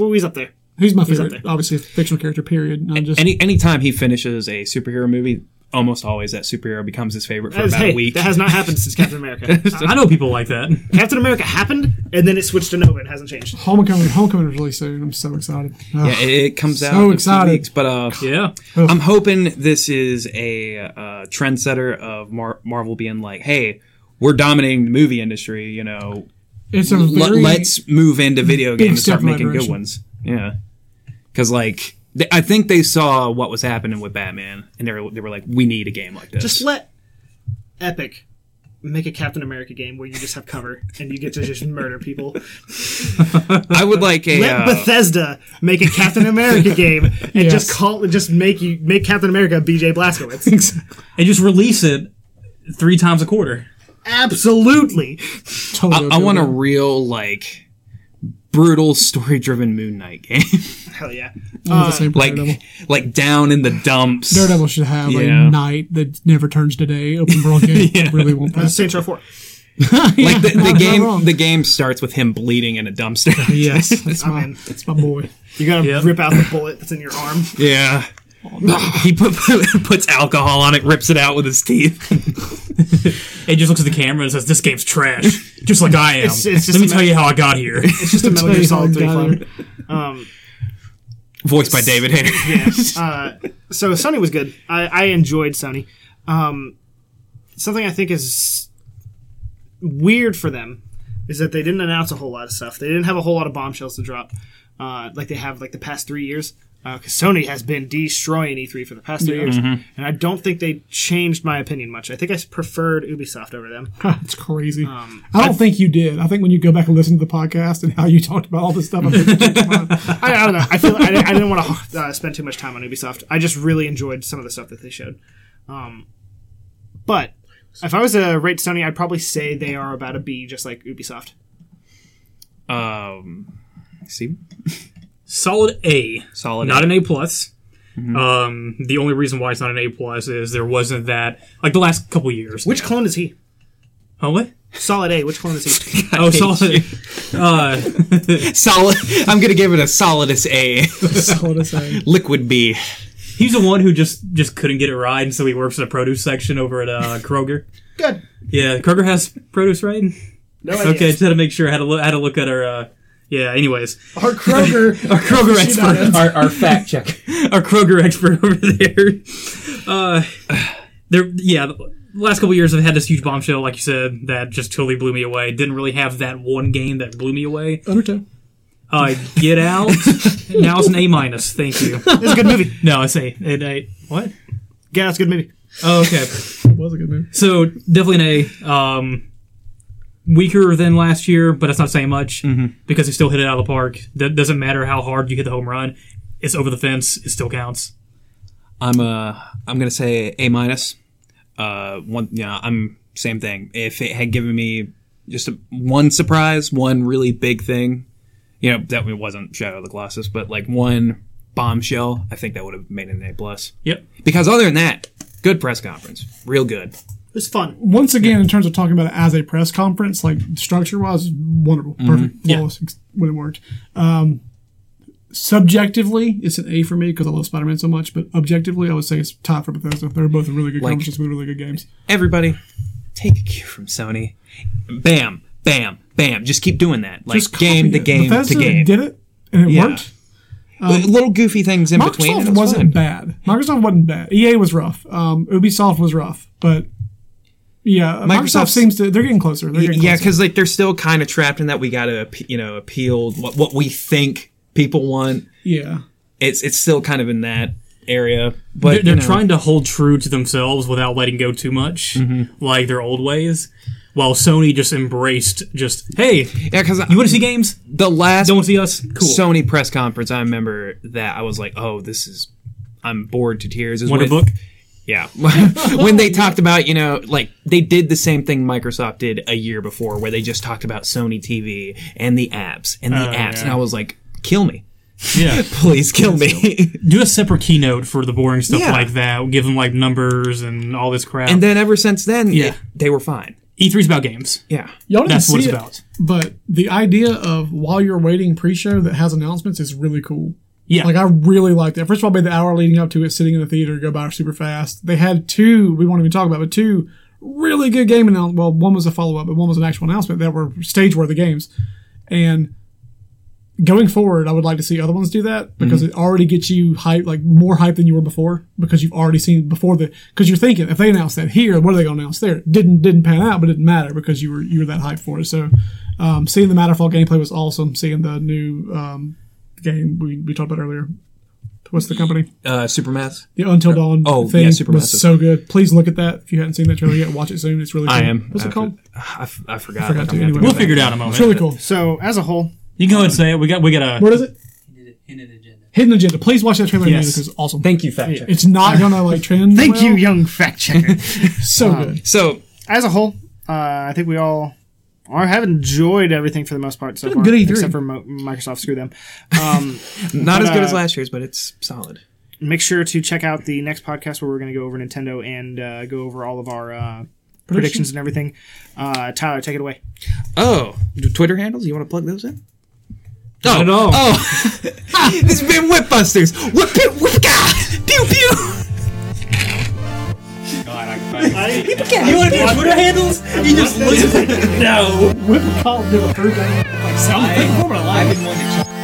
[SPEAKER 1] Ooh, he's up there.
[SPEAKER 4] He's my
[SPEAKER 1] up
[SPEAKER 4] favorite,
[SPEAKER 1] there.
[SPEAKER 4] obviously, fictional character. Period. Not just
[SPEAKER 2] any anytime he finishes a superhero movie, almost always that superhero becomes his favorite for
[SPEAKER 1] That is-
[SPEAKER 2] about
[SPEAKER 1] hey,
[SPEAKER 2] a week.
[SPEAKER 1] That has not happened since Captain America. Uh,
[SPEAKER 3] I know people like that.
[SPEAKER 1] Captain America happened, and then it switched to Nova and hasn't changed.
[SPEAKER 4] Homecoming. Homecoming is really soon. I'm so excited. Ugh.
[SPEAKER 2] yeah, it, it comes out
[SPEAKER 4] So
[SPEAKER 2] in a few
[SPEAKER 4] excited.
[SPEAKER 2] weeks, but uh,
[SPEAKER 3] Yeah.
[SPEAKER 2] I'm hoping this is a uh, trendsetter of Mar- Marvel being like, hey, we're dominating the movie industry. You know,
[SPEAKER 4] it's a
[SPEAKER 2] Let-
[SPEAKER 4] very,
[SPEAKER 2] let's move into video
[SPEAKER 4] big
[SPEAKER 2] games and
[SPEAKER 4] step
[SPEAKER 2] start
[SPEAKER 4] in that
[SPEAKER 2] making good
[SPEAKER 4] direction.
[SPEAKER 2] ones. Yeah, because like th- I think they saw what was happening with Batman, and they were they were like, we need a game like this.
[SPEAKER 1] Just let Epic make a Captain America game where you just have cover and you get to just murder people.
[SPEAKER 2] I would like a
[SPEAKER 1] Let
[SPEAKER 2] uh,
[SPEAKER 1] Bethesda make a Captain America game and just
[SPEAKER 4] Yes.
[SPEAKER 1] call just make you make Captain America BJ Blazkowicz.
[SPEAKER 3] And just release it three times a quarter.
[SPEAKER 1] Absolutely.
[SPEAKER 4] Totally
[SPEAKER 2] I
[SPEAKER 4] okay
[SPEAKER 2] want a
[SPEAKER 4] with that.
[SPEAKER 2] real like brutal story driven Moon Knight game,
[SPEAKER 1] Hell yeah.
[SPEAKER 4] I want the same
[SPEAKER 2] like
[SPEAKER 4] Daredevil.
[SPEAKER 2] like down in the dumps.
[SPEAKER 4] Daredevil should have
[SPEAKER 2] Yeah.
[SPEAKER 4] a night that never turns to day. Open world game. I really want that.
[SPEAKER 1] Saints Row 4.
[SPEAKER 2] Like the,
[SPEAKER 4] Not-
[SPEAKER 2] the
[SPEAKER 4] not
[SPEAKER 2] game,
[SPEAKER 4] wrong.
[SPEAKER 2] the game starts with him bleeding in a dumpster.
[SPEAKER 4] yes, that's my
[SPEAKER 1] in.
[SPEAKER 4] that's my boy.
[SPEAKER 1] You gotta
[SPEAKER 3] Yep.
[SPEAKER 1] rip out the bullet that's in your arm.
[SPEAKER 2] yeah. he put, puts alcohol on it, rips it out with his teeth.
[SPEAKER 3] It just looks at the camera and says, "This game's trash," just like I am.
[SPEAKER 1] It's- it's just
[SPEAKER 3] Let me
[SPEAKER 1] a
[SPEAKER 3] tell you how I got here.
[SPEAKER 1] It's just a Metal
[SPEAKER 4] Tell
[SPEAKER 1] Gear
[SPEAKER 4] you how
[SPEAKER 1] Solid
[SPEAKER 4] I
[SPEAKER 1] 3
[SPEAKER 4] got
[SPEAKER 1] club. Um,
[SPEAKER 2] voiced by David Hayter.
[SPEAKER 1] Uh, so Sony was good. I, I enjoyed Sony. Um, something I think is weird for them is that they didn't announce a whole lot of stuff. They didn't have a whole lot of bombshells to drop, uh, like they have like the past three years. Because Sony has been destroying E3 for the past three years, and I don't think they changed my opinion much. I think I s- preferred Ubisoft over them.
[SPEAKER 4] It's crazy.
[SPEAKER 1] Um,
[SPEAKER 4] I don't think you did. I think when you go back and listen to the podcast and how you talked about all this stuff, I think you changed your mind.
[SPEAKER 1] I, I don't know. I feel I, didn't- I didn't want to uh, spend too much time on Ubisoft. I just really enjoyed some of the stuff that they showed. Um, but if I was to rate Sony, I'd probably say they are about a B, just like Ubisoft.
[SPEAKER 2] Um, see,
[SPEAKER 3] Solid A.
[SPEAKER 2] solid.
[SPEAKER 3] not an A plus.
[SPEAKER 1] Mm-hmm.
[SPEAKER 3] Um, the only reason why it's not an A plus is there wasn't that like the last couple years.
[SPEAKER 1] Which clone is he?
[SPEAKER 3] oh what?
[SPEAKER 1] Solid A. Which clone is he?
[SPEAKER 3] Oh, solid. Uh,
[SPEAKER 2] solid. I'm gonna give it a solidus A.
[SPEAKER 4] That's what I say.
[SPEAKER 2] Liquid B.
[SPEAKER 3] he's the one who just just couldn't get it right, and so he works in the produce section over at uh, Kroger.
[SPEAKER 1] Good.
[SPEAKER 3] Yeah, Kroger has produce, right?
[SPEAKER 1] No idea.
[SPEAKER 3] Okay, just had to make sure. I had to look. I had to look at our. Uh, yeah. Anyways,
[SPEAKER 4] Or Kroger.
[SPEAKER 3] our Kroger expert.
[SPEAKER 2] Our, our fact check.
[SPEAKER 3] our Kroger expert over there. Uh, there, yeah. The last couple years, I've had this huge bombshell, like you said, that just totally blew me away. Didn't really have that one game that blew me away.
[SPEAKER 4] Undertale.
[SPEAKER 3] Uh, Get Out. now it's an A minus. Thank you.
[SPEAKER 1] It's a good movie.
[SPEAKER 3] No, it's A. It, a what?
[SPEAKER 1] Yeah, it's a good movie.
[SPEAKER 3] Oh, okay.
[SPEAKER 4] It was a good movie.
[SPEAKER 3] So definitely an A. Um, weaker than last year, but that's not saying much
[SPEAKER 1] Mm-hmm.
[SPEAKER 3] because they still hit it out of the park. That doesn't matter how hard you hit the home run. It's over the fence. It still counts.
[SPEAKER 2] I'm uh I'm gonna say A minus. Uh one yeah, I'm same thing. If it had given me just a, one surprise, one really big thing, you know, that it wasn't Shadow of the Colossus, but like one bombshell, I think that would have made it an A plus.
[SPEAKER 3] Yep.
[SPEAKER 2] Because other than that, good press conference. Real good.
[SPEAKER 1] It was fun.
[SPEAKER 4] Once again, in terms of talking about it as a press conference, like structure wise, wonderful,
[SPEAKER 2] Mm-hmm.
[SPEAKER 4] perfect, flawless ex- when it worked. Um, subjectively, it's an A for me because I love Spider Man so much, but objectively, I would say it's tied for Bethesda. They're both really good conferences with really good games.
[SPEAKER 2] Everybody, take a cue from Sony. Bam, bam, bam. Just keep doing that. Like
[SPEAKER 4] Just copy
[SPEAKER 2] game to
[SPEAKER 4] it.
[SPEAKER 2] game
[SPEAKER 4] Bethesda
[SPEAKER 2] to game.
[SPEAKER 4] did it and it
[SPEAKER 2] Yeah.
[SPEAKER 4] worked.
[SPEAKER 2] Little goofy things in between. and
[SPEAKER 4] Microsoft
[SPEAKER 2] it's
[SPEAKER 4] wasn't
[SPEAKER 2] fine.
[SPEAKER 4] bad. Microsoft wasn't bad. EA was rough. Um, Ubisoft was rough, but yeah, Microsoft
[SPEAKER 2] Microsoft's-
[SPEAKER 4] seems to they're getting closer. They're getting
[SPEAKER 2] yeah
[SPEAKER 4] closer.
[SPEAKER 2] because like they're still kind of trapped in that we gotta appe- you know appeal what, what we think people want
[SPEAKER 4] yeah.
[SPEAKER 2] it's it's still kind of in that area but
[SPEAKER 3] they're, they're
[SPEAKER 2] you know,
[SPEAKER 3] trying to hold true to themselves without letting go too much,
[SPEAKER 2] Mm-hmm.
[SPEAKER 3] like their old ways. While Sony just embraced, just hey,
[SPEAKER 2] yeah because
[SPEAKER 3] you want to see games?
[SPEAKER 2] the last
[SPEAKER 3] Don't want to see us? Cool.
[SPEAKER 2] sony press conference i remember that i was like oh this is i'm bored to tears is
[SPEAKER 3] Wonder
[SPEAKER 2] when-
[SPEAKER 3] Book.
[SPEAKER 2] yeah when they talked about you know like they did the same thing microsoft did a year before where they just talked about sony tv and the apps and the apps and i was like kill me
[SPEAKER 3] Yeah,
[SPEAKER 2] please kill me
[SPEAKER 3] do a separate keynote for the boring stuff
[SPEAKER 2] Yeah.
[SPEAKER 3] like that. Give them like numbers and all this crap.
[SPEAKER 2] and then ever since then
[SPEAKER 3] Yeah.
[SPEAKER 2] it- they were fine
[SPEAKER 3] E3's about games.
[SPEAKER 2] yeah
[SPEAKER 4] Y'all didn't
[SPEAKER 3] That's
[SPEAKER 4] see
[SPEAKER 3] what it's
[SPEAKER 4] it,
[SPEAKER 3] about.
[SPEAKER 4] but the idea of while you're waiting pre-show that has announcements is really cool.
[SPEAKER 3] Yeah.
[SPEAKER 4] Like I really liked that. First of all, I made the hour leading up to it, sitting in the theater, go by super fast. They had two we won't even talk about, but two really good game announcements. Well, one was a follow up, but one was an actual announcement that were stage worthy games. And going forward, I would like to see other ones do that because it already gets you hype, like more hype than you were before because you've already seen before the. Because you're thinking if they announce that here, what are they going to announce there? Didn't didn't pan out, but it didn't matter because you were you were that hyped for it. So, um, seeing the Matterfall gameplay was awesome. Seeing the new um, game we, we talked about earlier. What's the company?
[SPEAKER 2] uh, Supermass.
[SPEAKER 4] The Until Dawn
[SPEAKER 2] oh,
[SPEAKER 4] thing
[SPEAKER 2] yeah,
[SPEAKER 4] was
[SPEAKER 2] Supermassive.
[SPEAKER 4] so good. Please look at that if you hadn't seen that trailer yet. Watch it soon. It's really. Cool.
[SPEAKER 2] I am.
[SPEAKER 4] What's
[SPEAKER 2] I
[SPEAKER 4] it called?
[SPEAKER 2] I, f- I
[SPEAKER 4] Forgot
[SPEAKER 2] forgot. I'm
[SPEAKER 4] to,
[SPEAKER 2] gonna have
[SPEAKER 4] anyway.
[SPEAKER 2] go
[SPEAKER 3] we'll
[SPEAKER 2] back.
[SPEAKER 3] figure it out in a moment.
[SPEAKER 4] It's really cool.
[SPEAKER 1] So as a whole,
[SPEAKER 3] You can go ahead and say it. We got we got a
[SPEAKER 4] What is it? Hidden Agenda. Please watch that trailer. Yes.
[SPEAKER 3] Yes.
[SPEAKER 4] It's awesome.
[SPEAKER 2] Thank you, fact check.
[SPEAKER 4] It's not gonna like trend.
[SPEAKER 1] thank
[SPEAKER 4] well.
[SPEAKER 1] you, young fact checker.
[SPEAKER 4] So good.
[SPEAKER 2] So
[SPEAKER 1] as a whole, uh, I think we all are, have enjoyed everything for the most part so far,
[SPEAKER 4] good E3.
[SPEAKER 1] except for Mo- Microsoft. Screw them. Um,
[SPEAKER 2] not as
[SPEAKER 1] uh,
[SPEAKER 2] good as last year's, but it's solid.
[SPEAKER 1] make sure to check out the next podcast where we're going to go over Nintendo and uh, go over all of our uh, predictions. and everything. Uh, Tyler, take it away.
[SPEAKER 2] Oh, Twitter handles. You want to plug those in?
[SPEAKER 3] Not at all.
[SPEAKER 2] Oh, this has been Whipbusters. Whip, pew, whip, ah, pew, pew. You want to do Twitter handles? You just listen. no.
[SPEAKER 4] Whip call do a third down.
[SPEAKER 2] Something. I've been wanting to-